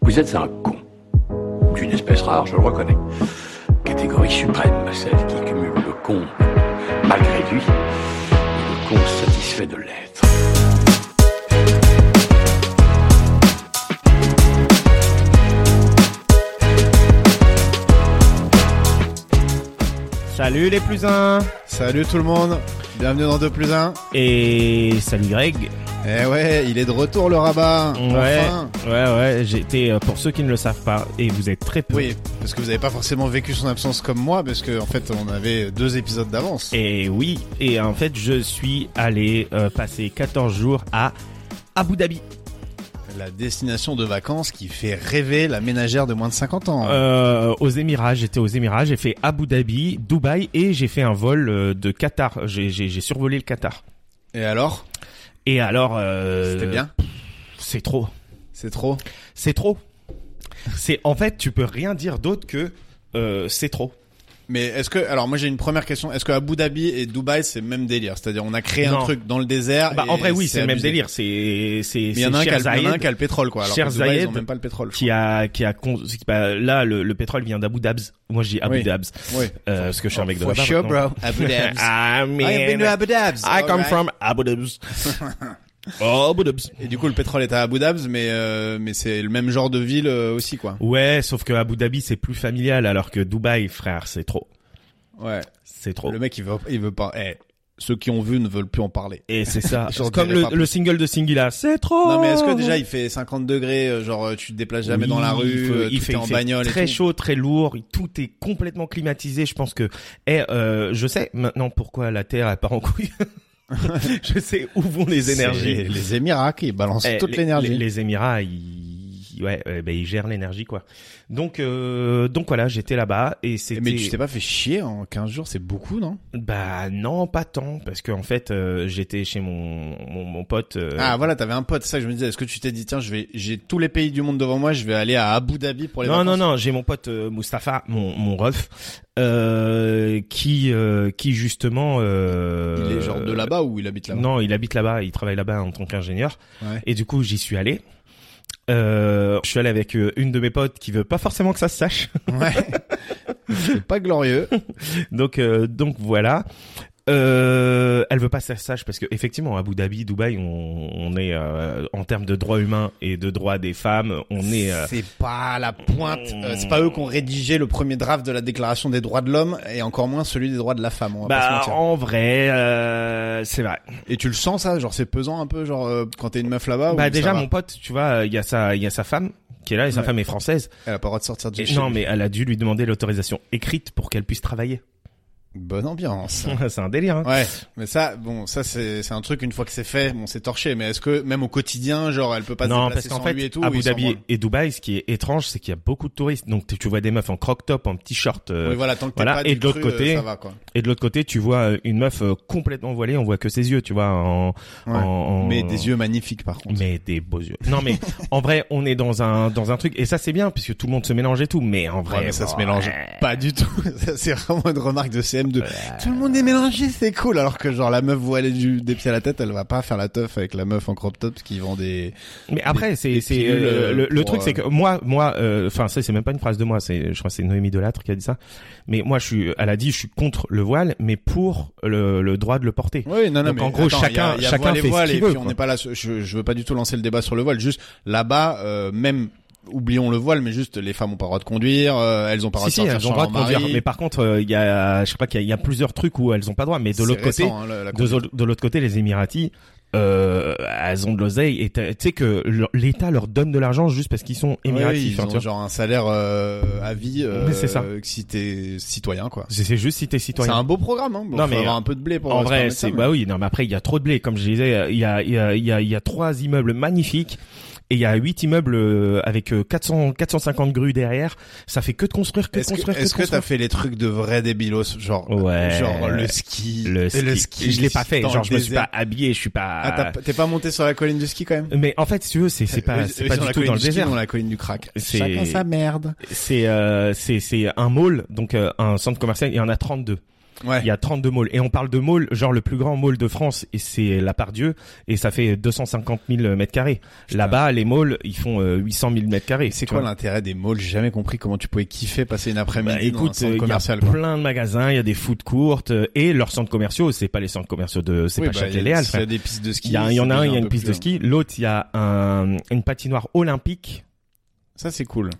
Vous êtes un con. D'une espèce rare, je le reconnais. Catégorie suprême, celle qui cumule le con malgré lui et le con satisfait de l'être. Salut les plus uns Salut tout le monde, bienvenue dans 2 plus 1. Et salut Greg Eh ouais, il est de retour le rabat. Ouais, Enfin. ouais, ouais, j'étais, euh, pour ceux qui ne le savent pas, et vous êtes très peu, Oui, parce que vous n'avez pas forcément vécu son absence comme moi, parce que en fait on avait deux épisodes d'avance. et oui, et en fait je suis allé euh, passer 14 jours à Abu Dhabi. La destination de vacances qui fait rêver la ménagère de moins de 50 ans. Euh, aux Émirats, j'étais aux Émirats, j'ai fait Abu Dhabi, Dubaï, et j'ai fait un vol euh, de Qatar, j'ai, j'ai, j'ai survolé le Qatar. Et alors Et alors... euh, C'était bien C'est trop. C'est trop C'est trop. C'est en fait, tu peux rien dire d'autre que euh, c'est trop. Mais est-ce que alors moi j'ai une première question, est-ce que Abu Dhabi et Dubaï c'est le même délire C'est-à-dire on a créé Non. un truc dans le désert Bah, et en vrai, oui, c'est le même abusé. délire. C'est c'est Mais il y en a un c'est qui a Cher le- il y en a un Zayed qui a le pétrole quoi, alors Cher que Dubaï, ils ont Zayed même pas le pétrole. je qui a qui a con- qui- bah, là le, le pétrole vient d'Abu Dhabi. Moi, je dis Abu Oui. Dhabi crois. Oui. euh, parce que je suis un mec de For là-bas. sure, maintenant. bro. Abu Dhabi. Ah I have been to man, Abu Dhabi. I come Alright. from Abu Dhabi. Oh, Abu Dhabi. Et du coup, le pétrole est à Abu Dhabi, mais euh, mais c'est le même genre de ville euh, aussi, quoi. Ouais, sauf que Abu Dhabi c'est plus familial, alors que Dubaï, frère, c'est trop, Ouais. c'est trop. Le mec, il veut, il veut pas. Eh, ceux qui ont vu ne veulent plus en parler. Et c'est ça. J'en Comme dirais le, pas le single de Singila, c'est trop. Non, mais est-ce que déjà il fait 50 degrés, euh, genre euh, tu te déplaces jamais Oui, dans la il rue, faut- euh, il tout fait, est il en fait bagnole et très tout. chaud, très lourd, tout est complètement climatisé. Je pense que, eh, euh, je sais maintenant pourquoi la Terre elle part en couille. je sais où vont les C'est énergies. Les Émirats qui balancent Eh, toute les- l'énergie. Les, les Émirats, ils, ouais, eh ben, ils gèrent l'énergie quoi. Donc, euh, donc voilà, j'étais là-bas et c'était. Eh, Mais tu t'es pas fait chier en 15 jours, c'est beaucoup, non Bah non, pas tant, parce que en fait, euh, j'étais chez mon mon, mon pote. euh, Ah voilà, t'avais un pote, c'est ça que je me disais. Est-ce que tu t'es dit tiens, je vais, j'ai tous les pays du monde devant moi, je vais aller à Abu Dhabi pour les non, vacances non, non, j'ai mon pote euh, Mustapha, mon, mon ref, euh, qui, euh, qui justement... euh, Il est genre de là-bas ou il habite là-bas Non, il habite là-bas, il travaille là-bas en tant qu'ingénieur. Ouais. Et du coup, j'y suis allé. Euh, je suis allé avec euh, une de mes potes qui veut pas forcément que ça se sache. Ouais. c'est pas glorieux. donc, euh, donc voilà. Euh, elle veut pas que ça se sache parce que effectivement, à Abu Dhabi, Dubaï, on, on est euh, en termes de droits humains et de droits des femmes, on est euh, C'est pas la pointe. euh, c'est pas eux qui ont rédigé le premier draft de la Déclaration des droits de l'homme et encore moins celui des droits de la femme. On va pas se bah mentir. en vrai, euh, c'est vrai. Et tu le sens ça, genre c'est pesant un peu, genre euh, quand t'es une meuf là-bas. bah ou déjà ça va mon pote, tu vois, euh, il y a sa il y a sa femme qui est là et sa Ouais. femme est française. elle a pas le droit de sortir du Et chez non lui. mais elle a dû lui demander l'autorisation écrite pour qu'elle puisse travailler. Bonne ambiance. c'est un délire. Hein. Ouais, mais ça, bon, ça c'est c'est un truc une fois que c'est fait, bon c'est torché. Mais est-ce que même au quotidien, genre elle peut pas non se parce déplacer qu'en sans lui fait et tout Abu ils s'en Dhabi branlent. et Dubaï, ce qui est étrange, c'est qu'il y a beaucoup de touristes. Donc tu- tu vois des meufs en croc top, en petit short euh, Oui, voilà, tant que t'es voilà. pas Et du de l'autre cru, euh, côté, ça va quoi. et de l'autre côté, tu vois euh, une meuf euh, complètement voilée, on voit que ses yeux, tu vois en, Ouais. en- en- Mais des yeux magnifiques par contre. mais des beaux yeux. Non mais en vrai, on est dans un dans un truc et ça c'est bien puisque tout le monde se mélange et tout. Mais en vrai, bah, Ouais, mais ça se bon, mélange pas du tout. Ça, c'est vraiment une remarque de CM2. Tout le monde est mélangé, c'est cool. Alors que genre la meuf voilée du, des pieds à la tête, elle va pas faire la teuf avec la meuf en crop top qui vend des. Mais après, c'est des c'est pilules, euh, le, euh, le pour, truc, c'est que euh, moi, moi, euh, enfin ça, c'est même pas une phrase de moi. C'est, je crois, que c'est Noémie Delattre qui a dit ça. Mais moi, je suis, elle a dit, je suis contre le voile, mais pour le, le droit de le porter. Oui, non, non, Donc, mais en gros, attends, chacun- il y a, il y a chacun voile et fait ce voile, qu'il et veut, puis on quoi. n'est pas là. sur- Je, je veux pas du tout lancer le débat sur le voile. Juste là-bas, euh, même oublions le voile, mais juste les femmes ont pas le droit de conduire, euh, elles ont pas le droit Si de si, sortir elles ont sans le droit de leur conduire. mari. Mais par contre, euh, il y a, je sais pas, qu'il y a- il y, a plusieurs trucs où elles ont pas droit. Mais de C'est l'autre côté, récent, hein, la- la de, de l'autre côté, les Émiratis, euh, elles ont de l'oseille. Et t'as- tu sais que leur- l'État leur donne de l'argent juste parce qu'ils sont Oui, Émiratis. ils enfin, tu ont vois. genre un salaire euh, à vie euh, Mais c'est ça. que si t'es citoyen quoi. C'est c'est juste si t'es C'est citoyen. un beau programme, hein. Bon, Non, faut mais, avoir euh, un peu de blé pour En se vrai, permettre ça, c'est mais- bah oui, non, mais après il y a trop de blé, comme je disais, euh, il y a il y a il y a il y a trois immeubles magnifiques et il y a huit immeubles euh, avec euh, 400 450 grues derrière, ça fait que de construire, que de Est-ce que construire, que, est-ce de que t'as construire. fait les trucs de vrais débilos, genre Ouais. genre le ski, ski. je l'ai pas fait, dans genre le je me suis désert. pas habillé, je suis pas Ah, t'as- t'es pas monté sur la colline du ski quand même Mais en fait, si tu veux, c'est c'est Eux, pas eux, c'est ils pas sont du la tout colline dans le ski, désert. nous, on est la colline du crack. C'est- Chacun sa merde. C'est euh, c'est c'est un mall, donc euh, un centre commercial, il y en a 32. Ouais. Il y a 32 malls. Et on parle de mall, genre le plus grand mall de France, et c'est la Pardieu, et ça fait 250 000 mètres carrés. Là-bas, les malls, ils font euh, 800 000 mètres carrés. C'est tu quoi vois. l'intérêt des malls J'ai jamais compris comment tu pouvais kiffer passer une après-midi Bah, dans un écoute, centre il y a commercial. quoi. plein de magasins, il y a des food courtes euh, et leurs centres commerciaux, c'est pas les centres commerciaux de, c'est Oui, pas bah, Châtelet il y a- Léal, Il y frère. a des pistes de ski. Il y, a- il y en a c'est un, il y déjà a un une peu piste de plus ski. L'autre, il y a un, une patinoire olympique. loin. Ça c'est cool.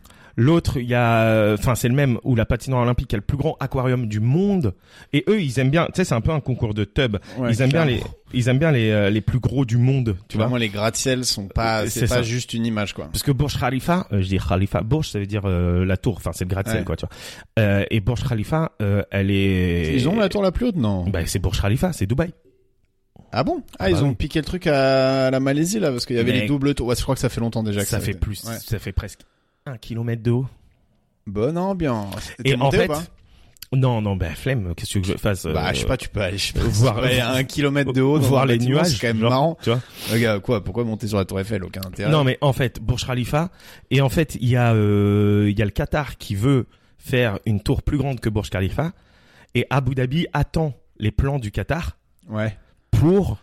L'autre, il y a, euh, enfin, c'est le même où la patinoire olympique a le plus grand aquarium du monde. Et eux, ils aiment bien. Tu sais, c'est un peu un concours de tub. Ouais, ils aiment bien clairement. les, ils aiment bien les, euh, les plus gros du monde. Tu vois. Vraiment les gratte-ciels sont pas, Euh, c'est c'est pas ça. juste une image quoi. Parce que Burj Khalifa, euh, je dis Khalifa, Burj ça veut dire euh, la tour, enfin c'est le gratte-ciel Ouais. quoi, tu vois. Euh, et Burj Khalifa, euh, elle est. Ils ont la tour la plus haute non Bah c'est Burj Khalifa, c'est Dubaï. Ah bon Ah Ah ils bah ont oui. piqué le truc à la Malaisie là parce qu'il y avait Mais- les doubles tours. Ouais, je crois que ça fait longtemps déjà. que ça fait était- plus, Ouais. ça fait presque un kilomètre de haut. Bonne ambiance. T'es Et en monté ou fait, pas non non bah flemme, qu'est-ce que tu veux que je fasse euh, bah je sais pas, tu peux aller, je sais pas, voir- tu peux aller à un kilomètre de haut, dans voir un les bâtiment, nuages, c'est quand même genre. marrant. tu vois. Regarde quoi, pourquoi monter sur la Tour Eiffel Aucun intérêt. Non, mais en fait, Burj Khalifa. Et en fait, il y a euh, il y a le Qatar qui veut faire une tour plus grande que Burj Khalifa. Et Abu Dhabi attend les plans du Qatar Ouais. pour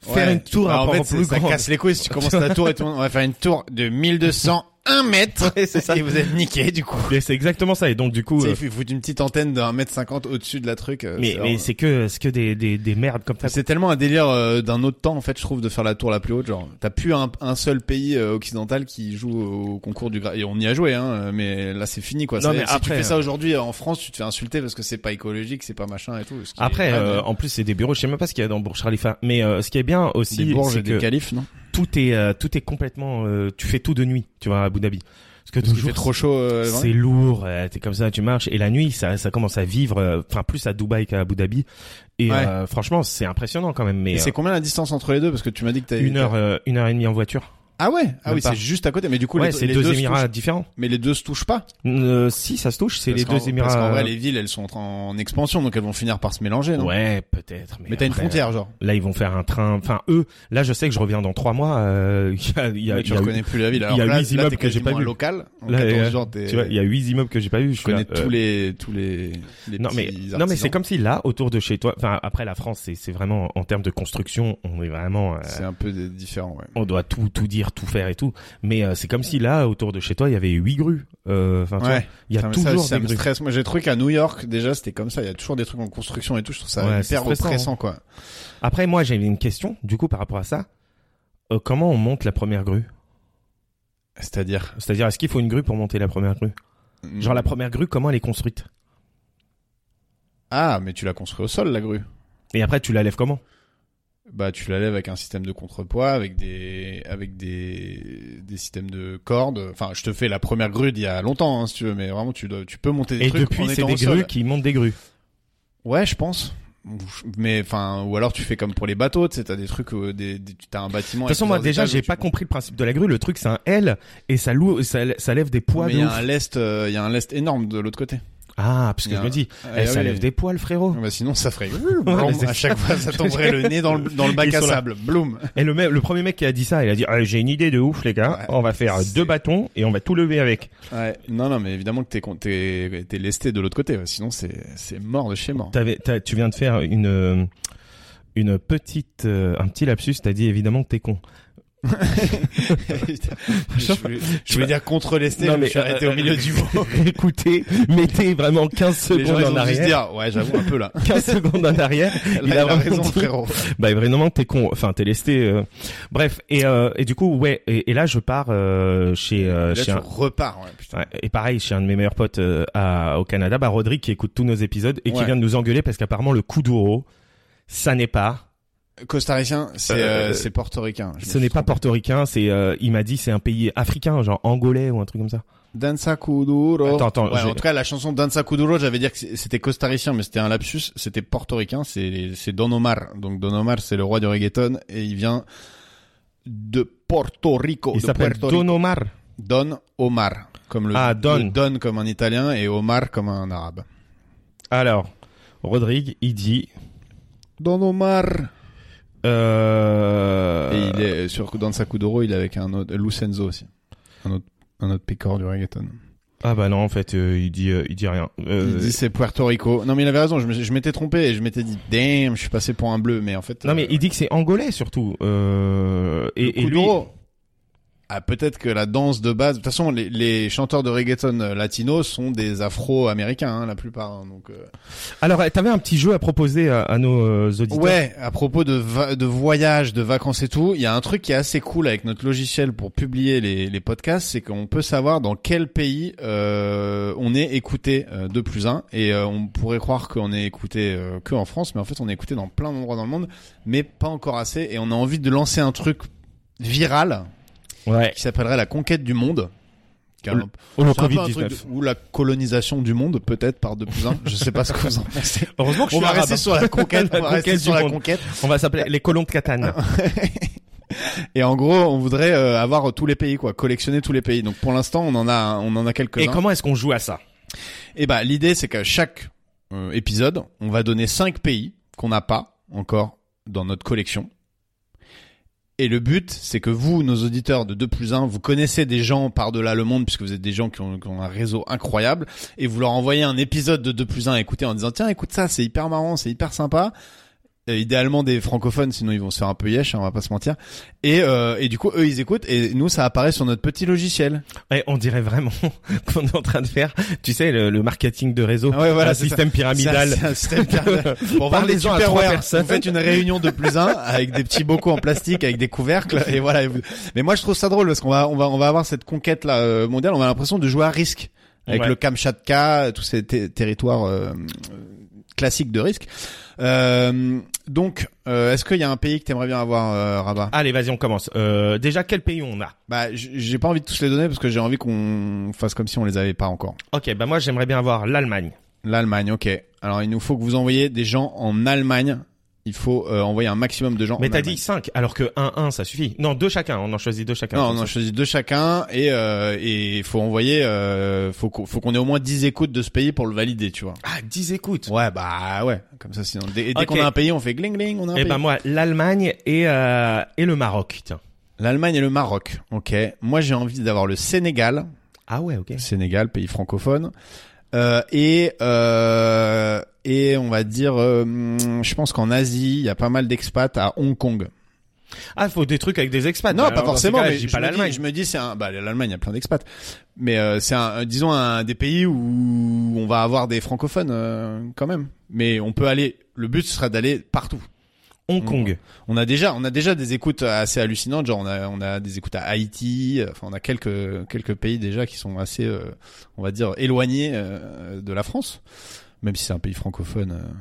faire Ouais. une tour un Bah, en peu fait, c'est- plus ça grande. casse les couilles si tu commences ta tour et tout le monde, on va faire une tour de 1201 mètres. c'est ça. Et vous êtes niqué, du coup. Mais c'est exactement ça. Et donc du Tu coup, sais, euh, il faut- il faut une petite antenne d'un mètre cinquante au-dessus de la truc. euh, mais c'est mais vraiment- c'est que c'est que des des des merdes comme ça. c'est tellement un délire euh, d'un autre temps en fait je trouve de faire la tour la plus haute genre t'as plus un, un seul pays euh, occidental qui joue au concours du gra- et on y a joué hein euh, mais là c'est fini quoi Non, C'est- mais si tu après, fais ça euh, aujourd'hui euh, en France tu te fais insulter parce que c'est pas écologique c'est pas machin et tout ce qui est hein. Après, vrai, euh, mais- en plus, c'est des bureaux. Je sais même pas ce qu'il y a dans Burj Khalifa. Mais euh, ce qui est bien des aussi, bourges c'est et des que califs non tout est euh, tout est complètement. euh, tu fais tout de nuit. Tu vois à Abu Dhabi. Parce que parce qu'il toujours, fait trop chaud euh, c'est lourd. euh, T'es comme ça, tu marches. Et la nuit, ça ça commence à vivre. euh, Enfin, plus à Dubaï qu'à Abu Dhabi. Et Ouais. euh, franchement, c'est impressionnant quand même. Mais et c'est euh, combien la distance entre les deux parce que tu m'as dit que t'as une heure euh, une heure et demie en voiture. ah ouais ah Même oui pas. c'est juste à côté mais du coup ouais, les, c'est les deux, deux se émirats touchent- différents. mais les deux se touchent pas Euh, si ça se touche, c'est Parce les qu'en- deux émirats. euh, parce qu'en vrai les villes elles sont en, en expansion donc elles vont finir par se mélanger non Ouais, peut-être. Mais, mais t'as une après, euh, frontière genre Là, ils vont faire un train. Enfin, eux, là, je sais que je reviens dans trois mois. euh, Il y a, il y a, Mais tu il y a- reconnais plus la ville. Alors il y a là, huit là, immeubles t'es que j'ai pas quasiment un vus. local. En Là, 14 euh, jours, t'es- Tu vois, il y a huit immeubles que j'ai pas vus. Je tu connais suis là, tous euh, les tous les, les Non mais petits non mais artisans. c'est comme si là autour de chez toi. Enfin après la France c'est c'est vraiment en termes de construction on est vraiment euh, C'est un peu des- différent, ouais. on doit tout tout dire tout faire et tout. Mais euh, c'est comme si là autour de chez toi il y avait huit grues. Euh, Enfin tu vois, Ouais. il y a Ça me- ça, toujours ça des me grues. stresse. Moi, j'ai trouvé qu'à New York, déjà, c'était comme ça. Il y a toujours des trucs en construction et tout. Je trouve ça Ouais, c'est hyper stressant, hein. oppressant, quoi. Après moi j'ai une question du coup par rapport à ça. Euh, comment on monte la première grue C'est-à-dire. C'est-à-dire est-ce qu'il faut une grue pour monter la première grue Mm. Genre la première grue comment elle est construite Ah, mais tu l'as construit au sol, la grue. Et après tu la lèves comment Bah, tu la lèves avec un système de contrepoids, avec des, avec des, des systèmes de cordes. Enfin, je te fais la première grue d'il y a longtemps, hein, si tu veux, mais vraiment, tu dois, tu peux monter des Et trucs en depuis c'est étant des au sol. grues qui montent des grues. Ouais, je pense. Ou je- Mais enfin, ou alors tu fais comme pour les bateaux, tu sais, t'as des trucs, euh, des, des- t'as un bâtiment. De toute façon, moi, déjà, j'ai pas compris. compris le principe de la grue. Le truc, c'est un L et ça, loue, ça, ça lève des poids Mais de il y a ouf. un lest, euh, il y a un lest énorme de l'autre côté. Ah, parce il y que a je me un- dis, Ah, eh, oui, ça oui. lève des poils, frérot. Ah, bah, sinon, ça ferait. Ouais, Vroom, c'est à chaque fois, ça tomberait le nez dans le, dans le bac Ils à sont là. sable. Bloom. Et le, mec- le premier mec qui a dit ça, il a dit, Ah, j'ai une idée de ouf, les gars. Ouais, on va faire c'est- deux bâtons et on va tout lever avec. Ouais. Non, non, mais évidemment que t'es, con- t'es, t'es lesté de l'autre côté. ouais. Sinon, c'est, c'est mort de chez mort. T'avais- t'as- tu viens de faire une, euh, une petite, euh, un petit lapsus. T'as dit évidemment que t'es con. je, voulais, je voulais dire contre lesté, Non, je me mais, suis arrêté euh, au milieu du mot. Écoutez, mettez vraiment 15 Les gens, secondes ils en ont dû se arrière. dire, ouais, j'avoue, un peu là. 15 secondes en arrière. Là, il a vraiment raison, dit- frérot. Bah évidemment que t'es con, enfin t'es lesté. euh. Bref et euh, et du coup ouais et, et là je pars euh, chez euh, Là, chez tu un, repars, ouais, putain. ouais, et pareil chez un de mes meilleurs potes euh, à, au Canada, bah Rodrigue qui écoute tous nos épisodes et Ouais. qui vient de nous engueuler parce qu'apparemment le kuduro ça n'est pas, Costaricien, c'est Euh, euh, c'est portoricain. Je me ce suis n'est pas trompé. portoricain, c'est euh, il m'a dit c'est un pays africain genre angolais ou un truc comme ça. Danza Kuduro. Attends, attends, Ouais, j'ai- en tout cas, la chanson Danza Kuduro, j'avais dire que c'est- c'était costaricien, mais c'était un lapsus. C'était portoricain. C'est c'est Don Omar. Donc Don Omar, c'est le roi du reggaeton et il vient de Porto Rico. Il Oh, de s'appelle Puerto Rico. Don Omar. Don Omar, comme le Ah, Don. le Don comme un italien et Omar comme un arabe. Alors Rodrigue il dit Don Omar. euh... Et il est sur Danza Kuduro, il est avec un autre Lucenzo aussi, un autre un autre pécor du reggaeton. Ah bah non, en fait, euh, il dit, euh, il dit rien. Euh, Il dit c'est Puerto Rico. Non mais il avait raison, je me- je m'étais trompé et je m'étais dit damn, je suis passé pour un bleu mais en fait Non mais euh, il dit que c'est angolais surtout. Euh, et, et lui, Kuduro. Ah, peut-être que la danse de base. De toute façon, les, les chanteurs de reggaeton euh, latinos sont des Afro-américains, hein, la plupart. hein, donc, euh. alors euh, t'avais un petit jeu à proposer à, à nos euh, auditeurs. ouais. À propos de va- de voyages, de vacances et tout, il y a un truc qui est assez cool avec notre logiciel pour publier les, les podcasts, c'est qu'on peut savoir dans quel pays euh, on est écouté euh, de plus un. Et euh, on pourrait croire qu'on est écouté euh, que en France, mais en fait, on est écouté dans plein d'endroits dans le monde, mais pas encore assez. Et on a envie de lancer un truc viral Ouais. qui s'appellerait la conquête du monde. Qui est un- Au c'est un peu Covid un truc 19. de- ou la colonisation du monde peut-être par de plus un. Je sais pas ce que vous en pensez. Heureusement que je On suis va arabe. hein. rester sur la conquête. La on va rester conquête sur du la monde. conquête. On va s'appeler les colons de Catane. Ah, Et en gros, on voudrait euh, avoir tous les pays quoi, collectionner tous les pays. Donc pour l'instant, on en a, on en a quelques et uns. comment est-ce qu'on joue à ça Et bah l'idée c'est qu'à chaque euh, épisode, on va donner cinq pays qu'on n'a pas encore dans notre collection. Et le but, c'est que vous, nos auditeurs de 2 plus 1, vous connaissez des gens par-delà le monde, puisque vous êtes des gens qui ont, qui ont un réseau incroyable, et vous leur envoyez un épisode de 2 plus 1 à écouter en disant, tiens, écoute ça, c'est hyper marrant, c'est hyper sympa. Euh, idéalement des francophones, sinon ils vont se faire un peu yesh, hein, on va pas se mentir. Et, euh, et du coup, eux, ils écoutent, et nous, ça apparaît sur notre petit logiciel. Ouais, Eh, On dirait vraiment qu'on est en train de faire, tu sais, le, le marketing de réseau, Ah ouais, voilà, un c'est ça. système pyramidal. C'est un système pyramidal. Pour voir les Parlez-en à trois superwares, personnes. vous faites une réunion de plus un avec des petits bocaux en plastique, avec des couvercles, et voilà. et vous- Mais moi, je trouve ça drôle parce qu'on va, on va, on va avoir cette conquête là euh, mondiale. On a l'impression de jouer à risque avec Ouais. le Kamchatka, tous ces ter- territoires euh, euh, classiques de risque. Euh, donc, euh, est-ce qu'il y a un pays que t'aimerais bien avoir, euh, Rabat Allez, vas-y, on commence. Euh, déjà, quel pays on a Bah, j- j'ai pas envie de tous les donner parce que j'ai envie qu'on fasse comme si on les avait pas encore. Ok, bah moi j'aimerais bien avoir l'Allemagne. L'Allemagne, ok. Alors il nous faut que vous envoyiez des gens en Allemagne. Il faut euh, envoyer un maximum de gens. Mais en t'as Allemagne. dit 5, alors que 1, 1, ça suffit. Non, deux chacun, on en choisit deux chacun. Non, Comme on ça. en choisit deux chacun et euh, et faut envoyer, euh, faut qu'on faut qu'on ait au moins 10 écoutes de ce pays pour le valider, tu vois. Ah, 10 écoutes. Ouais, bah ouais, comme ça sinon. Dès, dès Ok. qu'on a un pays, on fait gling gling, on a un Eh pays. ben moi, l'Allemagne et, euh, et le Maroc, tiens. L'Allemagne et le Maroc, ok. Moi j'ai envie d'avoir le Sénégal, Ah ouais, ok. Sénégal, pays francophone, Euh, et euh, et on va dire, euh, hmm, je pense qu'en Asie, il y a pas mal d'expats à Hong Kong. Ah, faut des trucs avec des expats. Non, Bah, Alors, pas dans forcément. ces cas-là, mais je dis je pas me l'Allemagne. dis- Je me dis, c'est un. Bah, l'Allemagne, il y a plein d'expats. Mais euh, c'est un, euh, disons, un des pays où on va avoir des francophones euh, quand même. Mais on peut aller. Le but ce sera d'aller partout. Hong Kong. On a déjà, on a déjà des écoutes assez hallucinantes. Genre, on a, on a des écoutes à Haïti. euh, Enfin, on a quelques quelques pays déjà qui sont assez, euh, on va dire, éloignés euh, de la France, même si c'est un pays francophone euh,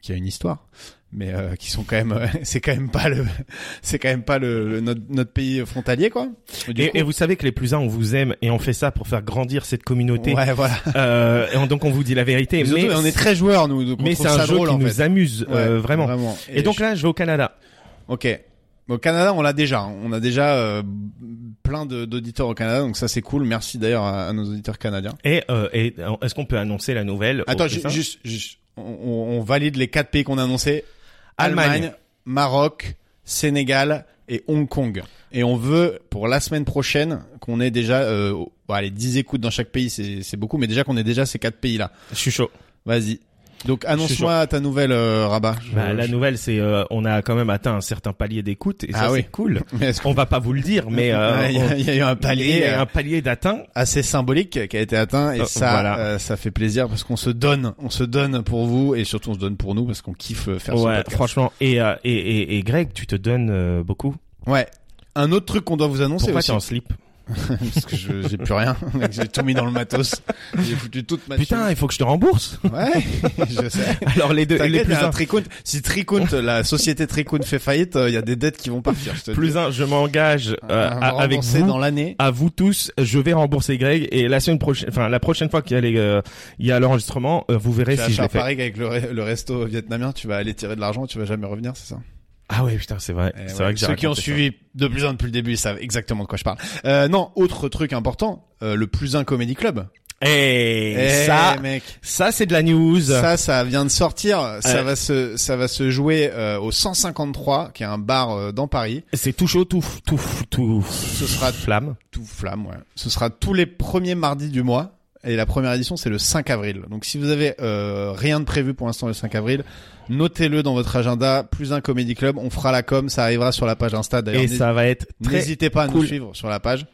qui a une histoire. Mais euh, qui sont quand même, euh, c'est quand même pas le, c'est quand même pas le, le- notre, notre pays frontalier quoi. Du coup- Et, et vous savez que les plus uns, on vous aime et on fait ça pour faire grandir cette communauté. Ouais, voilà. Euh, et on- donc on vous dit la vérité. Mais surtout, mais on est très joueurs, nous. Donc on mais trouve c'est un ça jeu drôle, qui en nous fait. amuse Ouais, euh, vraiment. vraiment. Et, donc là, je vais au Canada. Ok. Au Canada, on l'a déjà. On a déjà euh, plein de- d'auditeurs au Canada, donc ça c'est cool. Merci d'ailleurs à, à nos auditeurs canadiens. Et, euh, et euh, est-ce qu'on peut annoncer la nouvelle au Attends, plus ju- un juste, juste, on, on- on valide les quatre pays qu'on a annoncés Allemagne. Maroc, Sénégal et Hong Kong. Et on veut pour la semaine prochaine qu'on ait déjà, euh, bon, allez, 10 écoutes dans chaque pays, c'est c'est beaucoup, mais déjà qu'on ait déjà ces quatre pays là. Je suis chaud. Vas-y. Donc Je suis annonce-moi ta nouvelle, euh, Rabat. Je- Bah, la je- nouvelle, c'est euh, on a quand même atteint un certain palier d'écoute et ça Ah oui. c'est cool. Mais est-ce qu'on- On va pas vous le dire, mais euh, il, y a, on- il y a eu un il palier y a euh, un palier d'atteint. assez symbolique qui a été atteint et Euh, ça, voilà. euh, ça fait plaisir parce qu'on se donne, on se donne pour vous et surtout on se donne pour nous parce qu'on kiffe euh, faire ce Ouais, podcast. franchement. Et, euh, et, et, et Greg, tu te donnes euh, beaucoup. Ouais. Un autre truc qu'on doit vous annoncer Pourquoi aussi, t'es en slip parce que je- j'ai plus rien, mec, j'ai tout mis dans le matos, j'ai foutu toute ma Putain, il faut que je te rembourse. thune. ouais, je sais. Alors les deux, les T'inquiète, plus il y a un, un Tricoon. Si Tricoon, la société Tricoon fait faillite, euh, il y a des dettes qui vont partir. Je te dis. plus un, je m'engage euh, À à- avec rembourser vous. Ah dans l'année. à vous tous, je vais rembourser Greg et la semaine prochaine, enfin la prochaine fois qu'il y a les, euh, il y a l'enregistrement, euh, vous verrez Tu vas si je l'ai faire fait. pareil qu'avec le, re- le resto vietnamien, tu vas aller tirer de l'argent, tu vas jamais revenir, c'est ça Ah ouais, putain, c'est vrai. Eh C'est ouais, vrai que j'ai ceux qui ont raconté ça. suivi de plus un depuis le début ils savent exactement de quoi je parle. Euh, non, autre truc important, euh, le plus un comedy club. Eh, Eh, ça, mec, ça c'est de la news. ça, ça vient de sortir. Ça Ouais. va se, ça va se jouer euh, au 153, qui est un bar euh, dans Paris. C'est tout chaud, tout, tout, tout Ce sera flamme. tout flamme, ouais. Ce sera tous les premiers mardis du mois. et la première édition c'est le 5 avril. Donc si vous avez euh, rien de prévu pour l'instant le 5 avril, notez-le dans votre agenda. Plus un comédie club, on fera la com, ça arrivera sur la page Insta d'ailleurs. Et n'hésitez- ça va être très N'hésitez pas à nous cool. suivre sur la page.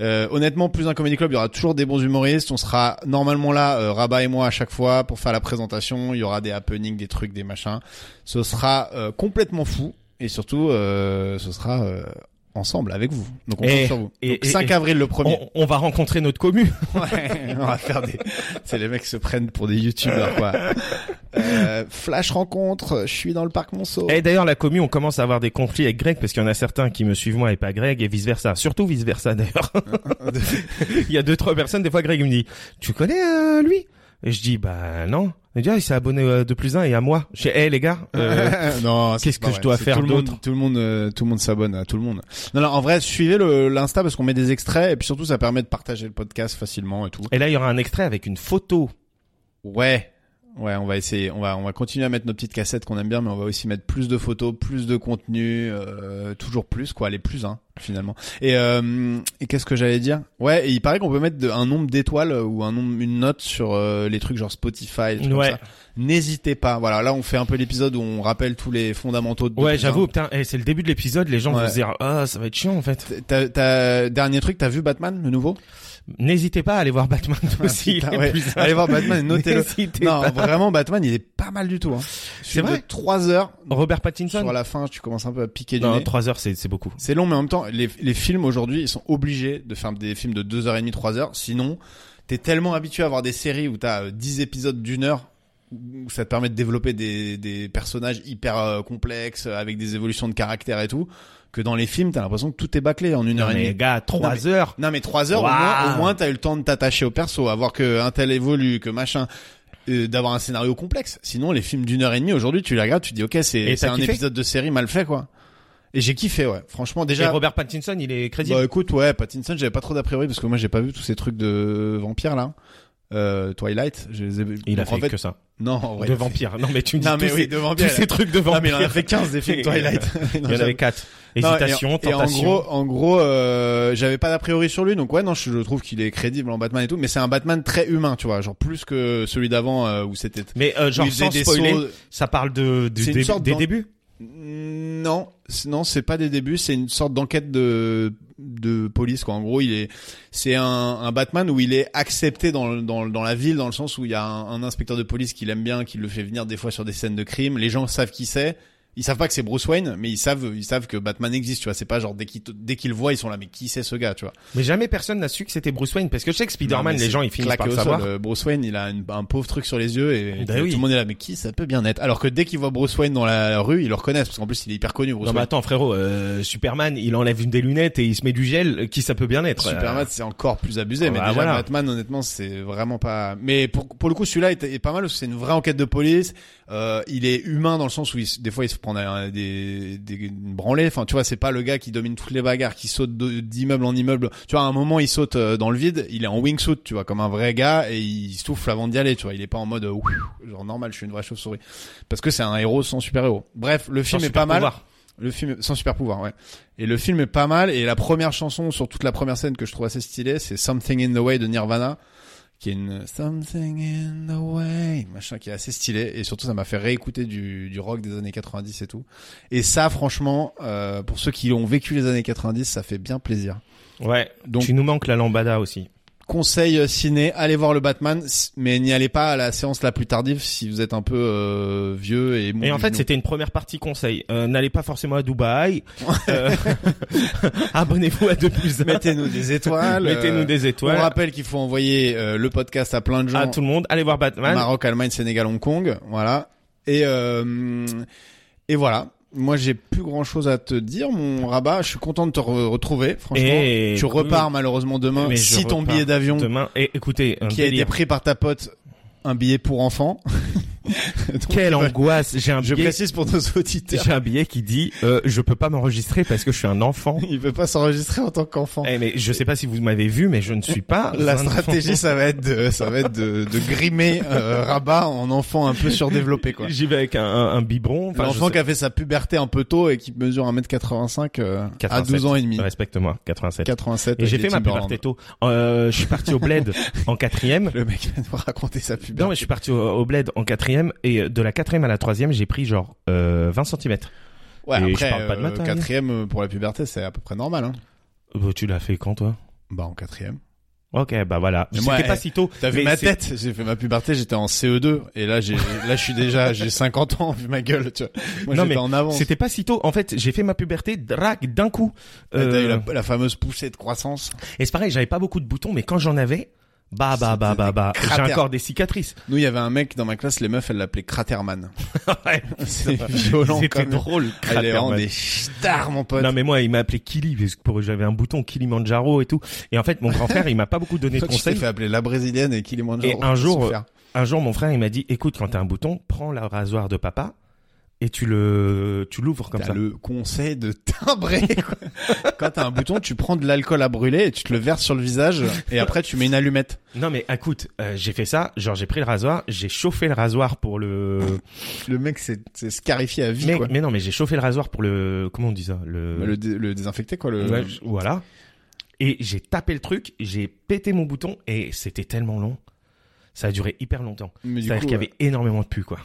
Euh, honnêtement, plus un comedy club, il y aura toujours des bons humoristes. On sera normalement là, euh, Rabat et moi à chaque fois pour faire la présentation. Il y aura des happenings, des trucs, des machins. Ce sera euh, complètement fou et surtout, euh, ce sera euh, ensemble avec vous. Donc on Et- compte sur vous. et- Donc, et- 5 et- avril le premier. on, on va rencontrer notre commu. Ouais, on va faire des. C'est les mecs qui se prennent pour des youtubeurs quoi. Euh, flash rencontre. Je suis dans le parc Monceau. Et d'ailleurs, la commu, on commence à avoir des conflits avec Greg parce qu'il y en a certains qui me suivent moi et pas Greg et vice versa. Surtout vice versa d'ailleurs. il y a deux trois personnes. Des fois, Greg il me dit, tu connais euh, lui Et je dis, bah non. Il dit, ah, il s'est abonné euh, de plus un et à moi. Je dis, Eh, les gars, euh, non, qu'est-ce c'est pas que je vrai. dois C'est faire tout le monde- d'autre Tout le monde, euh, tout le monde s'abonne à tout le monde. Non, non, en vrai, suivez le- l'insta parce qu'on met des extraits et puis surtout ça permet de partager le podcast facilement et tout. et là il y aura un extrait avec une photo. Ouais. Ouais, on va essayer, on va, on va continuer à mettre nos petites cassettes qu'on aime bien, mais on va aussi mettre plus de photos, plus de contenu, euh, toujours plus, quoi, les plus, hein, finalement. Et, euh, et qu'est-ce que j'allais dire Ouais, et il paraît qu'on peut mettre de- un nombre d'étoiles euh, ou un nombre, une note sur euh, les trucs genre Spotify, des trucs comme Ouais. ça. N'hésitez pas. Voilà, là on fait un peu l'épisode où on rappelle tous les fondamentaux. De Ouais, Putain. j'avoue, putain, eh, c'est le début de l'épisode. Les gens Ouais. vont se dire, ah, ça va être chiant en fait. T'as, t'as- dernier truc, t'as vu Batman, le nouveau N'hésitez pas à aller voir Batman aussi. Ah, putain, il est ouais. plus Allez voir Batman et notez-le. N'hésitez Non, pas. vraiment, Batman, il est pas mal du tout. Hein. Celui vrai de 3 heures. Robert Pattinson. Sur la fin, tu commences un peu à piquer du Non, nez. trois heures, c'est c'est beaucoup. C'est long, mais en même temps, les, les films aujourd'hui, ils sont obligés de faire des films de 2h30, 3h. Sinon, t'es tellement habitué à voir des séries où t'as euh, 10 épisodes d'une heure, où ça te permet de développer des, des personnages hyper euh, complexes, euh, avec des évolutions de caractère et tout, que dans les films, t'as l'impression que tout est bâclé en une Non, heure et mais demie. gars, trois mais- heures. Non mais trois heures au Waouh. moins, au moins t'as eu le temps de t'attacher au perso, à voir que un tel évolue, que machin, euh, d'avoir un scénario complexe. Sinon les films d'une heure et demie aujourd'hui tu les regardes, tu te dis ok c'est Et c'est t'as un kiffé épisode de série mal fait quoi. Et j'ai kiffé ouais, franchement déjà. Et Robert Pattinson, il est crédible. Bah écoute ouais, Pattinson j'avais pas trop d'a priori parce que moi j'ai pas vu tous ces trucs de vampires là, euh, Twilight, je les ai vus. il a Donc, en fait, que ça. non en vrai, de il a fait- vampire. Non, mais tu me dis Non mais tous, oui ces, de tous vampires. ces trucs de Non vampire. mais il en a fait 15 des films Twilight. Non, il y en j'avoue. avait quatre. Non, Hésitation, et, et en tentation. gros, en gros, euh, j'avais pas d'a priori sur lui, donc ouais, non, je, je trouve qu'il est crédible en Batman et tout, mais c'est un Batman très humain, tu vois, genre plus que celui d'avant euh, où c'était. mais euh, genre où il faisait sans spoiler, sauts- ça parle de, du C'est une début- sorte des d'en- débuts. Non, c- non, c'est pas des débuts, c'est une sorte d'enquête de de police quoi. En gros, il est, c'est un, un Batman où il est accepté dans le- dans le- dans la ville dans le sens où il y a un, un inspecteur de police qui l'aime bien, qui le fait venir des fois sur des scènes de crime. Les gens savent qui c'est. Ils savent pas que c'est Bruce Wayne, mais ils savent ils savent que Batman existe. Tu vois, c'est pas genre dès qu'ils te- dès qu'ils le voient, ils sont là. Mais qui c'est ce gars, tu vois Mais jamais personne n'a su que c'était Bruce Wayne parce que je sais que Non, Spider-Man, mais les c'est gens ils finissent claqué par le au sol. savoir. Euh, Bruce Wayne, il a une- un pauvre truc sur les yeux et Bah tout oui. le monde est là. Mais qui ça peut bien être Alors que dès qu'ils voient Bruce Wayne dans la rue, ils le reconnaissent parce qu'en plus il est hyper connu. Bruce Non mais Wayne. attends frérot, euh, Superman, il enlève une des lunettes et il se met du gel, euh, qui ça peut bien être. euh, Superman, c'est encore plus abusé, mais Bah, déjà voilà. Batman, honnêtement, c'est vraiment pas. Mais pour, pour le coup, celui-là est, est pas mal. parce que C'est une vraie enquête de police. Euh, il est humain dans le sens où il, se- des fois il se prend un- des, des une branlée. Enfin, tu vois, c'est pas le gars qui domine toutes les bagarres, qui saute de- d'immeuble en immeuble. Tu vois, à un moment, il saute euh, dans le vide. Il est en wingsuit, tu vois, comme un vrai gars, et il souffle avant d'y aller. Tu vois, il est pas en mode euh, ouf, genre normal. Je suis une vraie chauve-souris. Parce que c'est un héros sans super-héros. Bref, le sans film est pas mal. super-pouvoir. Le film est- sans super pouvoir, ouais. Et le film est pas mal. Et la première chanson sur toute la première scène que je trouve assez stylée, c'est Something in the Way de Nirvana, qui est une Something in the Way, machin, qui est assez stylé. Et surtout, ça m'a fait réécouter du, du rock des années 90 et tout. Et ça, franchement, euh, pour ceux qui ont vécu les années 90, ça fait bien plaisir. Ouais. Donc- tu nous manques la lambada aussi. Conseil euh, ciné, allez voir le Batman, s- mais n'y allez pas à la séance la plus tardive si vous êtes un peu euh, vieux et mou Et du en fait, genou. c'était une première partie conseil. Euh, N'allez pas forcément à Dubaï. Euh, Abonnez-vous à 2 plus 1. Mettez-nous des étoiles. euh, Mettez-nous des étoiles. On rappelle qu'il faut envoyer euh, le podcast à plein de gens. à tout le monde. Allez voir Batman. Maroc, Allemagne, Sénégal, Hong Kong. Voilà. Et, euh, et voilà. Moi, j'ai plus grand chose à te dire, mon rabat. Je suis content de te re- retrouver, franchement. Et- tu repars malheureusement demain Mais je si ton repars billet d'avion demain. Et écoutez, un qui a été délire. pris par ta pote, un billet pour enfant. Donc, Quelle euh, angoisse J'ai un Je billet. précise pour nos auditeurs. J'ai un billet qui dit euh, je peux pas m'enregistrer parce que je suis un enfant. Il peut pas s'enregistrer en tant qu'enfant. Eh mais je sais pas si vous m'avez vu, mais je ne suis pas. La un enfant. stratégie, ça va être de, ça va être de, de grimer euh, Rabat en enfant un peu surdéveloppé, quoi. J'y vais avec un, un- un biberon. Enfin, je L'enfant sais- qui a fait sa puberté un peu tôt et qui mesure 1m85 euh, à 87. 12 ans et demi. Respecte-moi, 87. 87. Et j'ai avec fait les ma Timberlands. puberté tôt. Euh, je suis parti au bled en quatrième. Le mec va nous raconter sa puberté. Non, mais je suis parti au, au bled en quatrième et euh, de la quatrième à la troisième, j'ai pris genre euh, 20 centimètres. Ouais, Et après, je parle pas de euh, maths, hein, quatrième euh, pour la puberté, c'est à peu près normal. Hein. Euh, tu l'as fait quand toi Bah en quatrième. Ok, bah voilà. Mais C'était moi, pas eh, si tôt. T'as vu mais ma c'est- tête J'ai fait ma puberté, j'étais en CE2 et là j'ai, là je suis déjà, j'ai 50 ans vu ma gueule. Tu vois. Moi Non, j'étais mais en avance. C'était pas si tôt. En fait, j'ai fait ma puberté drague d'un coup. Ah, T'as eu Euh, la, la fameuse poussée de croissance. Et c'est pareil, j'avais pas beaucoup de boutons, mais quand j'en avais, bah bah bah C'était bah des bah, j'ai cratères. encore des cicatrices. Nous il y avait un mec dans ma classe, les meufs elles l'appelaient Craterman. Ouais, C'est violent. C'était comme- drôle. Elle est Craterman. vraiment des stars mon pote. Non mais moi il m'a appelé Kili parce que pour j'avais un bouton Kilimanjaro et tout et en fait mon grand frère il m'a pas beaucoup donné de Toi, tu t'es conseils. fait appeler la brésilienne et qu'il est moins de Et genre, un jour, souffert. Un jour mon frère il m'a dit écoute quand t'as un bouton prends le rasoir de papa et tu le tu l'ouvres comme T'as ça. le conseil de timbrer. quoi. Quand t'as un bouton, tu prends de l'alcool à brûler et tu te le verses sur le visage et après tu mets une allumette. Non mais écoute euh, j'ai fait ça genre j'ai pris le rasoir j'ai chauffé le rasoir pour le Le mec c'est c'est scarifié à vie mais, quoi. Bah, mais non mais j'ai chauffé le rasoir pour le comment on dit ça le, Le, euh, dé- le désinfecter quoi. Le... Euh. Ouais, je- voilà et j'ai tapé le truc j'ai pété mon bouton et c'était tellement long ça a duré hyper longtemps Mais du c'est à coup, dire qu'il y avait énormément de pu quoi.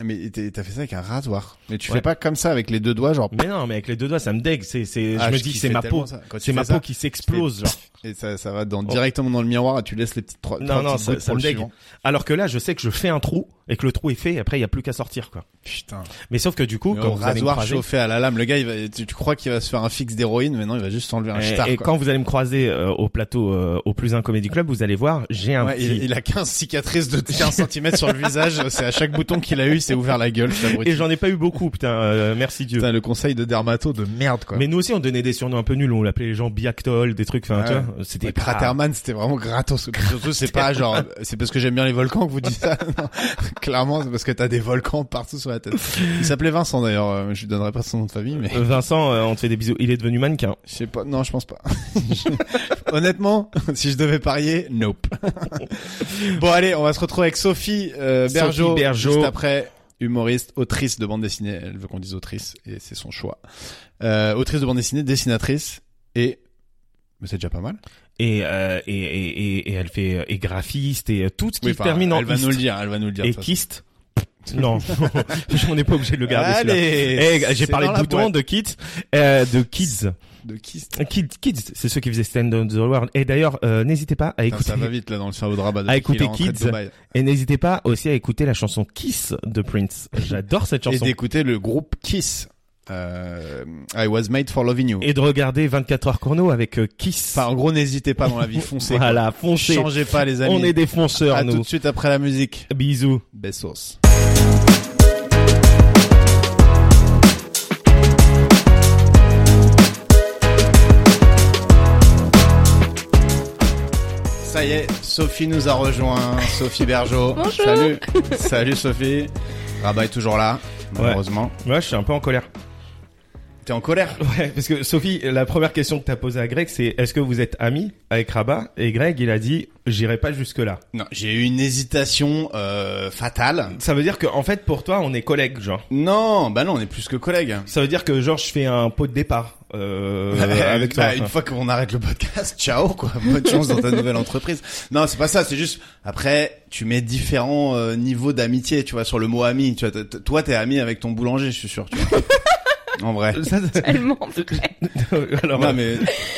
ouais. mais t'es- t'as fait ça avec un rasoir. Mais tu Ouais. fais pas comme ça avec les deux doigts genre. Mais non mais avec les deux doigts ça me dégue c'est c'est Ah, je me kiffe dis c'est ma tellement peau ça. Quand tu C'est fais ma ça, peau qui s'explose, genre. Et ça, ça va dans, directement dans le miroir et tu laisses les petites trois. Non, trois non, petites ça- gouttes ça pour me le dégue. suivant. Alors que là, je sais que je fais un trou et que le trou est fait. Et après, il y a plus qu'à sortir, quoi. Putain. Mais sauf que du coup, Mais quand au vous allez me rasoir croiser, chauffé à la lame, le gars, il va, tu, tu crois qu'il va se faire un fixe d'héroïne, mais non, il va juste enlever un et- star. Eh, et quand vous allez me croiser euh, au plateau euh, au plus un comedy club, vous allez voir, j'ai un Ouais, petit. il, il a 15 cicatrices de 15 cm sur le visage. C'est à chaque bouton qu'il a eu, c'est ouvert la gueule. cet abruti. Et j'en ai pas eu beaucoup, putain. euh, merci Dieu. Putain, le conseil de dermato de merde, quoi. Mais nous aussi, on donnait des surnoms un peu nuls. On l'appelait les gens Biactol, des trucs. Enfin, Ouais. tu vois, c'était Ouais, pas- Craterman, c'était vraiment gratos. Et puis Surtout, c'est pas genre, c'est parce que j'aime bien les volcans que vous dites ça. Non. Clairement, c'est parce que t'as des volcans partout sur la tête. Il s'appelait Vincent d'ailleurs. euh, Je lui donnerai pas son nom de famille, mais Euh, Vincent, euh, on te fait des bisous. Il est devenu mannequin. je sais pas. Non, je pense pas. Honnêtement, si je devais parier, nope. bon, allez, on va se retrouver avec Sophie euh, Sophie Bergeau, Bergeau. juste après. Humoriste, autrice de bande dessinée, elle veut qu'on dise autrice, et c'est son choix. Euh, autrice de bande dessinée, dessinatrice, et... Mais c'est déjà pas mal. Et, euh, et, et, et, et elle fait euh, et graphiste et euh, tout ce qui Oui, se enfin, termine en elle va nous le iste dire, elle va nous le dire. de et toute façon. kiste. Non, on n'est pas obligé de le garder. celui-là. Allez, Eh, j'ai c'est parlé dans de la boutons, boîte. de kits, euh, de kids. de Kiss. Kids, kids, c'est ceux qui faisaient Stand on the World. Et d'ailleurs, euh, n'hésitez pas à Putain, écouter ça va vite là dans le cerveau de rabat. À depuis qu'il est écouter rentré de Ah, Kids. Dubaï. et n'hésitez pas aussi à écouter la chanson Kiss de Prince. J'adore cette et chanson. d'écouter le groupe Kiss. Euh, I was made for loving you. Et de regarder 24 heures chrono avec euh, Kiss. Enfin, en gros, n'hésitez pas dans la vie, foncez. quoi. voilà, foncez. Changez pas les amis. On est des fonceurs, à tout nous. de suite après la musique. Bisous. Besos. Ça y est, Sophie nous a rejoint. Sophie Bergeau. Bonjour. Salut. Salut Sophie. Rabat est toujours là, malheureusement. Moi, je suis un peu en colère. T'es en colère Ouais, parce que Sophie, la première question que t'as posée à Greg, c'est est-ce que vous êtes amis avec Rabat Et Greg, il a dit, j'irai pas jusque là. Non, j'ai eu une hésitation euh, fatale. Ça veut dire que, en fait, pour toi, on est collègues, genre. Non, bah non, on est plus que collègues. Ça veut dire que genre je fais un pot de départ euh, avec toi. Bah, une fois qu'on arrête le podcast, ciao quoi. Bonne chance dans ta nouvelle entreprise. Non, c'est pas ça. C'est juste après, tu mets différents euh, niveaux d'amitié. Tu vois sur le mot ami. Tu vois, t- t- toi t'es ami avec ton boulanger, je suis sûr. Tu vois. en vrai. Ça, ça- tellement vrai. alors, euh, Non mais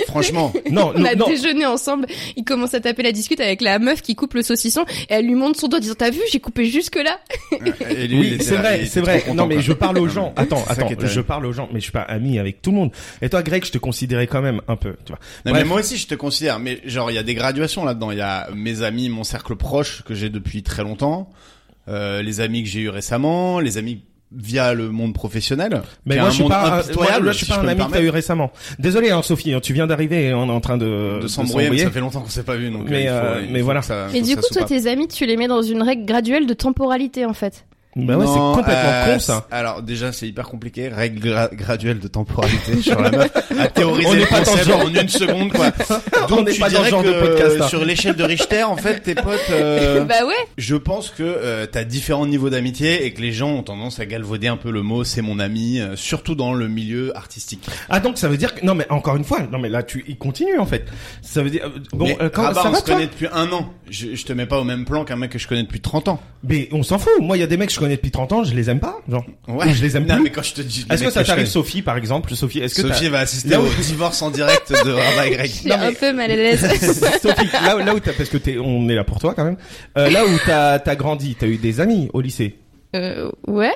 franchement, non, On a non, non. déjeuné ensemble. Il commence à taper la discute avec la meuf qui coupe le saucisson et elle lui montre son doigt en disant t'as vu j'ai coupé jusque là. euh, et lui, il Oui, était c'est là, il vrai, était c'est vrai. trop content, non, mais quoi. je parle aux gens. Non, mais Attends, c'est ça attends, qui est terrible. je parle aux gens, mais je suis pas ami avec tout le monde. Et toi, Greg, je te considérais quand même un peu, tu vois. Non, Bref. mais moi aussi je te considère, mais genre il y a des graduations là-dedans. Il y a mes amis, mon cercle proche que j'ai depuis très longtemps, euh, les amis que j'ai eu récemment, les amis via le monde professionnel. Mais qui est moi un je, suis monde pas, un- moi, impitoyable, moi, je suis si pas peux un me ami que t'as eu permettre, récemment. Désolé hein, Sophie, hein, tu viens d'arriver et on est en train de, euh, de s'embrouiller, mais ça fait longtemps qu'on s'est pas vu. Donc Mais, il faut- euh, il faut mais que voilà. ça- Et faut du que coup, ça toi, se tes amis, tu les mets dans une règle graduelle de temporalité, en fait. Bah ouais, c'est Non, complètement euh, con ça. Alors déjà c'est hyper compliqué, règle gra- graduelle de temporalité sur la meuf, à théoriser On le n'est pas dans concept ce genre. en une seconde quoi. On Donc n'est tu pas dans dirais ce genre que de podcast, hein. sur l'échelle de Richter en fait tes potes, euh, Bah ouais. je pense que euh, t'as différents niveaux d'amitié et que les gens ont tendance à galvauder un peu le mot c'est mon ami, euh, surtout dans le milieu artistique. Ah donc ça veut dire que non mais encore une fois, non mais là tu il continue en fait. Ça veut dire euh, bon Mais, euh, quand Rabat, ça on va se toi connaît depuis un an, je, je te mets pas au même plan qu'un mec que je connais depuis 30 ans. Mais on s'en fout. Moi il y a des mecs que je connais depuis 30 ans, je les aime pas, genre. Ouais, Je les aime non, plus. mais quand je te dis, le Est-ce que mec ça je t'arrive connais- Sophie par exemple, Sophie, est-ce que t'as- Sophie va assister Là où- au divorce en direct de Rabat et Greg. Je suis un peu mal à l'aise. Sophie, là, là où t'as, parce que t'es, on est là pour toi quand même. Euh, là où t'as, t'as grandi, t'as eu des amis au lycée. Euh, ouais.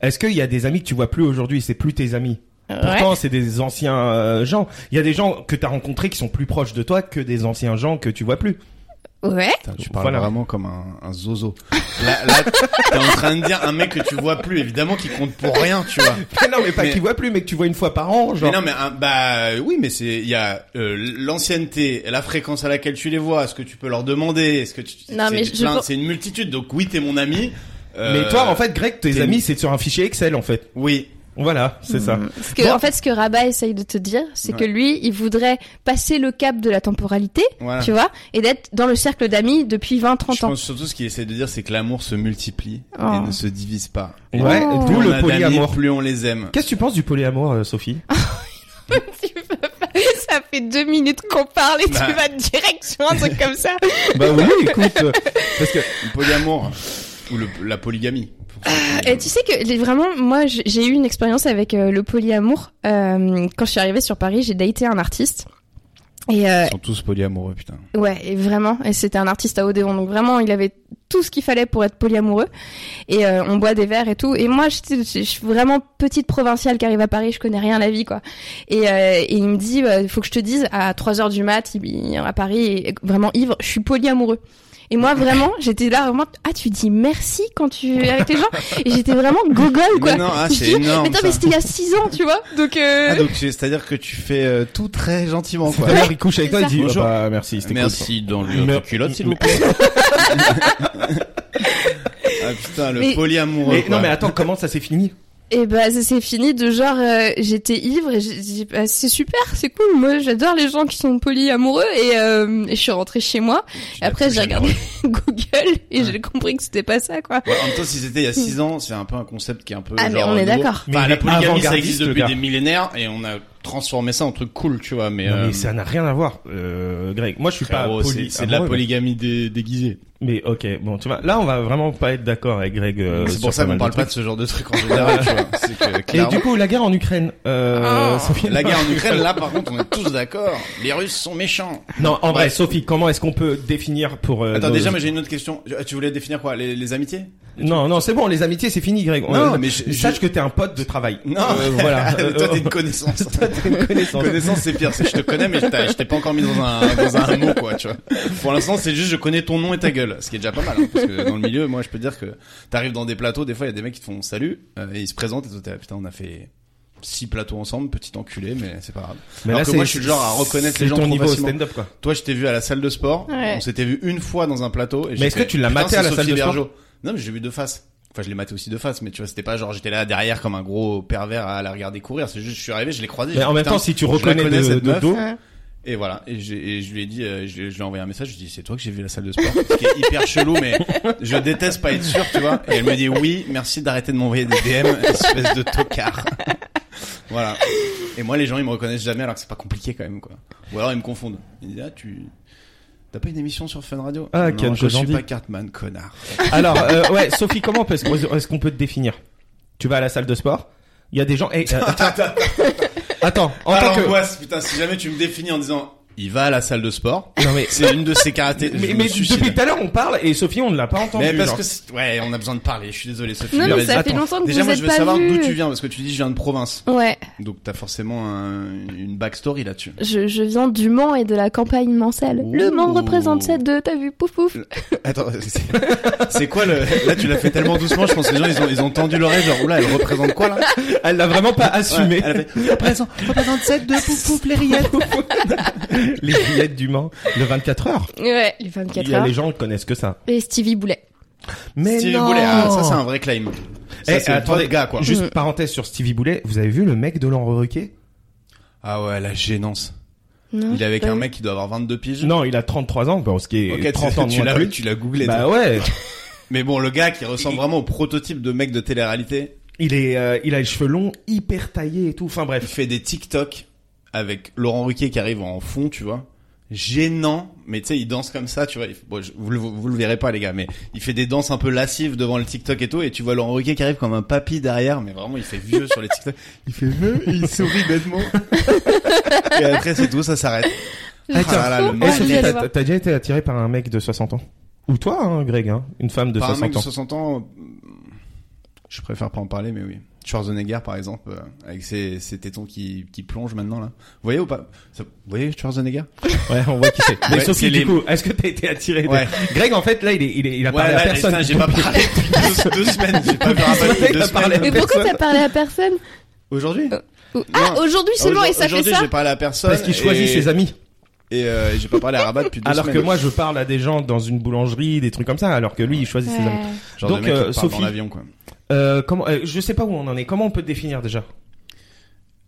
Est-ce qu'il y a des amis que tu vois plus aujourd'hui, c'est plus tes amis Pourtant, c'est des anciens euh, gens. Il y a des gens que t'as rencontrés qui sont plus proches de toi que des anciens gens que tu vois plus. Ouais. Putain, tu parles Voilà. vraiment comme un, un zozo. Là, là t'es en train de dire un mec que tu vois plus, évidemment, qui compte pour rien, tu vois. Mais non, mais pas Mais- qui voient plus, mais que tu vois une fois par an, genre. Mais non, mais un- bah oui, mais c'est il y a euh, l'ancienneté, la fréquence à laquelle tu les vois, ce que tu peux leur demander, est-ce que tu Non, c'est mais je- je plein- pense- c'est une multitude. Donc oui, t'es mon ami. euh, Mais toi, en fait, Greg, tes t'es- amis, c'est sur un fichier Excel, en fait. Mm. oui. Voilà, c'est ça. Parce que, Bon. en fait, Mm. ce que Rabat essaye de te dire, c'est Ouais. que lui, il voudrait passer le cap de la temporalité, Ah. Voilà. tu vois, et d'être dans le cercle d'amis depuis 20, Je 30 ans. pense surtout ce qu'il essaie de dire, c'est que l'amour se multiplie Oh. et ne se divise pas. Ouais, Oh. d'où Plus on le a d'amis, polyamour. plus on les aime. Qu'est-ce que tu penses du polyamour, euh, Sophie Tu peux pas- Ça fait deux minutes qu'on parle et Bah. tu vas direct sur un truc comme ça. Bah oui, écoute, euh, parce que Le polyamour ou le- la polygamie. pour ceux qui- Et tu sais que les- vraiment, moi, j- j'ai eu une expérience avec euh, le polyamour. Euh, quand je suis arrivée sur Paris, j'ai daté un artiste. Et, euh, Ils sont tous polyamoureux, putain. Ouais, et vraiment. Et c'était un artiste à Odéon, donc vraiment, il avait tout ce qu'il fallait pour être polyamoureux. Et euh, on boit des verres et tout. Et moi, j'étais- je je suis vraiment petite provinciale qui arrive à Paris, je connais rien à la vie, quoi. Et, euh, et il me dit, bah, il faut que je te dise, à 3 heures du mat, il- il- à Paris, et vraiment ivre, je suis polyamoureux. Et moi, vraiment, j'étais là, vraiment, ah, tu dis merci quand tu es avec les gens. Et j'étais vraiment gogole, quoi. Mais non, ah, Je c'est dis, énorme, Mais attends, mais ça. c'était il y a 6 ans, tu vois. Donc, euh, Ah, donc c'est- c'est-à-dire que tu fais euh, tout très gentiment, quoi. d'ailleurs, il couche avec toi, il dit Bonjour. oh, bah, merci, c'était cool. Merci dans le Mais- culotte, s'il vous plaît. ah putain, le Mais- polyamoureux. Mais, quoi. non mais attends, comment ça s'est fini Et bah ça s'est fini de genre euh, j'étais ivre et j'ai dit bah, c'est super c'est cool moi j'adore les gens qui sont polyamoureux et, euh, et je suis rentrée chez moi Tu et après l'as j'ai touché, regardé Google et j'ai compris que c'était pas ça quoi. Ouais, en même temps, si c'était il y a 6 ans, c'est un peu un concept qui est un peu. Ah, mais genre, on est nouveau. d'accord. Enfin, Mais la il est polygamie, ça avant-gardiste, existe le depuis gars. des millénaires et on a transformé ça en truc cool, tu vois. Mais, Non, euh, mais ça n'a rien à voir, euh, Greg. Moi, je suis pas Ah, frérot, poli. c'est c'est de la amoureux, polygamie dé- déguisée. Mais mais ok, bon, tu vois, là, on va vraiment pas être d'accord avec Greg. euh, c'est sur pour ça pas qu'on mal parle de pas de trucs. ce genre de truc en général. tu vois. C'est que, Et clairement, du coup, la guerre en Ukraine. Euh, Ah. Sophie, la guerre en Ukraine, là, par contre, on est tous d'accord. Les Russes sont méchants. Non, en vrai, Ouais. Sophie, comment est-ce qu'on peut définir pour euh, Attends, nos- déjà, mais j'ai une autre question. Tu- Tu voulais définir quoi les, les amitiés Non, non, c'est bon, les amitiés, c'est fini, Greg. On- Non, mais je- sache je- que t'es un pote de travail. Non, Euh, voilà. Euh, oh. Toi, t'es une connaissance. Toi, t'es une connaissance. connaissance, c'est pire. C'est que je te connais, mais je t'ai- je t'ai pas encore mis dans un, dans un mot, quoi, tu vois. Pour l'instant, c'est juste je connais ton nom et ta gueule. Ce qui est déjà pas mal, hein, parce que dans le milieu, moi, je peux te dire que t'arrives dans des plateaux, des fois, il y a des mecs qui te font salut, euh, et ils se présentent, et toi, t'es là, putain, on a fait six plateaux ensemble, petit enculé, mais c'est pas grave. Mais Alors là, que c'est- moi, je suis le genre à reconnaître c'est les gens ton niveau trop au facilement. stand-up, quoi. Toi, je t'ai vu à la salle de sport. Ouais. On s'était vu une fois dans un plateau. Et j'ai est-ce fait, que tu l'as Putain, maté à c'est la salle Sophie de sport Bergeau. Non, mais j'ai vu de face. Enfin, je l'ai maté aussi de face, mais tu vois, c'était pas genre j'étais là derrière comme un gros pervers à la regarder courir. C'est juste, je suis arrivé, je l'ai croisé. Mais en même temps, si tu reconnais connais, de, cette de meuf. dos, Ouais. Et voilà. Et, j'ai- et je lui ai dit, euh, je, je lui ai envoyé un message. Je lui ai dit, c'est toi que j'ai vu à la salle de sport. Ce qui est hyper chelou, mais je déteste pas être sûr, tu vois. Et elle me dit, oui, merci d'arrêter de m'envoyer des DM, espèce de tocard. voilà. Et moi, les gens, ils me reconnaissent jamais, alors que c'est pas compliqué quand même, quoi. Ou alors ils me confondent. Ils me disent, ah, tu. T'as pas une émission sur Fun Radio Ah, Non, Ken je suis Kojandi. pas Cartman, connard. Alors, euh, ouais, Sophie, comment peut- est-ce qu'on peut te définir Tu vas à la salle de sport, il y a des gens... eh, euh, attends, attends, en Ah, tant que... l'angoisse, putain, si jamais tu me définis en disant, il va à la salle de sport. Non, mais- c'est une de ses caractéristiques. Mais, mais depuis tout à l'heure, on parle et Sophie, on ne l'a pas entendu. Mais parce genre. que c'est- ouais, on a besoin de parler. Je suis désolé, Sophie. Non, Mais mais vas-y. ça fait attends. longtemps que Déjà, vous moi, êtes je veux pas savoir vus. d'où tu viens parce que tu dis je viens de province. Ouais, Donc t'as forcément un- une backstory là-dessus. je, je viens du Mans et de la campagne mancelle. Le Mans Ouh. représente cette deux, t'as vu, pouf pouf. Attends, c'est- c'est quoi le Là, tu l'as fait tellement doucement, je pense que les gens ils ont ils ont tendu l'oreille genre oula, elle représente quoi là Elle l'a vraiment pas assumé. Ouais, elle a fait, représente représente cette de pouf pouf les rillettes. les billettes du Mans de 24 heures. Ouais, les Il 24 y a heures. les gens qui connaissent que ça. Et Stevie Boulet. Mais Stevie non. Boulet, ah, ça c'est un vrai claim. Ça, Eh, c'est attendez, votre gars quoi. Juste Mm. parenthèse sur Stevie Boulet, vous avez vu le mec de l'enrequet Ah ouais, la gênance. Non, Il est avec pas un vu. mec qui doit avoir 22 piges. Non, il a 33 ans, bon, ce qui est Ok, tu- 30 ans de tu moins que l'as lui. tu l'as googlé. toi. Bah ouais, Mais bon, le gars qui ressemble vraiment au prototype de mec de télé-réalité, il est, euh, il a les cheveux longs, hyper taillés et tout. Enfin il bref, fait des TikTok avec Laurent Ruquier qui arrive en fond, tu vois. Gênant, mais tu sais, il danse comme ça, tu vois. Il- bon, je- vous, le, vous le verrez pas, les gars, mais il fait des danses un peu lascives devant le TikTok et tout, et tu vois Laurent Ruquier qui arrive comme un papy derrière, mais vraiment, il fait vieux sur les TikTok. Il fait vieux, et il sourit bêtement. et après, c'est tout, ça s'arrête. Je Ah là là, le suis Eh, mec, trop Sophie, envie d'aller t'as- voir. t'as t'as déjà été attiré par un mec de 60 ans Ou toi, hein, Greg, hein, une femme de Par un 60 mec de ans 60 ans, euh, je préfère pas en parler, mais oui. Schwarzenegger, par exemple, euh, avec ses, ses tétons qui, qui plongent maintenant, là. Vous voyez ou pas Ça- Vous voyez Schwarzenegger Ouais, on voit qui c'est. Mais Ouais, Sophie, c'est du les- coup, est-ce que t'as été attiré de- Ouais. Greg, en fait, là, il, est, il, est- il a parlé à là, personne. putain, J'ai pas parlé depuis deux, deux semaines. J'ai pas vu un Le mec deux a parlé semaines. Mais pourquoi personne. t'as parlé à personne Aujourd'hui Ou- Ah, aujourd'hui seulement, et ça fait Aujourd'hui, ça j'ai parlé à personne. Parce qu'il choisit et- ses amis. Et euh, j'ai pas parlé à Rabat depuis deux Alors semaines. que moi, je parle à des gens dans une boulangerie, des trucs comme ça, alors que lui, il choisit ses amis. Ouais. Genre de Donc, mec qui euh, parle Sophie. dans l'avion, quoi. Euh, comment, euh, je sais pas où on en est. Comment on peut te définir déjà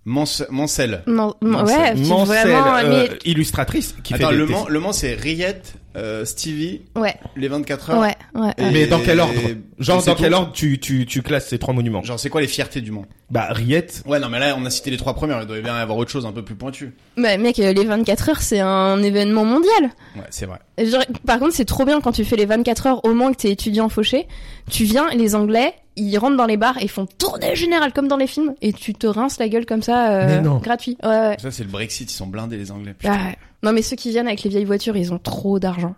Mance- Mancel. Non, non, Mancelle. ouais, puis vraiment, euh, illustratrice, qui Attends, fait des- le des- Mans, le Mans, c'est Riette, euh, Stevie, mais ouais, les 24 heures. ouais, ouais. ouais. Mais Et- dans quel ordre Genre et c'est dans quel tout. ordre tu, tu, tu classes ces trois monuments Genre, c'est quoi les fiertés du Mans Bah Riette, Ouais, non, mais là, on a cité les trois premières. Il doit bien y avoir autre chose un peu plus pointu. Bah, mec, euh, les 24 heures, c'est un événement mondial. Ouais, c'est vrai. Et je dirais- Par contre, c'est trop bien quand tu fais les 24 heures au Mans que t'es étudiant fauché. Tu viens, et les Anglais, ils rentrent dans les bars et font tournée générale comme dans les films. Et tu te rinces la gueule comme ça, euh, Mais non. gratuit. Ouais, ouais. Ça, c'est le Brexit. Ils sont blindés, les Anglais. Ah Putain. ouais. Non, mais ceux qui viennent avec les vieilles voitures, ils ont trop d'argent.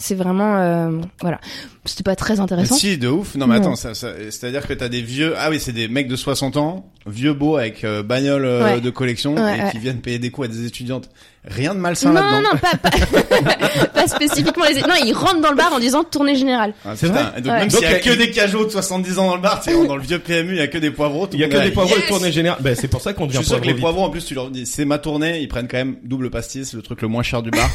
C'est vraiment, euh, voilà. C'était pas très intéressant. Ah, Si, de ouf. Non, mais Bah, Non. attends, ça, ça- c'est-à-dire que t'as des vieux. Ah oui, c'est des mecs de 60 ans, vieux beaux avec euh, bagnole euh, Ouais. de collection Ouais, et qui viennent payer des coûts à des étudiantes. Rien de malsain Non, là-dedans. non, non, pas, pas, pas spécifiquement les. Non, ils rentrent dans le bar en disant tournée générale. Ah, C'est putain. vrai Et Donc, Ouais. même Donc, s'il y a la- que des cajots de 70 ans dans le bar, tu sais, dans le vieux PMU, il y a que des poivrons. tout il y a le que monde des là, poivrons yes de tournée générale. Bah c'est pour ça qu'on Je devient suis sûr que les poivre vite. poivrons, en plus, tu leur dis, c'est ma tournée, ils prennent quand même double pastis, le truc le moins cher du bar.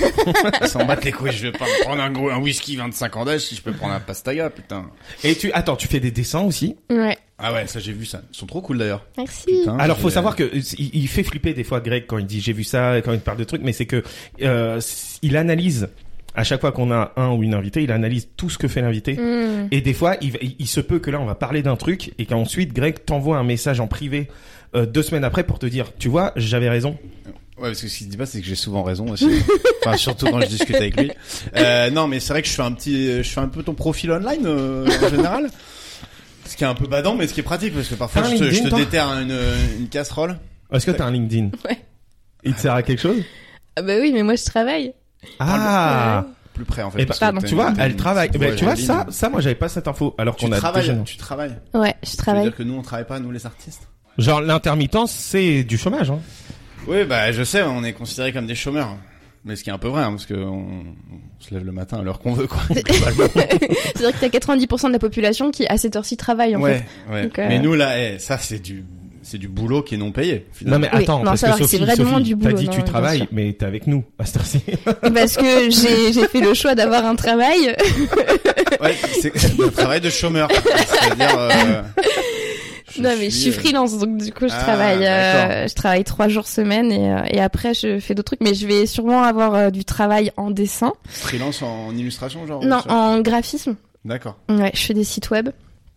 ils s'en battent les couilles, je vais pas me prendre un gros, un whisky 25 ans d'âge si je peux prendre un pastaga, putain. Et tu attends, tu fais des dessins aussi Ouais. Ah ouais, ça j'ai vu ça. Ils sont trop cool d'ailleurs. Merci. Ah, Alors faut savoir que euh, il il fait flipper des fois Greg quand il dit j'ai vu ça, quand il parle de trucs, mais c'est que euh, s- il analyse à chaque fois qu'on a un ou une invitée, il analyse tout ce que fait l'invité. Mm. Et des fois, il, va- il- il se peut que là, on va parler d'un truc et qu'ensuite, Greg t'envoie un message en privé euh, deux semaines après pour te dire, tu vois, j'avais raison. Ouais, parce que ce qu'il dit pas, c'est que j'ai souvent raison aussi. enfin, surtout quand je discute avec lui. Euh, non, mais c'est vrai que je fais un petit, je fais un peu ton profil online euh, en général. Ce qui est un peu badant, mais ce qui est pratique, parce que parfois T'as un je te, je LinkedIn, te toi déterre une, une casserole. Est-ce que t'as un LinkedIn Ouais. Il te sert à quelque chose Ah bah oui, mais moi je travaille. Ah Plus près en fait. Et parce bah, que t'as Tu une- vois, t'as elle une travaille. petite Ben, voix tu vois, jolie. ça, ça, moi, j'avais pas cette info. Alors Tu qu'on a déjà... travailles, tu travailles. Ouais, je Ça veut travaille. dire que nous on travaille pas, nous les artistes. Genre, l'intermittence, c'est du chômage. Hein. Oui, bah je sais, on est considérés comme des chômeurs. Mais ce qui est un peu vrai, hein, parce que on, on se lève le matin à l'heure qu'on veut, quoi. globalement. C'est-à-dire que t'as 90% de la population qui, à cette heure-ci, travaille en ouais, ouais. Donc, euh, Mais nous là, eh, ça c'est du, c'est du boulot qui est non payé. Non, Finalement. mais Oui, attends, non, parce ça que va, c'est Sophie, vraiment Sophie, du t'as boulot, dit non, tu bien travailles, sûr. mais t'es avec nous à cette heure-ci. fait. Parce que j'ai j'ai fait le choix d'avoir un travail. Ouais, c'est c'est le travail de chômeur. C'est-à-dire. euh, non mais je suis euh, freelance, donc du coup je Ah, travaille. euh, d'accord. je travaille trois jours semaine et, euh, et après je fais d'autres trucs. Mais je vais sûrement avoir euh, du travail en dessin. Freelance en illustration, genre. non, ça en graphisme. D'accord. Ouais, je fais des sites web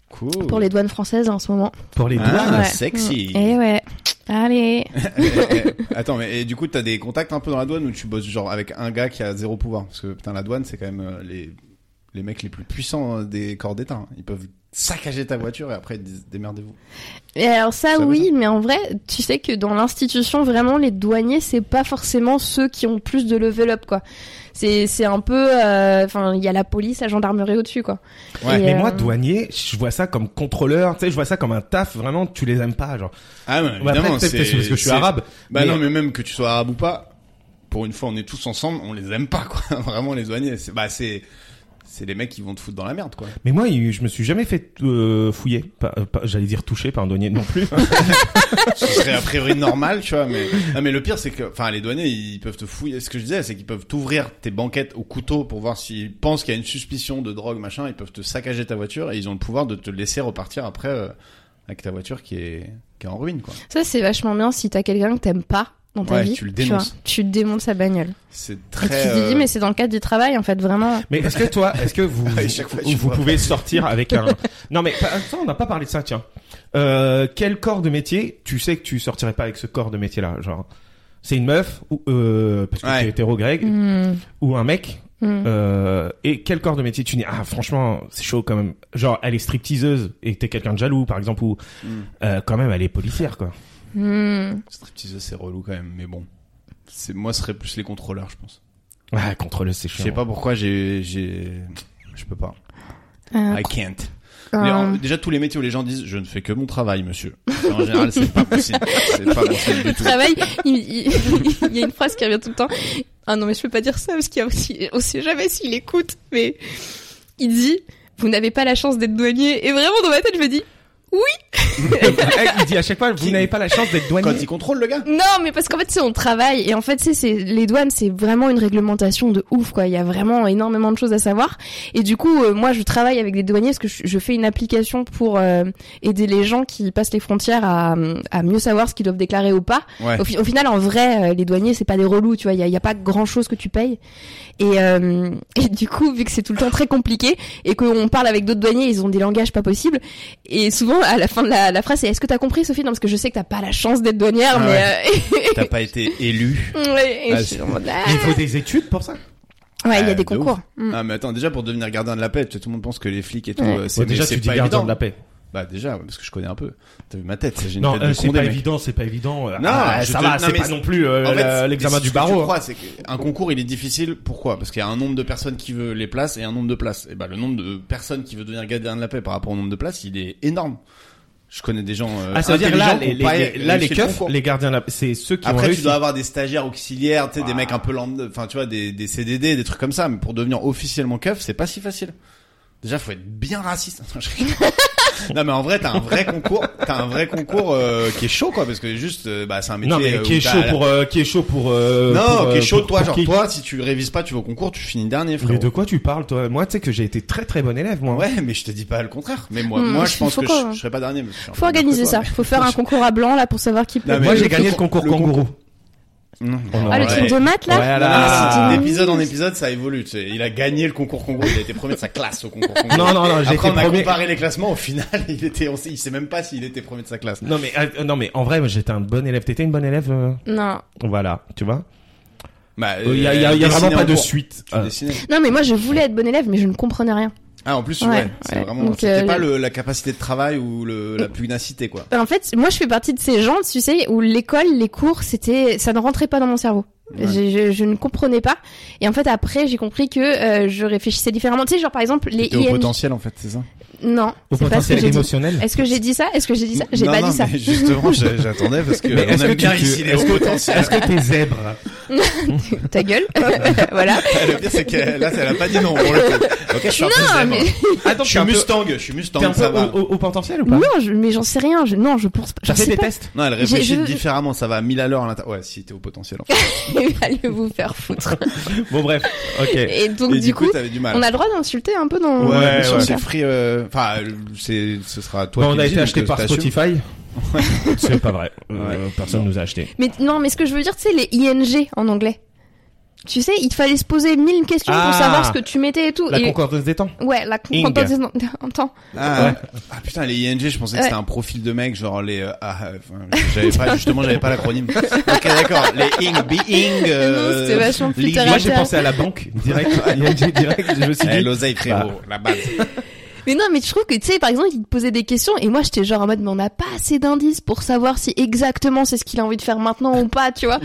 Cool. pour les douanes françaises en ce moment. Pour les douanes. Ah, Ouais. sexy. Eh ouais. Allez. Eh, eh, Attends, mais et du coup, t'as des contacts un peu dans la douane où tu bosses genre avec un gars qui a zéro pouvoir parce que putain, la douane, c'est quand même euh, les les mecs les plus puissants euh, des corps d'État. hein. Ils peuvent saccager ta voiture et après ils te disent démerdez-vous. Et alors ça, Ça va, oui, mais en vrai, tu sais que dans l'institution, vraiment, les douaniers, c'est pas forcément ceux qui ont le plus de level up, quoi. C'est c'est un peu, euh, enfin, il y a la police, la gendarmerie au-dessus, quoi. Ouais. Et, Mais euh, moi, douanier, je vois ça comme contrôleur, tu sais, je vois ça comme un taf, vraiment, tu les aimes pas, genre. Ah ouais, Bah, évidemment, après, peut-être c'est- parce que je suis c'est- arabe. Bah mais- non, mais même que tu sois arabe ou pas, pour une fois, on est tous ensemble, on les aime pas, quoi. Vraiment, les douaniers, c'est, bah, c'est, c'est les mecs qui vont te foutre dans la merde, quoi. Mais moi, il- je me suis jamais fait euh, fouiller, pas- euh, pas- j'allais dire toucher par un douanier non plus. Ce serait a priori normal, tu vois, mais, ah, mais le pire, c'est que, enfin, les douaniers, ils peuvent te fouiller. Ce que je disais, c'est qu'ils peuvent t'ouvrir tes banquettes au couteau pour voir s'ils pensent qu'il y a une suspicion de drogue, machin, ils peuvent te saccager ta voiture et ils ont le pouvoir de te laisser repartir après, euh, avec ta voiture qui est, qui est en ruine, quoi. Ça, c'est vachement bien si t'as quelqu'un que t'aimes pas dans ta Ouais, vie. tu le dénonces. vois. Tu démontes sa bagnole. C'est Et Ah, très, tu te euh, dis, mais c'est dans le cadre du travail, en fait, vraiment. mais est-ce que toi, est-ce que vous, Et chaque fois, vous, je vous vois. pouvez sortir avec un... Non mais, pa- attends, on n'a pas parlé de ça, tiens. Euh, quel corps de métier, tu sais que tu sortirais pas avec ce corps de métier-là, genre... C'est une meuf, ou, euh, parce que Ouais. t'es hétéro grec, Hmm, ou un mec, hmm. Euh, et quel corps de métier tu dis ah franchement c'est chaud quand même genre elle est stripteaseuse et t'es quelqu'un de jaloux par exemple ou Mm. euh, quand même elle est policière quoi Hmm. stripteaseuse, c'est relou quand même, mais bon. C'est, moi, ce serait plus les contrôleurs, je pense. ah contre le c'est Je chiant sais pas pourquoi j'ai, j'ai, je peux pas. Euh, I can't. euh, Mais en- déjà tous les métiers où les gens disent je ne fais que mon travail, monsieur. En général, c'est pas possible. C'est pas possible du tout. travail, il, il- il y a une phrase qui revient tout le temps. Ah non, mais je peux pas dire ça parce qu'il y a aussi, on sait jamais s'il écoute, mais il dit, vous n'avez pas la chance d'être douanier. Et vraiment, dans ma tête, je me dis, Eh, il dit à chaque fois vous n'avez pas la chance d'être Quand douanier ils contrôlent le gars. non, mais parce qu'en fait, c'est on travaille. Et en fait, c'est, c'est, les douanes, c'est vraiment une réglementation de ouf, quoi. Il y a vraiment énormément de choses à savoir. Et du coup, euh, moi, je travaille avec des douaniers parce que je, je fais une application pour euh, aider les gens qui passent les frontières à, à mieux savoir ce qu'ils doivent déclarer ou pas. Ouais. Au, fi- au final, en vrai, euh, les douaniers, c'est pas des relous, tu vois. Il y a, il y a pas grand chose que tu payes. Et, euh, et du coup, vu que c'est tout le temps très compliqué et qu'on parle avec d'autres douaniers, ils ont des langages pas possibles. Et souvent, à la fin de la, la phrase, c'est Est-ce que t'as compris, Sophie Non, parce que je sais que t'as pas la chance d'être douanière, Ah mais. T'as pas été élu. euh, ouais, et Ah, je c'est- suis en mode, Ah. il faut des études pour ça Ouais, il y Euh, a des de ouf. concours. Mm. Ah mais attends, déjà pour devenir gardien de la paix, tu sais, tout le monde pense que les flics et tout, Ouais. euh, c'est Bon, déjà mais c'est tu dis pas gardien évident. de la paix Bah déjà, ouais, parce que je connais un peu. T'as vu ma tête, j'ai une non tête euh, de c'est condé. pas mec. évident c'est pas évident Euh, Non, ah, je ça te- va non, c'est mais pas c'est- non plus euh, En fait, la- c'est- l'examen c'est du ce que Je barreau hein. crois, c'est que un concours, il est difficile. Pourquoi Parce qu'il y a un nombre de personnes qui veut les places et un nombre de places. Et bah, le nombre de personnes qui veut devenir gardien de la paix par rapport au nombre de places, il est énorme. Je connais des gens. euh, ah ça veut dire là intelligents qui les, ont pas les- là les réussi le keufs concours. les gardiens de la paix c'est ceux qui ont Après, tu réussi dois avoir des stagiaires auxiliaires, tu sais, des Ah. mecs un peu lambda, enfin, tu vois, des, des CDD, des trucs comme ça. Mais pour devenir officiellement keuf, c'est pas si facile. Déjà, faut être bien raciste. Non, je rigole. non, mais en vrai, t'as un vrai concours, t'as un vrai concours euh, qui est chaud, quoi, parce que juste, euh, bah, c'est un métier non mais euh, qui où est t'as chaud la- pour euh, qui est chaud pour euh, non, pour, euh, qui est chaud pour- toi, pour genre qui toi, si tu révises pas, tu vas au concours, tu finis dernier, frère. mais de hein. quoi tu parles toi moi tu sais que j'ai été très très bon élève moi Ouais, mais je te dis pas le contraire. Mais moi, Hmm, moi, je il pense faut que quoi, je, hein. je serais pas dernier. parce que je suis un peu Faut organiser meilleur ça. que toi, Faut faire un concours à blanc là pour savoir qui peut. Non, mais moi le j'ai gagné le concours- concours le kangourou mais- On en Ah, le Ouais. truc de maths là Ouais, Non, Oh là. mais Ah. c'est- D'épisode en épisode, ça évolue. tu sais. Il a gagné le concours Congo. Il a été premier de sa classe au concours Congo. Non, non, non, j'ai Après, été on a premier. comparé les classements. Au final, il était, on sait, il sait même pas s'il était premier de sa classe. Non mais euh, non mais en vrai moi, j'étais un bon élève. T'étais une bonne élève. euh, Non. Voilà, tu vois. Bah, Il Euh, y a, y a- y a vraiment pas de suite. suite. Euh, Non, mais moi, je voulais être bonne élève, mais je ne comprenais rien. Ah, en plus, ouais. Ouais, c'est ouais. vraiment, Donc, c'était euh, pas je- le- la capacité de travail ou le, la pugnacité, quoi. En fait, moi, je fais partie de ces gens, tu sais, où l'école, les cours, c'était, ça ne rentrait pas dans mon cerveau. Ouais. Je, je, je ne comprenais pas. Et en fait, après, j'ai compris que euh, je réfléchissais différemment. Tu sais, genre par exemple les T'étais au IN. potentiel, en fait, c'est ça? Non, Au c'est pas ce que potentiel j'ai dit. émotionnel. Est-ce que j'ai dit ça Est-ce que j'ai dit ça J'ai Non, pas non, dit ça. mais Justement, j'a- j'attendais parce que Mais on est-ce aime que bien tu- ici les est-ce hauts que- potentiels. Est-ce que t'es zèbre Ta gueule, voilà. Le pire, c'est que là, elle a pas dit non. pour le coup. Ok, je suis un peu Non, zèbre. mais- Attends, Je suis Mustang, je suis Mustang, T'es un ça peu va. au, au- au potentiel ou pas Non, je, mais j'en sais rien. Je, non, je pense pas. T'as Je fait sais des pas. tests Non, elle réfléchit je- différemment, ça va à 1000 à l'heure à l'intérieur. Ouais, si t'es au potentiel. En fait. Allez vous faire foutre. Bon bref, ok. Et donc Et du, coup, t'avais du mal. on a le droit d'insulter un peu dans. Ouais, Ouais, bien sûr, ouais. c'est free. euh, Enfin, euh, c'est, ce sera toi Bon, qui on a le dis, été acheté donc, par t'assumes. Spotify. C'est pas vrai. Euh, Ouais. Personne nous a acheté. Mais non, mais ce que je veux dire, tu sais, les ING en anglais. Tu sais, il te fallait se poser mille questions Ah. pour savoir ce que tu mettais et tout. La et... concordance des temps. Ouais, la concordance des en temps. Ah, ah, putain, les ING, je pensais que c'était Ouais. un profil de mec, genre les. euh, ah, euh, enfin, j'avais pas, justement, j'avais pas l'acronyme. ok, d'accord. Les ing, euh, being. Non, c'était vachement plus terre à Moi, Moi, j'ai j'ai pensé à la banque direct. direct. Je me suis Eh, dit. l'oseille, Bah. frérot, la base. Ah, Mais non, mais je trouve que, tu sais, par exemple, il te posait des questions et moi, j'étais genre en mode, mais on n'a pas assez d'indices pour savoir si exactement c'est ce qu'il a envie de faire maintenant ou pas, tu vois.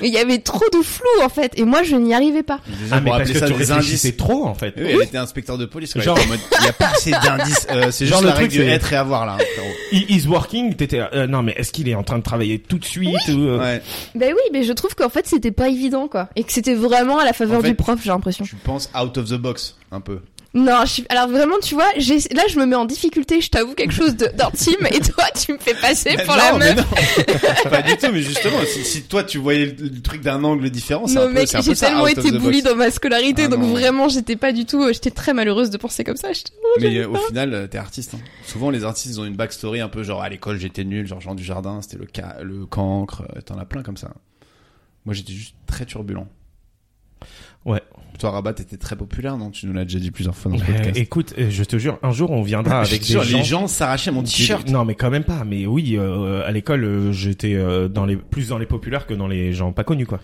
Et Il y avait trop de flou, en fait. Et moi, je n'y arrivais pas. Ah, mais On va parce appeler que ça tu des indices. réfléchissais trop en fait. Oui, elle était inspecteur de police. quoi. Genre- Elle était en mode, il y a pas assez d'indices. Euh, c'est Genre genre le le truc, truc du c'est- être et avoir là. hein, frérot. He- He's working. T'étais. là, euh, non, mais est-ce qu'il est en train de travailler tout de suite ou, euh, Ouais. Ben oui, mais je trouve qu'en fait, c'était pas évident, quoi. Et que c'était vraiment à la faveur En fait- du prof, j'ai l'impression. Tu penses out of the box un peu. Non, je suis... alors vraiment, tu vois, j'ai... là, je me mets en difficulté, je t'avoue quelque chose de... d'intime et toi, tu me fais passer Mais pour non, la mais meuf. non. pas du tout, mais justement, si, si toi tu voyais le, le truc d'un angle différent, c'est Non, un peu, mec, c'est un peu j'ai ça, tellement out été of the bully box. dans ma scolarité, Ah donc non. vraiment, j'étais pas du tout, euh, j'étais très malheureuse de penser comme ça. j'étais- Mais euh, au final, euh, t'es artiste. hein. Souvent, les artistes, ils ont une backstory un peu genre à l'école, j'étais nul, genre Jean du Jardin, c'était le ca- le cancre, euh, t'en as plein comme ça. Moi, j'étais juste très turbulent. Ouais. Toi, Rabat, t'étais très populaire, non Tu nous l'as déjà dit plusieurs fois dans le Euh, podcast. écoute, euh, je te jure, un jour on viendra Je avec te des jure, gens. les gens s'arrachaient mon t-shirt. Non, mais quand même pas. Mais oui, euh, à l'école, euh, j'étais euh, dans les plus dans les populaires que dans les gens pas connus, quoi.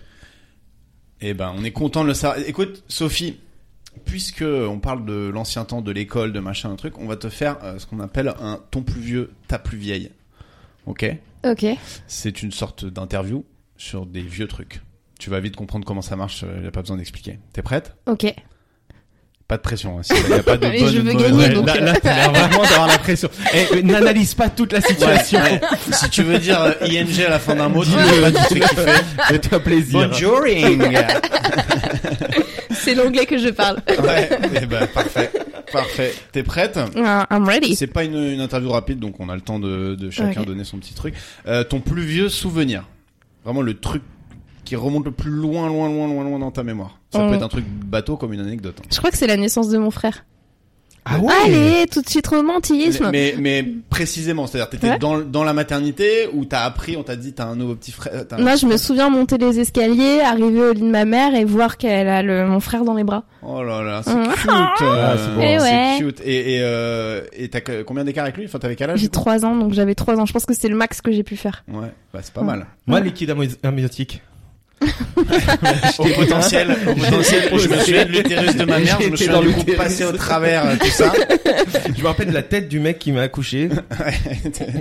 Eh ben, on est content de le savoir. Écoute, Sophie, puisque on parle de l'ancien temps, de l'école, de machin, un truc, on va te faire euh, ce qu'on appelle un ton plus vieux, ta plus vieille. Ok Ok. C'est une sorte d'interview sur des vieux trucs. Tu vas vite comprendre comment ça marche, il n'y a pas besoin d'expliquer. T'es prête Ok. Pas de pression, hein, si y a pas de Mais bonne je veux ou de mauvaise- gagner, Ouais, donc. euh. là- là, là, t'as l'air vraiment d'avoir la pression. Eh, euh, n'analyse pas toute la situation. ouais, si tu veux dire euh, ING à la fin d'un mot, tu Dis-le. vas pas te faire kiffer. Fais-toi plaisir. Bonjouring. C'est l'anglais que je parle. Ouais, eh ben, parfait. Parfait. T'es prête Ah, I'm ready. C'est pas une, une interview rapide, donc on a le temps de, de chacun Ok. donner son petit truc. Euh, ton plus vieux souvenir, vraiment le truc qui remonte le plus loin, loin, loin, loin, loin dans ta mémoire. Ça Mm. peut être un truc bateau comme une anecdote. hein. Je crois que c'est la naissance de mon frère. Ah ouais. Allez, tout de suite romantisme. Mais, mais précisément, c'est-à-dire t'étais Ouais. dans, dans la maternité où t'as appris, on t'a dit t'as un nouveau petit frère. t'as un- Moi, je me souviens monter les escaliers, arriver au lit de ma mère et voir qu'elle a le, mon frère dans les bras. Oh là là, c'est Mm. cute. euh, Ah, c'est beau. Eh c'est ouais. cute. Et et euh, et t'as que- combien d'écart avec lui Enfin, t'avais quel âge J'ai 3 ans, donc j'avais 3 ans. Je pense que c'est le max que j'ai pu faire. Ouais, bah c'est pas Ouais. mal. Moi, liquide amo- amniotique. au potentiel, au potentiel. Je me souviens de l'utérus de ma mère, je me J'étais souviens dans du coup l'utérus. passer au travers euh, tout ça. Je me rappelle de la tête du mec qui m'a accouché.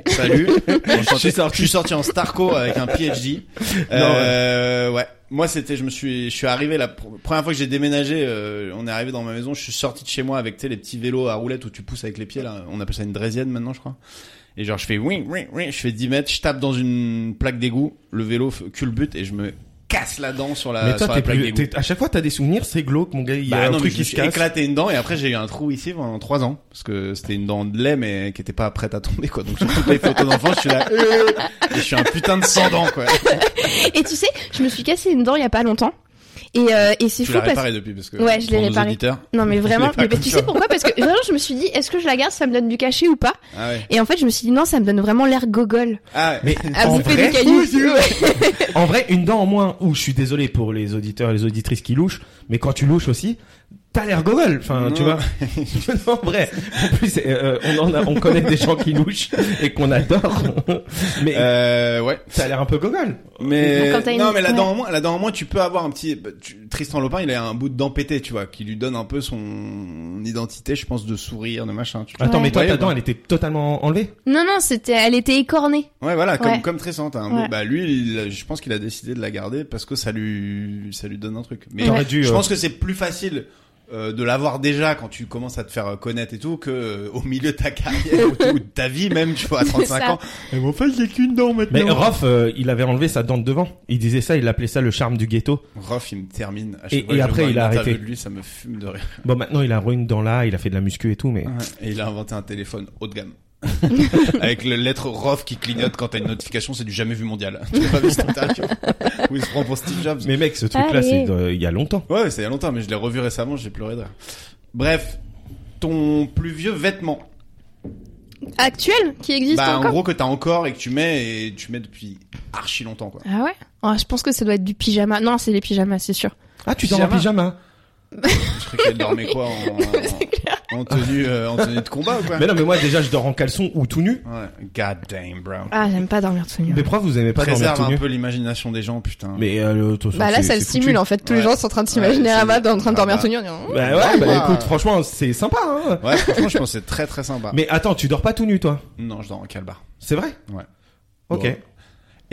Salut. Je suis Je sorti. suis sorti en Starco avec un PhD. Euh, ouais. Moi, c'était, je me suis, je suis arrivé la pr- première fois que j'ai déménagé. euh, on est arrivé dans ma maison. Je suis sorti de chez moi avec tu sais, les petits vélos à roulettes où tu pousses avec les pieds. Là, on appelle ça une draisienne maintenant, je crois. Et genre, je fais oui, oui, oui. Je fais 10 mètres. Je tape dans une plaque d'égout. Le vélo f- culbute et je me casse la dent euh, sur la, Mais toi, sur t'es la plaque plus, d'égout. t'es- à chaque fois, t'as des souvenirs, c'est glauque, mon gars. Il y a Bah un non, mais truc je qui me se suis casse. éclaté une dent et après j'ai eu un trou ici pendant trois ans parce que c'était une dent de lait mais qui était pas prête à tomber quoi. Donc j'ai toutes les photos d'enfants, je suis là, euh, et je suis un putain de sans dent quoi. Et tu sais, je me suis cassé une dent il y a pas longtemps. Et, euh, et c'est Tu fou l'as parce réparé depuis parce que Ouais, je l'ai pour nos réparé. auditeurs. Non mais Je vraiment, l'ai pas mais bah, comme tu ça. sais pourquoi Parce que vraiment, je me suis dit, est-ce que je la garde Ça me donne du cachet ou pas Ah ouais. Et en fait, je me suis dit non, ça me donne vraiment l'air gogol Ah ouais. Mais à en bouffer vrai, des cailloux. Ouais. en vrai, une dent en moins. Ou je suis désolé pour les auditeurs et les auditrices qui louchent, mais quand tu louches aussi, t'as l'air gogol. Enfin, tu vois. Non. non, en vrai. En plus, euh, on en a, on connaît des gens qui louchent et qu'on adore. mais Euh, ouais. t'as l'air un peu gogol. Mais Donc, quand t'as une- non, mais la ouais. dent en moins, la dent en moins, tu peux avoir un petit bah, tu- Tristan Lopin, il a un bout de dent pété, tu vois, qui lui donne un peu son identité, je pense, de sourire, de machin. Tu vois. Attends, mais toi, Ouais, ta ouais. dent, elle était totalement enlevée. Non non, c'était, elle était écornée. Ouais, voilà, comme Ouais. comme Tristan, t'as un Ouais. bout- bah lui, il a- je pense qu'il a décidé de la garder parce que ça lui ça lui donne un truc. Mais Ouais. T'aurais dû. je euh, pense que c'est plus facile euh, de l'avoir déjà quand tu commences à te faire connaître et tout que euh, au milieu de ta carrière ou, ou de ta vie même, tu vois, à 35 ça. ans. Eh, Mais bon, en fait, j'ai qu'une dent Mais maintenant. Rof, euh, il avait enlevé sa dent de devant. Il disait ça, il appelait ça le charme du ghetto. Rof, il me termine. À chaque Et- fois et que je après, vois il une a interview arrêté. de lui, ça me fume de rire. Bon, maintenant, il a une dent là, il a fait de la muscu et tout, mais. Et il a inventé un téléphone haut de gamme. Avec le lettre ROF qui clignote quand t'as une notification, c'est du jamais vu mondial. Tu l'as pas vu cette interview Où il se prend pour Steve Jobs. Mais mec, ce truc-là, Allez. c'est de- il y a longtemps. Ouais, c'est il y a longtemps, mais je l'ai revu récemment, j'ai pleuré de rire. Bref, ton plus vieux vêtement. Actuelle, qui existe bah, en encore. gros, que t'as encore et que tu mets, et tu mets depuis archi longtemps, quoi. Ah ouais. Oh, je pense que ça doit être du pyjama. Non, c'est les pyjamas, c'est sûr. Ah, tu dors en pyjama. Je croyais qu'elle dormait quoi en, en tenue, euh, en tenue de combat ou quoi Mais non, mais moi déjà je dors en caleçon ou tout nu. Ouais. God damn, bro. Ah, j'aime pas dormir tout nu. Mais pourquoi vous aimez pas dormir Préserve tout un nu peu l'imagination des gens, putain. Mais euh, le- de toute façon, Bah là, c'est- ça le c'est stimule foutu. en fait. Tous Ouais. les gens sont en train de s'imaginer Ouais, c'est- Amad en train Ah de dormir bah. tout nu. en disant, Bah Hum. ouais, Ouais, bah bah. écoute, franchement, c'est sympa. hein. Ouais, franchement, je pense que c'est très très sympa. Mais attends, tu dors pas tout nu, toi Non, je dors en calbar. C'est vrai Ouais. Ok. Bon.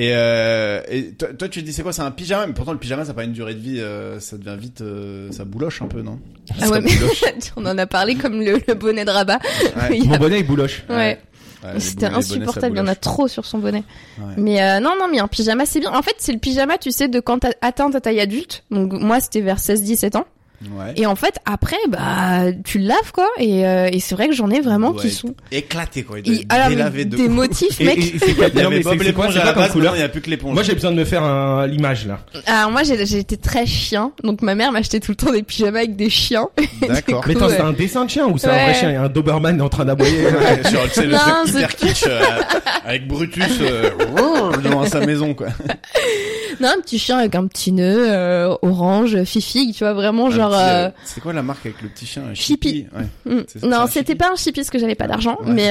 Et, euh, et toi, toi, tu te dis c'est quoi C'est un pyjama, mais pourtant le pyjama ça n'a pas une durée de vie, euh, ça devient vite, euh, ça bouloche un peu, non Ah ouais, mais on en a parlé comme le, le bonnet de rabat. Ouais. Il y a- Mon bonnet il bouloche. Ouais. Ouais, les bonnets- les C'était bonnets, ça insupportable, il y en a bouloche. trop sur son bonnet. Ouais. Mais euh, non, non, mais un pyjama, c'est bien. En fait, c'est le pyjama, tu sais, de quand t'as atteint ta taille adulte. Donc moi, c'était vers 16-17 ans. Ouais. Et en fait, après, bah, tu le laves, quoi. Et, euh, et c'est vrai que j'en ai vraiment Ouais, qui sont... éclaté quoi. Il doit Et, être alors, délavé de des ouf. motifs, Et- mec. et- et c'est- Il y non, mais avait Bob c'est- c'est quoi- l'éponge c'est à quoi la comme base, couleur maintenant, il n'y a plus que l'éponge. Moi j'ai besoin de me faire un- l'image là. Alors Ah, moi, j'ai- j'étais très chien. Donc ma mère m'achetait tout le temps des pyjamas avec des chiens. D'accord. Mais attends, Ah, Ouais. c'est un dessin de chien ou c'est un vrai Ouais. chien Il y a un Doberman en train d'aboyer. Ouais, sur tu sais, le Non, truc c'est- hyper kitsch euh, avec Brutus euh, Oh, dans sa maison quoi. Non, un petit chien avec un petit nœud euh, orange, fifi, tu vois, vraiment genre... Un petit, euh, euh, c'est quoi la marque avec le petit chien un Chippy. Chippy, ouais. Mm. C'est- c'est Non, un c'était chippy. pas un chippy parce que j'avais pas d'argent, Ouais. mais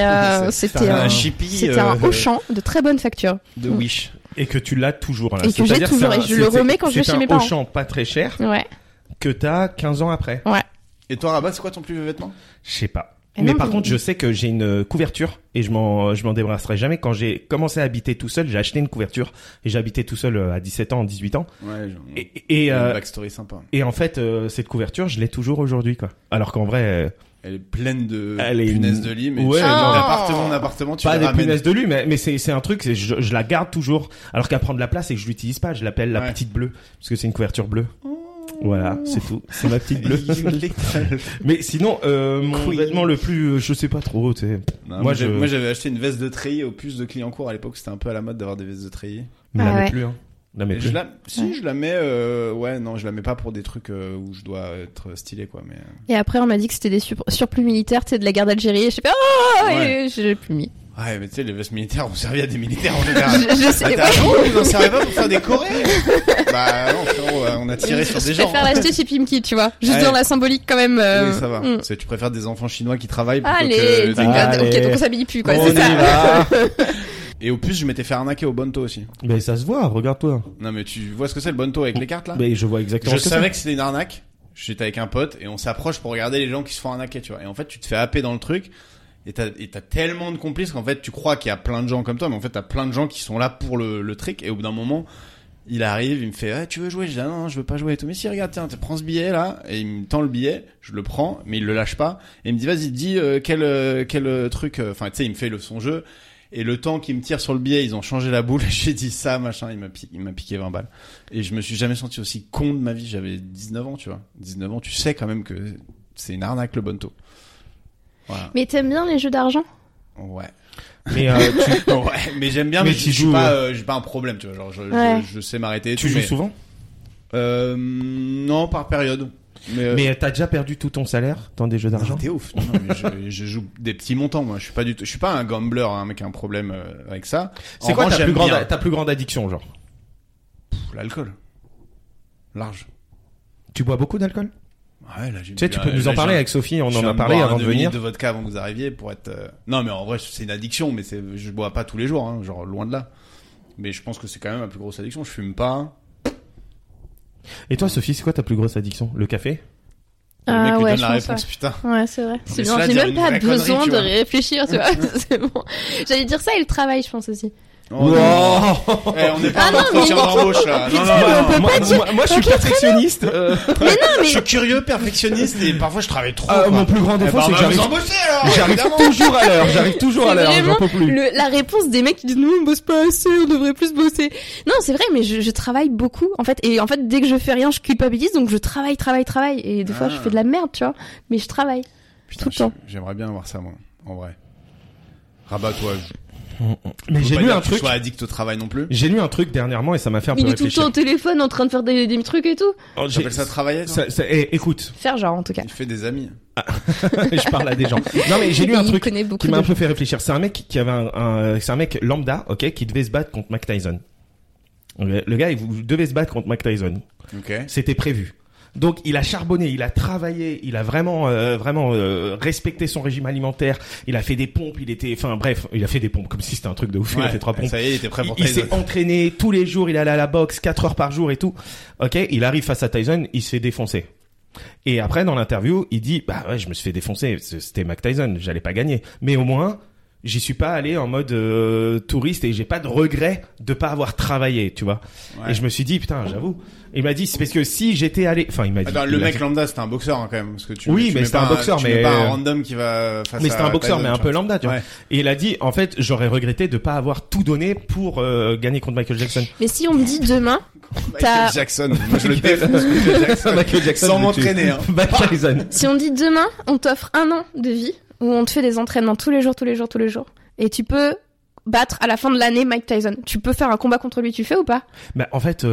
euh, C'est- c'était un un, chippy, c'était un euh, Auchan de très bonne facture. de Wish. Et que tu l'as toujours là. Et que j'ai C'est-à-dire toujours, c'est et un- je le c'est- remets quand je vais c'est chez un mes parents. Auchan pas très cher Ouais. que t'as 15 ans après. Et toi Rabat, c'est quoi ton plus vieux vêtement Je sais pas. Et mais Ah non, par mais- contre, je sais que j'ai une euh, couverture et je m'en je m'en débarrasserai jamais. Quand j'ai commencé à habiter tout seul, j'ai acheté une couverture et j'habitais tout seul euh, à 17 ans, 18 ans. Ouais, Et et, une euh, backstory sympa. et en fait, euh, cette couverture, je l'ai toujours aujourd'hui quoi. Alors qu'en vrai, euh, Elle est pleine de Elle est- punaises de lit mais Ouais, tu- non. d'appartement en appartement, tu pas les des ramènes. punaises de lui, mais mais c'est c'est un truc, c'est je, je la garde toujours. Alors qu'à prendre la place et que je l'utilise pas, je l'appelle la Ouais. petite bleue parce que c'est une couverture bleue. Oh. Voilà, c'est tout. C'est ma petite bleue. You little- mais sinon, euh, mon Queen. vêtement le plus, euh, je sais pas trop. tu sais. Non, Moi, moi, je- j'ai- moi, j'avais acheté une veste de treillis aux puces de Clignancourt à l'époque, c'était un peu à la mode d'avoir des vestes de treillis. Mais Ah la mets ouais. plus. Hein. La mets Et plus. Je la... Si je la mets, euh, ouais, non, je la mets pas pour des trucs euh, où je dois être stylé, quoi. Mais euh. Et après, on m'a dit que c'était des sur- surplus militaires, tu sais, de la guerre d'Algérie. Et je sais pas, ah Ouais. et je l'ai plus mis. ouais, mais tu sais, les vestes militaires ont servi à des militaires en Je, général. je Ah, sais t'as pas. raison, vous en servez pas pour faire des corées Bah non, frérot, euh, on a tiré sur des Je gens. hein. préfère l'acheter chez Pimki, tu vois. Juste Ouais. dans la symbolique quand même. euh, Oui, ça va. euh, mm. C'est- Tu préfères des enfants chinois qui travaillent plutôt Allez, que. Ah, regarde, Allez. ok, donc on s'habille plus, quoi, On c'est y ça. va. Et au plus, je m'étais fait arnaquer au bonto aussi. Mais ça se voit, regarde-toi. Non, mais tu vois ce que c'est le bonto avec les cartes là Mais je vois exactement. Je ce que savais que c'était une arnaque. J'étais avec un pote et on s'approche pour regarder les gens qui se font arnaquer, tu vois. Et en fait, tu te fais happer dans le truc et t'as et t'as tellement de complices qu'en fait, tu crois qu'il y a plein de gens comme toi, mais en fait, t'as plein de gens qui sont là pour le, le trick. Et au bout d'un moment, il arrive, il me fait, Ah, tu veux jouer Je dis, Ah, non, non, je veux pas jouer et tout. Mais si, regarde, tiens, tu prends ce billet là. Et il me tend le billet, je le prends, mais il le lâche pas. Et il me dit, vas-y, dis euh, quel, euh, quel euh, truc. euh, Enfin, tu sais, il me fait le son jeu. Et le temps qu'il me tire sur le billet, ils ont changé la boule. J'ai dit ça, machin. Il m'a piqué, il m'a piqué 20 balles. Et je me suis jamais senti aussi con de ma vie. J'avais 19 ans, tu vois. 19 ans, tu sais quand même que c'est une arnaque le bonto. Voilà. Mais t'aimes bien les jeux d'argent Ouais. c'est. Mais euh, tu, ouais. Mais j'aime bien, Mais mais, tu je, je suis joues, pas, ouais. euh, j'ai pas un problème, tu vois. Genre, je, je- Ouais. je sais m'arrêter. et tu tout, joues mais- souvent. Euh, non, par période. Mais, euh, Mais t'as déjà perdu tout ton salaire dans des jeux non, d'argent. Ah, t'es ouf. Non, non, mais je, je joue des petits montants, moi. Je suis pas du tout, je suis pas un gambler, un mec qui a un problème euh, avec ça. C'est En quoi revanche, ta j'aime plus, grande, bien. ta plus grande addiction, genre Pff, L'alcool. Large. Tu bois beaucoup d'alcool Ouais, là, j'ai Tu sais, bu tu un- peux nous là, en j'ai parler un- avec Sophie, on Je en viens a de parlé boire un avant de venir. demi-litre de vodka avant que vous arriviez pour être. euh, Non, mais en vrai, c'est une addiction, mais c'est, je bois pas tous les jours, hein, genre loin de là. Mais je pense que c'est quand même ma plus grosse addiction. Je fume pas. Et toi, Sophie, c'est quoi ta plus grosse addiction Le café Le Ah mec lui ouais, donne je la pense, réponse, putain. Ouais, c'est vrai. C'est Mais bien, cela j'ai dit, même une pas vraie connerie, besoin tu de vois. réfléchir, tu vois. c'est bon. J'allais dire ça et le travail, je pense aussi. Oh, non. Eh, on est pas Ah en non, entretien mais- d'embauche là. Non, Putain, non, mais non. on peut moi, pas dire- moi- moi, je suis perfectionniste. euh, Mais non, Je mais suis curieux, perfectionniste et parfois je travaille trop. euh, quoi. mon plus grand Eh défaut, ben, c'est on que va vous j'arrive embaucher alors. j'arrive évidemment. toujours à l'heure. J'arrive toujours à C'est l'heure. hein, J'en peux vraiment plus. le- la réponse des mecs qui disent nous on bosse pas assez, on devrait plus bosser. Non, c'est vrai, mais je, je travaille beaucoup en fait. Et en fait, dès que je fais rien, je culpabilise, donc je travaille, travaille, travaille. Et des fois, Ah. je fais de la merde, tu vois. Mais je travaille. Putain, Tout le temps. j'ai- J'aimerais bien avoir ça moi, en vrai. Rabat toi. je- Mais j'ai je peux pas lu dire un que tu truc. sois addict au travail non plus. J'ai lu un truc dernièrement et ça m'a fait un peu Il est tout le réfléchir. temps au téléphone en train de faire des, des trucs et tout. Oh, j'ai- J'appelle ça travailler. toi ça- ça- eh, Écoute, Faire genre en tout cas. Il fait des amis. je parle à des gens. Non mais j'ai lu Et un il truc connaît qui beaucoup m'a de un peu fait réfléchir. C'est un mec qui avait un, un- c'est un mec lambda, ok, qui devait se battre contre Mike Tyson. Le le gars, il vous devez se battre contre Mike Tyson. Ok. C'était prévu. Donc il a charbonné, il a travaillé, il a vraiment euh, vraiment euh, respecté son régime alimentaire. Il a fait des pompes, il était, enfin bref, il a fait des pompes comme si c'était un truc de ouf. il a fait trois pompes. Ça y est, il était prêt Il, pour il Tyson. s'est entraîné tous les jours, il allait à la boxe 4 heures par jour et tout. Ok, il arrive face à Tyson, il se fait défoncer. Et après, dans l'interview, il dit, bah ouais, je me suis fait défoncer, c- c'était Mac Tyson, j'allais pas gagner. Mais au moins, j'y suis pas allé en mode euh, touriste et j'ai pas de regret de pas avoir travaillé, tu vois. Ouais. Et je me suis dit, putain, j'avoue. Il m'a dit, c'est parce que si j'étais allé, enfin, il m'a dit. Attends, il Ah ben, le a mec dit- lambda, c'était un boxeur hein, quand même, parce que tu. Oui, tu mais mets c'était pas un boxeur, tu mais- mets pas un random qui va. Face mais c'était à un boxeur, Tyson, mais un tu peu vois. lambda, tu vois. Ouais. Et il a dit, en fait, j'aurais regretté de pas avoir tout donné pour euh, gagner contre Michael Jackson. Mais si on me dit demain, T'as- Bah, Michael Jackson, moi je le défonce. Michael Jackson. Michael Jackson, Sans je le tue. m'entraîner, hein. Mac Tyson. si on dit demain, on t'offre un an de vie où on te fait des entraînements tous les jours, tous les jours, tous les jours, et tu peux battre à la fin de l'année Mike Tyson. Tu peux faire un combat contre lui, tu fais ou pas Bah, en fait,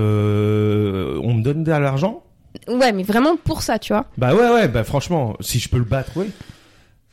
euh, on me donne de l'argent. Ouais, mais vraiment pour ça, tu vois. Bah ouais, ouais, bah franchement, si je peux le battre, oui.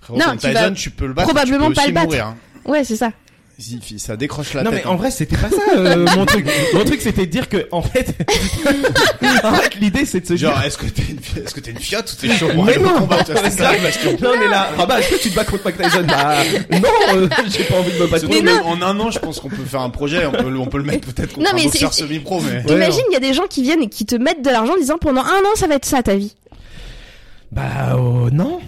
Frérot, Non, contre tu Tyson, vas tu peux le battre. probablement tu peux pas aussi le battre. mourir, hein. Ouais, c'est ça. Si- si Ça décroche la non tête. hein. mais en vrai, c'était pas ça euh, mon truc. Mon truc, c'était de dire que en fait, en fait l'idée c'est de se Genre, dire. est-ce que t'es une, est-ce que t'es une fiotte ou t'es chaud pour Mais aller au non, combat, tu vois, C'est ça la question. Non mais là, ah bah est-ce que tu te bats contre Mike Tyson Bah non, euh, j'ai pas envie de me battre. Mais Surtout, non. même En un an, je pense qu'on peut faire un projet, on peut, le- on peut le mettre peut-être contre Non, un mais boxeur c'est- semi-pro, mais. Ouais, Imagine, il y a des gens qui viennent et qui te mettent de l'argent en disant pendant un an, ça va être ça ta vie. Bah euh, non.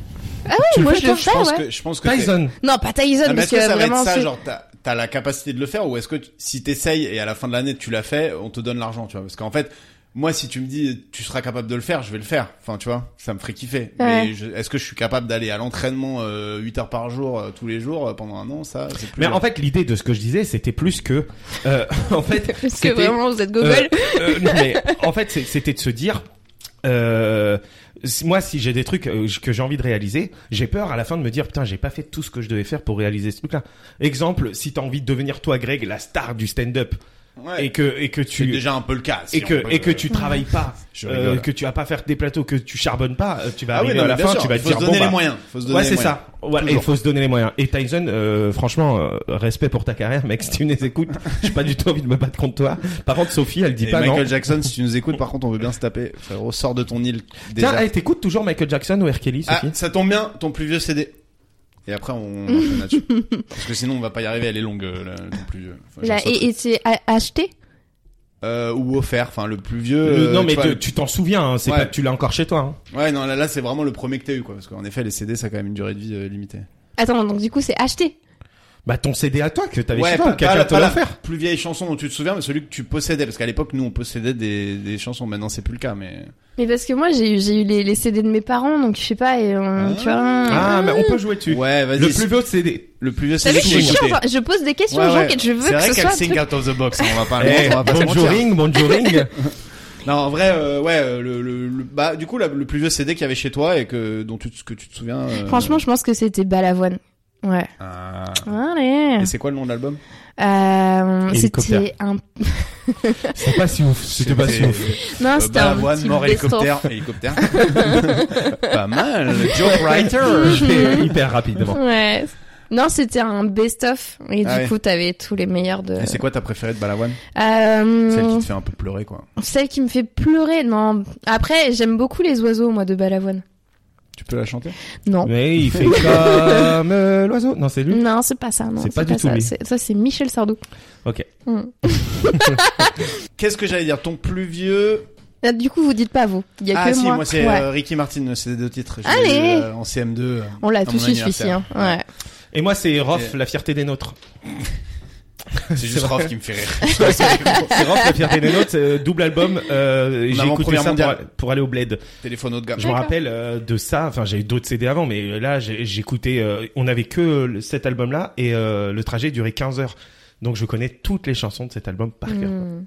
Ah oui, moi, je le Je fais, pense ouais. que, je pense que. t'es- Tyson. Non, pas Tyson, Ah, mais parce est-ce que, que, ça va être vraiment. ça, c'est- genre, t'as, t'as la capacité de le faire, ou est-ce que tu- si t'essayes et à la fin de l'année tu l'as fait, on te donne l'argent, tu vois? Parce qu'en fait, moi, si tu me dis, tu seras capable de le faire, je vais le faire. Enfin, tu vois, ça me ferait kiffer. Ouais. Mais je- est-ce que je suis capable d'aller à l'entraînement, euh, 8 heures par jour, euh, tous les jours, euh, pendant un an, ça, c'est plus. Mais en fait, l'idée de ce que je disais, c'était plus que, euh, en fait, Parce que c'était- vraiment, vous êtes Google. Euh, euh, non, mais en fait, c'est- c'était de se dire. Euh, si- moi, si j'ai des trucs euh, que j'ai envie de réaliser, j'ai peur à la fin de me dire putain, j'ai pas fait tout ce que je devais faire pour réaliser ce truc-là. Exemple, si t'as envie de devenir toi, Greg, la star du stand-up Ouais. et que et que c'est tu déjà un peu le cas. si et on que peut- et que tu travailles pas, Je euh, rigole. que tu vas pas faire des plateaux, que tu charbonnes pas, euh, tu vas Ah oui, arriver non, à la mais bien fin, sûr, tu vas te faut dire se bon, donner bah, les moyens. Faut se donner Ouais, les c'est moyens. ça. Ouais, il Toujours. faut se donner les moyens. Et Tyson, euh, franchement, euh, respect pour ta carrière, mec. Si tu nous écoutes, j'ai pas du tout envie de me battre contre toi. Par contre, Sophie, elle dit Et pas Michael non. Jackson, si tu nous écoutes, par contre, on veut bien se taper. Frérot, sors de ton île. déserte. Tiens, hey, t'écoutes toujours Michael Jackson ou R. Kelly, ah, Sophie ça tombe bien, ton plus vieux CD. Et après, on enchaîne là-dessus. Parce que sinon, on va pas y arriver, elle est longue, euh, la- ton plus vieux. Enfin, Là, j'en saute. et et c'est à- acheté Euh, ou offert, enfin, le plus vieux. Le- euh, Non, mais tu vois, te- tu t'en souviens. hein, c'est Ouais. pas que tu l'as encore chez toi. hein. Ouais, non, là, là c'est vraiment le premier que t'as eu, quoi. Parce qu'en effet, les CD, ça a quand même une durée de vie euh, limitée. Attends, donc du coup, c'est acheté. Bah, ton CD à toi que t'avais ouais, chez toi, quelqu'un la- te l'a la offert. plus vieille chanson dont tu te souviens, mais celui que tu possédais. Parce qu'à l'époque, nous, on possédait des, des chansons. Maintenant, c'est plus le cas, mais. Mais parce que moi, j'ai eu, j'ai eu les, les CD de mes parents, donc je sais pas, et euh, Ah. tu vois. euh, Ah, mais on peut jouer dessus. Ouais, vas-y. Le c'est- plus vieux CD. le plus vieux T'as vu, CD, je que j'ai suis chiant, écouté. enfin, je pose des questions Ouais, aux gens ouais. et je veux C'est que vrai ce soit. qu'elle un think truc- out of the box, hein, on va pas, Eh, on va pas se mentir. Bonjour, bonjour. Non, en vrai, euh, ouais, euh, le, le, le- bah, du coup, la- le plus vieux CD qu'il y avait chez toi et que dont tu, te- que tu te souviens. euh, Franchement, je pense que c'était Balavoine. Ouais. ah. Allez. Et c'est quoi le nom de l'album Euh, Hélicoptère. c'était un. C'était pas si ouf. C'était pas si ouf. Non, Euh, c'était un. Balavoine, petit mort best-of. hélicoptère, hélicoptère. pas mal. Joe Writer. Je fais hyper rapidement. Ouais. Non, c'était un best-of. Et Ah du ouais. coup, t'avais tous les meilleurs de. Et c'est quoi ta préférée de Balavoine Euh, Celle qui te fait un peu pleurer, quoi. Celle qui me fait pleurer, non. Après, j'aime beaucoup les oiseaux, moi, de Balavoine. Tu peux la chanter Non. Mais il fait comme euh, l'oiseau. Non, c'est lui. Non, c'est pas ça, non. C'est pas du tout ça. lui. C'est- Ça, c'est Michel Sardou. Ok. Hmm. Qu'est-ce que j'allais dire Ton plus vieux. Ah, Du coup, vous dites pas vous. Il y a Ah que si, moi. moi c'est Ouais. euh, Ricky Martin, c'est les deux titres. Je Allez. l'ai eu, euh, En CM2. euh, On l'a à mon tous eu celui-ci. anniversaire. Hein. Ah, Ouais. Et moi, c'est Rof, Et- la fierté des nôtres. C'est juste Rof qui me fait rire. C'est Rof, la fierté des nôtres. euh, double album. euh, J'ai écouté avant-première ça pour, mondiale. pour aller au Bled. Téléphone haut de gamme. Je me D'accord. rappelle euh, de ça. Enfin, j'ai eu d'autres CD avant, mais euh, là, j'ai- j'écoutais. euh, on avait que le- cet album-là et euh, le trajet durait 15 heures. Donc, je connais toutes les chansons de cet album par cœur. Hmm.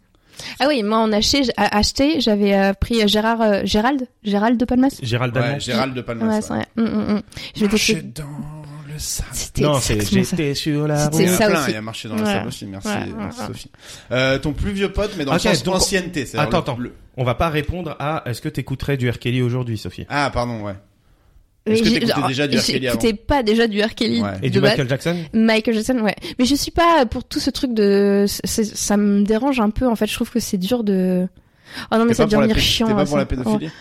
Ah oui, moi, on acheté, j- a- acheté j'avais euh, pris Gérard, euh, Gérald, Gérald de Palmas. Gérald Danon. Ouais, Gérald de Palmas. Ouais, ouais. Ah, c'est vrai. Hmm, hmm, hmm. Je m'étais Marcher fait- dans le sable. C'était Non, c'est exactement ça. j'étais sur la C'était route. Il y en a ça plein, aussi. Il y a marché dans le Ouais. sable aussi. Merci, Ouais, merci ouais, ouais. Sophie. Euh, ton plus vieux pote, mais dans Ok, le sens donc- ancienneté. c'est-à-dire Attends, le- attends. le- On va pas répondre à est-ce que t'écouterais du R. Kelly aujourd'hui, Sophie Ah, pardon, ouais. Oh, Mais Est-ce que j'ai- t'écoutais genre, déjà du R. Kelly J'écoutais pas déjà du R. Kelly. Ouais. Et de du base. Michael Jackson Michael Jackson, ouais. Mais je suis pas pour tout ce truc de, c'est- ça me dérange un peu. En fait, je trouve que c'est dur de. Oh non, mais T'es ça pas, devient pour la, venir pé- chiant. t'es pas hein, pour la ça. pédophilie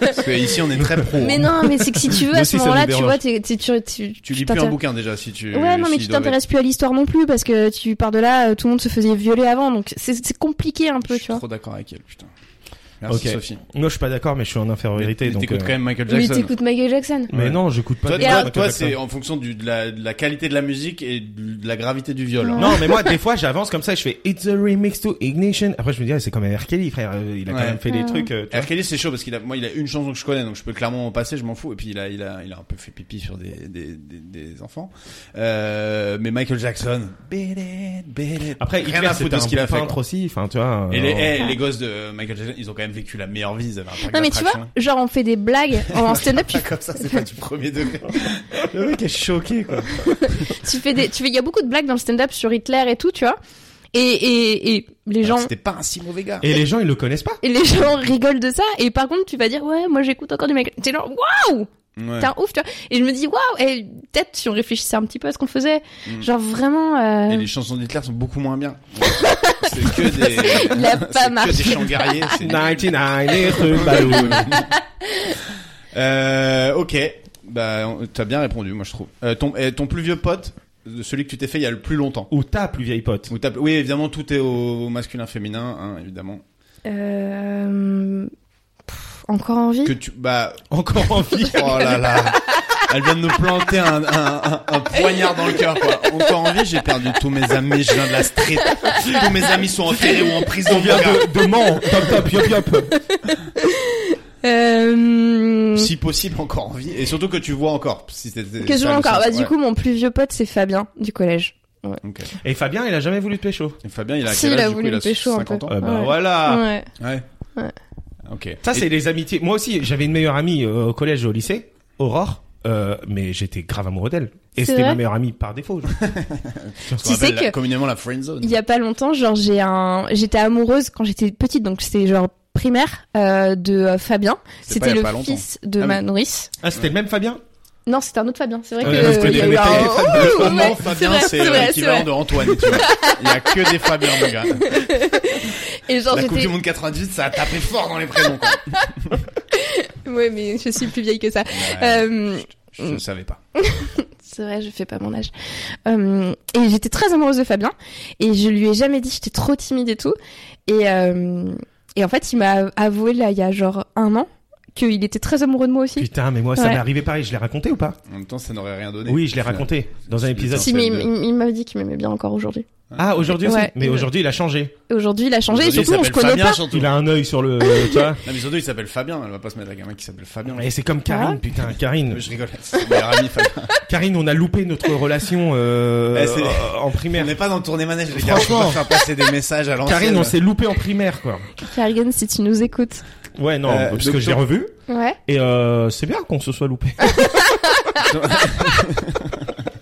Parce que ici, on est très pro. Mais hein. non, mais c'est que si tu veux, Moi à aussi, ce ça moment-là, me tu dérange. vois, t'es- t'es- tu, tu, Tu tu lis plus un t'intéresses- bouquin euh, déjà si tu. Ouais, non, mais s'ils tu doivent t'intéresses plus à l'histoire non plus parce que tu pars de là, euh, tout le monde se faisait violer avant, donc c'est c'est compliqué un être- Je peu, suis tu vois. trop d'accord avec elle, putain. Merci Ok. Sophie. Non, je suis pas d'accord, mais je suis en infériorité. Mais donc, T'écoutes euh, quand même Michael Mais Jackson. t'écoutes Michael Jackson. Mais Ouais. non, j'écoute pas. Toi, de- alors- toi, Michael toi, Jackson. c'est en fonction du- de, la, de la qualité de la musique et de la gravité du viol. hein. Ouais. Non, mais moi, des fois, j'avance comme ça et je fais It's a remix to Ignition. Après, je me dis, ah, c'est comme R. Kelly, frère. euh, Il a Ouais. quand même fait Mm. des trucs. euh, tu vois. R. Kelly, c'est chaud parce qu'il a, moi, il a une chanson que je connais, donc je peux clairement en passer, je m'en fous. Et puis il a, il a, il a un peu fait pipi sur des, des, des, des enfants. Euh, mais Michael Jackson, beat it, beat it. Après, rien Hitler, à foutre c'était de ce qu'il un a fait. peintre quoi. aussi. Enfin, tu vois. Et les, euh, eh, les gosses de Michael Jackson, ils ont quand même vécu la meilleure vie. Ils avaient un parc Non mais tu vois, d'attractions. genre on fait des blagues en stand-up, tu, Comme ça, c'est pas du premier degré. eh, Le mec est choqué, quoi. tu fais des, tu fais, il y a beaucoup de blagues dans le stand-up sur Hitler et tout, tu vois. Et et et les gens, Ah, C'était pas un si mauvais gars. Et les gens, ils le connaissent pas. et les gens rigolent de ça. Et par contre, tu vas dire ouais, moi j'écoute encore du Michael. T'es genre waouh, Ouais. t'es un ouf, tu vois. Et je me dis waouh, et peut-être si on réfléchissait un petit peu à ce qu'on faisait, Mm. genre vraiment. euh, Et les chansons d'Hitler sont beaucoup moins bien. c'est que des. Il a pas c'est que marché. des chants guerriers. c'est nul. 99 et True Balloon. Euh, ok. Bah, on- t'as bien répondu, moi je trouve. Euh, ton, eh, ton plus vieux pote, celui que tu t'es fait il y a le plus longtemps. Ou ta plus vieille pote. Ou t'as- oui, évidemment, tout est au masculin, féminin, hein, évidemment. euh, pff, encore envie. Que tu, bah, Encore en vie. oh là là. Elle vient de nous planter un, un- un- un poignard dans le cœur, quoi. Encore en vie, j'ai perdu tous mes amis, je viens de la street. Tous mes amis sont enterrés ou en prison. On vient mon gars. de, de Mans. Top, top, yop, yop. Euh, Si possible, encore en vie. Et surtout que tu vois encore. Si c'était- que je ça, vois le encore. sens, Bah, du ouais. coup, mon plus vieux pote, c'est Fabien du collège. Ok. Et Fabien, il a jamais voulu de pécho. Et Fabien, il a Si, quel il a âge du coup voulu Il a me pécho un 50 peu. ans. Euh, bah Ouais. voilà. Ouais. Ouais. Ouais. Ok. Ça, Et- c'est les amitiés. Moi aussi, j'avais une meilleure amie euh, au collège et au lycée, Aurore. euh, mais j'étais grave amoureux d'elle. Et C'est c'était vrai ma meilleure amie par défaut. Tu sais rappelle la- que communément la friend zone. il y a pas longtemps, genre j'ai un, j'étais amoureuse quand j'étais petite, donc c'était genre primaire euh, de euh, Fabien. C'était pas il y C'était a le pas longtemps. fils de Ah ma oui. nourrice. Ah, c'était le même Fabien Non, c'était un autre Fabien. C'est vrai Ouais, que parce que il y a les- eu les un- téléphones, Ouh, Le ouais, moment c'est Fabien, vrai, c'est euh, vrai, l'équivalent c'est de Antoine. tu vois. Il y a que des Fabiens, mon gars. vrai. Et genre La Coupe du j'étais, Monde 98, ça a tapé fort dans les prénoms. Quoi. ouais, mais je suis plus vieille que ça. Ouais, Euh, je ne savais pas. C'est vrai, je fais pas mon âge. Euh, et j'étais très amoureuse de Fabien et je lui ai jamais dit, j'étais trop timide et tout. Et, euh, et en fait, il m'a avoué là il y a genre un an qu'il était très amoureux de moi aussi. Putain, mais moi, ça Ouais. m'est arrivé pareil. Je l'ai raconté ou pas En même temps, ça n'aurait rien donné. Oui, je l'ai Au final. raconté dans un épisode. Si, mais il, il- il m'a dit qu'il m'aimait bien encore aujourd'hui. Ah, aujourd'hui aussi Ouais. Mais aujourd'hui, il a changé. Et Aujourd'hui, il a changé et Aujourd'hui, il surtout, on se s'appelle connaît Fabien, pas. surtout. Il a un œil sur le. tu vois Non, mais surtout, il s'appelle Fabien. Elle va pas se mettre avec un mec qui s'appelle Fabien. Et c'est comme Karine, Ah. putain, Karine. Je rigole. C'est mon meilleur ami, Fabien. Karine, on a loupé notre relation euh, Eh, c'est- euh, en On primaire. n'est pas dans le tournée manège, les gars. On Franchement. peut faire passer des messages à l'ancienne. Karine, on s'est loupé en primaire, quoi. Karine, si tu nous écoutes. Ouais, non, Euh, parce donc que j'ai toi- revu. Ouais. Et euh, c'est bien qu'on se soit loupé.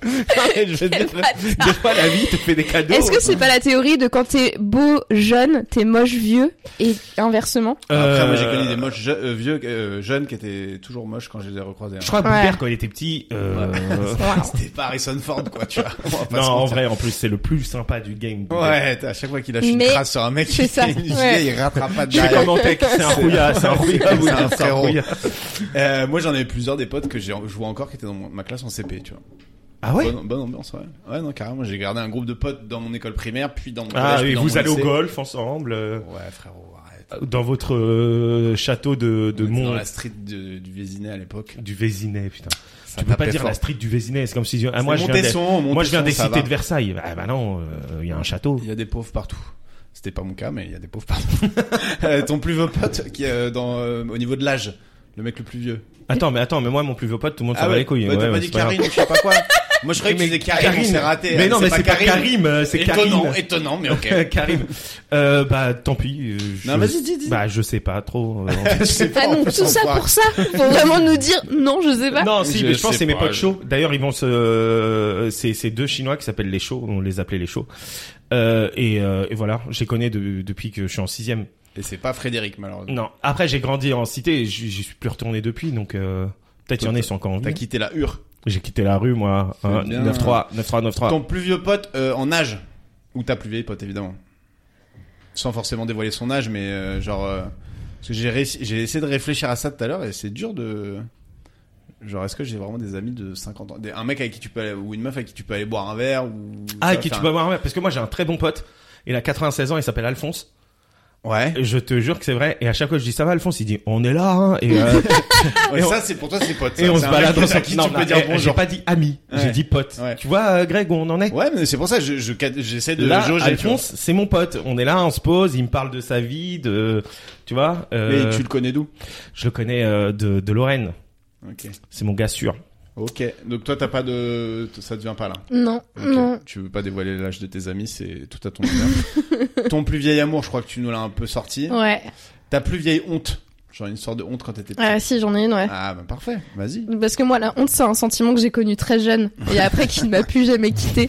Je veux dire, des fois, la vie te fait des cadeaux. Est-ce que c'est pas la théorie de quand t'es beau jeune, t'es moche vieux et inversement Après, moi, j'ai Euh, connu des moches je- euh, vieux, euh, jeunes qui étaient toujours moches quand je les ai recroisés. hein. Je crois que Ouais. Boubert, quand il était petit... euh, C'était pas Harrison Ford, quoi, tu vois. On va pas Non, se en mentir. vrai, en plus, c'est le plus sympa du game. Boubert. Ouais, à chaque fois qu'il lâche une Mais- trace sur un mec, c'est il- ça, il- il- ouais. il rattrape pas de Je vais derrière. commenter que c'est un C'est- rouillard, c'est un rouillard, C'est Boubert, un Ah c'est un frérot. rouillard. Euh, moi, j'en avais plusieurs des potes que j'ai, je vois encore qui étaient dans mon- ma classe en CP, tu vois. Ah ouais Bonne, bonne ambiance, ouais. Ouais, non, carrément, j'ai gardé un groupe de potes dans mon école primaire, puis dans mon Ah collège, puis oui, dans vous mon allez au lycée. golf ensemble, euh, Ouais, frérot, arrête. dans votre euh, château de, de On était Mont... Dans la street de- du Vésinet à l'époque. Du Vésinet, putain. Ça Tu peux pas tapait dire fort. la street du Vésinet, c'est comme si... Ah, C'est moi, je viens des... Montesson, moi, je viens Montesson, des ça cités va. de Versailles. Ah bah non, euh, il y a un château. Il y a des pauvres partout. C'était pas mon cas, mais il y a des pauvres partout. Euh, ton plus vieux pote qui est euh, dans, euh, au niveau de l'âge, le mec le plus vieux. Attends, mais attends, mais moi, mon plus vieux pote, tout le monde s'en Ah ouais. bat les couilles. Ouais, Ouais, T'as pas ouais, dit c'est pas grave. Karine, ou je sais pas quoi. Moi, je croyais que tu disais Karine, on s'est raté. Mais non, mais c'est pas Karim, euh, c'est Étonnant, Karine. étonnant, mais ok. Karim. Euh, bah, tant pis. euh, je- Non, vas-y, dis, dis. Bah, je sais pas trop. euh, Je sais pas, Ah en non, tout plus, on ça croit. pour ça Pour vraiment nous dire non, je sais pas. non, si, Je mais je pense que sais c'est mes pas, potes je- chauds. D'ailleurs, ils vont se, euh, c'est, c'est deux Chinois qui s'appellent les chauds. On les appelait les chauds. Euh, et, euh, et voilà, j'ai connais de- depuis que je suis en sixième. Et c'est pas Frédéric, malheureusement. Non, après j'ai grandi en cité, et j'y j'y suis plus retourné depuis, donc euh, peut-être il y en a ils sont encore en T'as vie. quitté la hure. J'ai quitté la rue moi, hein, bien. 9-3, 9-3, 9-3. Ton plus vieux pote euh, en âge. Ou ta plus vieille pote, évidemment. sans forcément dévoiler son âge, mais euh, genre. euh, parce que j'ai réussi- j'ai essayé de réfléchir à ça tout à l'heure et c'est dur de. Genre, est-ce que j'ai vraiment des amis de 50 ans des- Un mec avec qui tu peux aller, ou une meuf avec qui tu peux aller boire un verre ou. Ah, vois, qui tu faire peux voir ouais, parce que moi j'ai un très bon pote. Il a 96 ans, il s'appelle Alphonse. un- Ouais. Et Je te jure que c'est vrai. Et à chaque fois que je dis ça va, Alphonse, il dit on est là. hein. Et, euh, Ouais, Et on- ça, c'est pour toi, c'est pote. et ça. on C'est se un balade mec ensemble. à qui Non, tu non, peux dire eh, J'ai bonjour. pas dit ami, j'ai Ouais. dit pote. Ouais. Tu vois, euh, Greg, où on en est Ouais, mais c'est pour ça, je, je cat- j'essaie de Là, jauger. tu Alphonse, c'est mon pote. On est là, on se pose. Il me parle de sa vie, de, tu vois. vois. Mais euh, tu le connais d'où Je le connais euh, de, de Lorraine. Ok. C'est mon gars sûr. Ok. Donc toi, t'as pas de, ça te vient pas là. Non, Ok. non. Tu veux pas dévoiler l'âge de tes amis, c'est tout à ton honneur. Ton plus vieil amour, je crois que tu nous l'as un peu sorti. Ouais. Ta plus vieille honte, genre une sorte de honte quand t'étais petit. Ouais, si, j'en ai une, ouais. Ah bah parfait, vas-y. Parce que moi, la honte, c'est un sentiment que j'ai connu très jeune. Et après, qui ne m'a plus jamais quitté.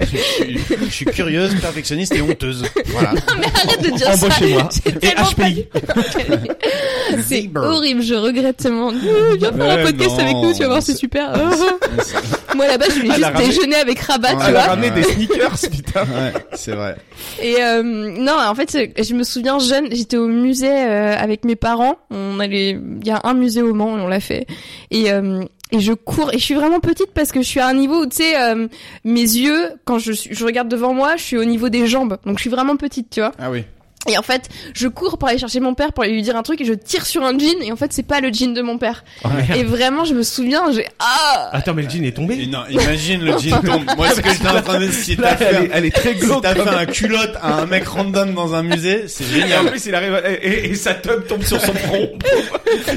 je, suis, je suis curieuse, perfectionniste et honteuse. Voilà. Mais arrête de dire Embauchez-moi. ça. J'ai Et tellement pas HPI. dit. c'est Zebra. horrible, je regrette tellement. Ouh, Viens faire Mais un podcast non. avec nous, tu vas voir, c'est super. Moi là-bas, je voulais Elle a juste ramené- déjeuner avec Rabat, Ouais, tu Elle a vois. ramené Ouais. des sneakers, putain. Ouais, c'est vrai. Et euh, non, en fait, c'est- je me souviens jeune, j'étais au musée euh, avec mes parents. On allait, il y a un musée au Mans et on l'a fait. Et euh, et je cours et je suis vraiment petite parce que je suis à un niveau où tu sais euh, mes yeux quand je suis- je regarde devant moi, je suis au niveau des jambes. Donc je suis vraiment petite, tu vois. Ah oui. Et en fait, je cours pour aller chercher mon père pour aller lui dire un truc et je tire sur un jean et en fait, c'est pas le jean de mon père. Oh, merde. Et vraiment, je me souviens, j'ai ah Attends, mais le jean est Et tombé. non, imagine le jean tombe. Moi, ce que j'étais en train de si Là, t'as fait, elle est, un- elle est très si glauque. hein. t'as fait comme- un culotte à un mec random dans un musée, c'est Et en génial. plus, il arrive à- et, et- et sa teub tombe sur son front.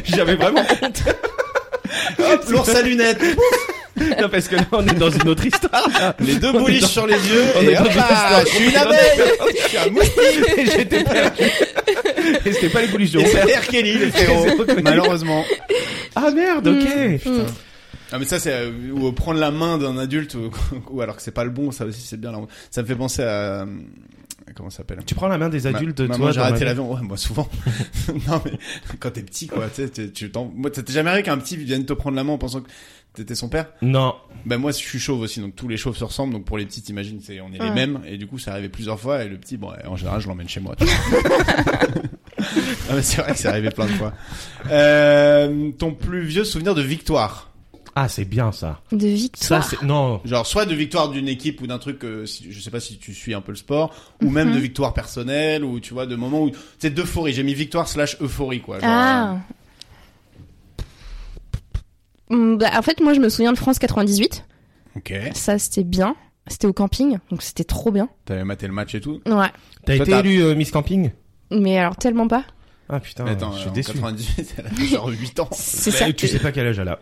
J'avais vraiment honte. Hop, l'ours à lunettes, Non, parce que là, on est dans une autre histoire. les deux On est bouliches dans- sur les yeux. on est Et dans hop, une histoire. ah, je suis une On est dans- abeille, je suis un moustique. Et J'étais perdu. Et c'était pas les coulisses de Et mon père. c'est R. Kelly, les frérots. C'est reconnu. Malheureusement. Ah merde, ok. Mm. Hmm. Putain. Ah mais ça c'est euh, ou prendre la main d'un adulte ou, ou alors que c'est pas le bon ça aussi c'est bien la honte. ça me fait penser à euh, comment ça s'appelle Tu prends la main des adultes, Ma- toi. maman j'ai dans ma raté vie. l'avion ouais moi souvent non mais quand t'es petit quoi tu sais tu- tu t'en moi t'es jamais arrivé qu'un petit vienne te prendre la main en pensant que t'étais son père Non. ben moi je suis chauve aussi donc tous les chauves se ressemblent donc pour les petits t'imagines c'est on est les Ouais. mêmes et du coup ça arrivé plusieurs fois et le petit bon ouais, en général je l'emmène chez moi tu vois. Ah, mais c'est vrai que c'est arrivé plein de fois euh, ton plus vieux souvenir de victoire Ah, c'est bien ça. de Ça, victoire. c'est non. Genre soit de victoire d'une équipe ou d'un truc, euh, si- je sais pas si tu suis un peu le sport, ou même Mhm. de victoire personnelle, ou tu vois, de moments où... C'est d'euphorie, j'ai mis victoire slash euphorie, quoi. Genre, ah. Hum, bah, en fait, moi, je me souviens de France 98. euh, Ok. Ça, c'était bien. C'était au camping, donc c'était trop bien. T'avais maté le match et tout. Ouais. T'as Toi, été t'as- élu euh, Miss Camping Mais alors tellement pas. Ah putain, Mais attends, je en suis déçu. 98, elle avait genre 8 ans. C'est Mais ça. tu sais pas quel âge elle a.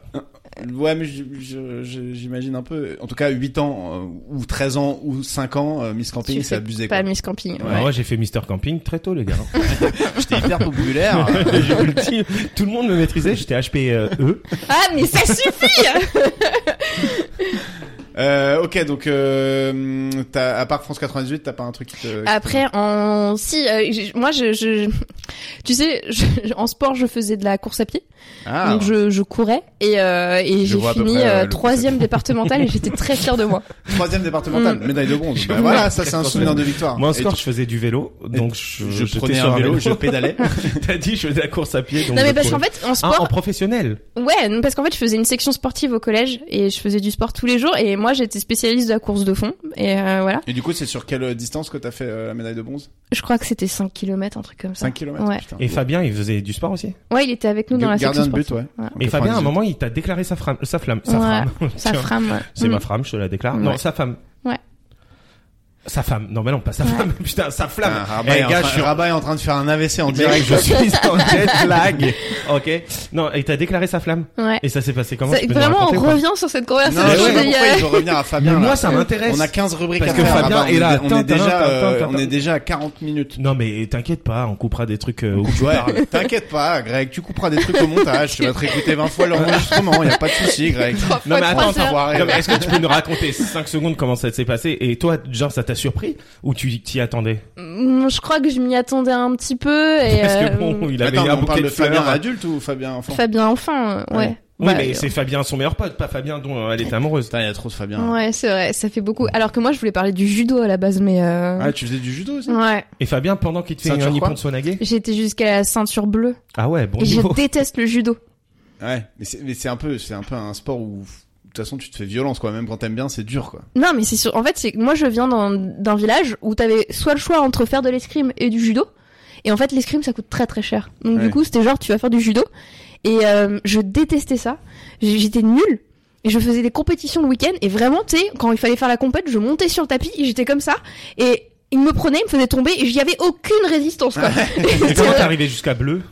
Ouais, mais je- je- je- j'imagine un peu... En tout cas, 8 ans, euh, ou 13 ans, ou 5 ans, euh, Miss Camping, Tu c'est fais abusé, Pas quoi. Miss Camping. Ouais. Alors, moi, j'ai fait Mister Camping très tôt, les gars. J'étais hyper populaire. J'ai eu le petit- Tout le monde me maîtrisait. J'étais euh, HPE. Ah, mais ça suffit euh, ok, donc, euh, t'as- à part France 98, t'as pas un truc qui te... qui te- Après, en si, euh, j'ai- moi, je, je, tu sais, je- en sport, je faisais de la course à pied, Ah, donc je, je courais et, euh, et Je j'ai vois à peu fini près, euh, euh, le troisième départemental et j'étais très fière de moi. troisième départemental, Mm. médaille de bronze. Bah Je- voilà, ça c'est un souvenir de victoire. Moi, en Et score, je faisais du vélo, donc je, je j'étais prenais sur un vélo, je pédalais. T'as dit, je faisais la course à pied. Donc non mais je parce qu'en courais. fait, en Ah, en sport, professionnel. ouais, non, parce qu'en fait, je faisais une section sportive au collège et je faisais du sport tous les jours et moi, j'étais spécialiste de la course de fond et euh, voilà. Et du coup, c'est sur quelle euh, distance que t'as fait euh, la médaille de bronze Je crois que c'était 5 km un truc comme ça. 5 km Ouais. Et Fabien, il faisait du sport aussi. Ouais, il était avec nous dans la section Gardien de sportive. but, ouais. Ouais. Et Fabien, à un 98. moment, il t'a déclaré sa, fram- sa flamme. Sa Ouais, flamme. Sa Tiens, frame. ouais. C'est Mm. ma flamme, je te la déclare. Non, Ouais. sa femme. Ouais. Sa femme. Non, mais non, pas sa Ouais. femme. Putain, sa flamme. Ah, Rabat, Eh, est en gars, train- je suis- Rabat est en train de faire un AVC en Direct, direct. je suis en jet lag. Ok. Non, et t'as déclaré sa flamme. Mm, Ouais. Et ça s'est passé comment Ça- Tu peux nous vraiment, raconter on ou pas revient sur cette conversation. Non, je ouais, sais pas Il y a- pourquoi il veut revenir à Mais Fabien. là. moi, ça m'intéresse. On a 15 rubriques Parce à que faire. Fabien Rabat, est on là. On est Tintin, déjà, euh, tintin, on est tintin. déjà à 40 minutes. Non, mais t'inquiète pas, on coupera des trucs euh, où tu Ouais, parles. t'inquiète pas, Greg, tu couperas des trucs au montage, tu vas te réécouter 20 fois l'enregistrement, y a pas de souci, Greg. Non, mais attends, trois heures. Foiré. Non, mais est-ce que tu peux nous raconter 5 secondes comment ça s'est passé Et toi, genre, ça t'a surpris Ou tu t'y attendais Mm, Je crois que je m'y attendais un petit peu et Parce que euh, bon, il avait Attends, un on bouquet parle de de Fabien fleurs. adulte ou Fabien enfant Fabien enfin, euh, ouais. Ouais. Oui, Bah, mais euh, c'est Fabien, son meilleur pote, pas Fabien dont euh, elle était amoureuse. Putain, il y a trop de Fabien. Ouais, c'est vrai, ça fait beaucoup. Alors que moi, je voulais parler du judo à la base, mais euh... Ah, tu faisais du judo aussi ouais, Et Fabien, pendant qu'il te fait Ceinture un quoi nippon de Swanage j'étais jusqu'à la ceinture bleue. Ah ouais, bon et je niveau. déteste le judo. Ouais, mais c'est mais c'est un peu c'est un peu un sport où de toute façon tu te fais violence quoi, même quand t'aimes bien, c'est dur quoi. Non, mais c'est sûr. En fait, c'est que moi, je viens d'un d'un village où t'avais soit le choix entre faire de l'escrime et du judo. Et en fait, l'escrime, ça coûte très très cher. Donc, Ouais. du coup, c'était genre, tu vas faire du judo. Et euh, je détestais ça. J- J'étais nulle. Et je faisais des compétitions le week-end. Et vraiment, tu sais, quand il fallait faire la compète, je montais sur le tapis. et J'étais comme ça. Et il me prenait, il me faisait tomber. Et j'y avais aucune résistance, quoi. euh, Et comment t'es arrivé jusqu'à bleu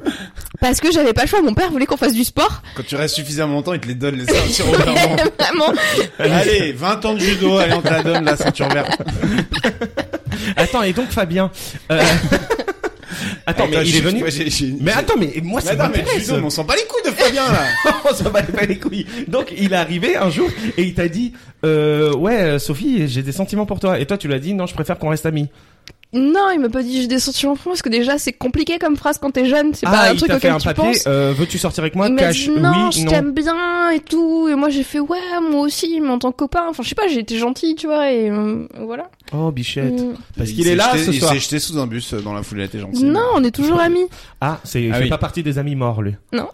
Parce que j'avais pas le choix. Mon père voulait qu'on fasse du sport. Quand tu restes suffisamment longtemps, ils te les donnent les ceintures au bout d'un Ah, moment. Vraiment. Allez, 20 ans de judo, allez on te la donne la ceinture verte. Attends, et donc Fabien euh, Eh, Attends, mais il est venu Mais attends, mais moi ça Mais attends, mais le m'intéresse judo, mais on s'en bat les couilles de Fabien là. on s'en bat pas les couilles. Donc il est arrivé un jour et il t'a dit euh, ouais euh, Sophie j'ai des sentiments pour toi et toi tu l'as dit non je préfère qu'on reste amis. Non, il m'a pas dit j'ai des sentiments fous parce que déjà c'est compliqué comme phrase quand t'es jeune, c'est pas ah un il truc t'a fait auquel un tu papier penses. euh, veux-tu sortir avec moi il m'a cash dit non, oui je non. t'aime bien et tout, et moi j'ai fait ouais moi aussi, mais en tant que copain, enfin je sais pas, j'ai été gentille tu vois et euh, voilà. Oh bichette Mm. parce Il qu'il s'est est là jeté- ce il soir. s'est jeté sous un bus euh, dans la foulée, t'es gentil. Non, on est toujours amis. Ah c'est il Ah fait oui. pas partie des amis morts lui. Non.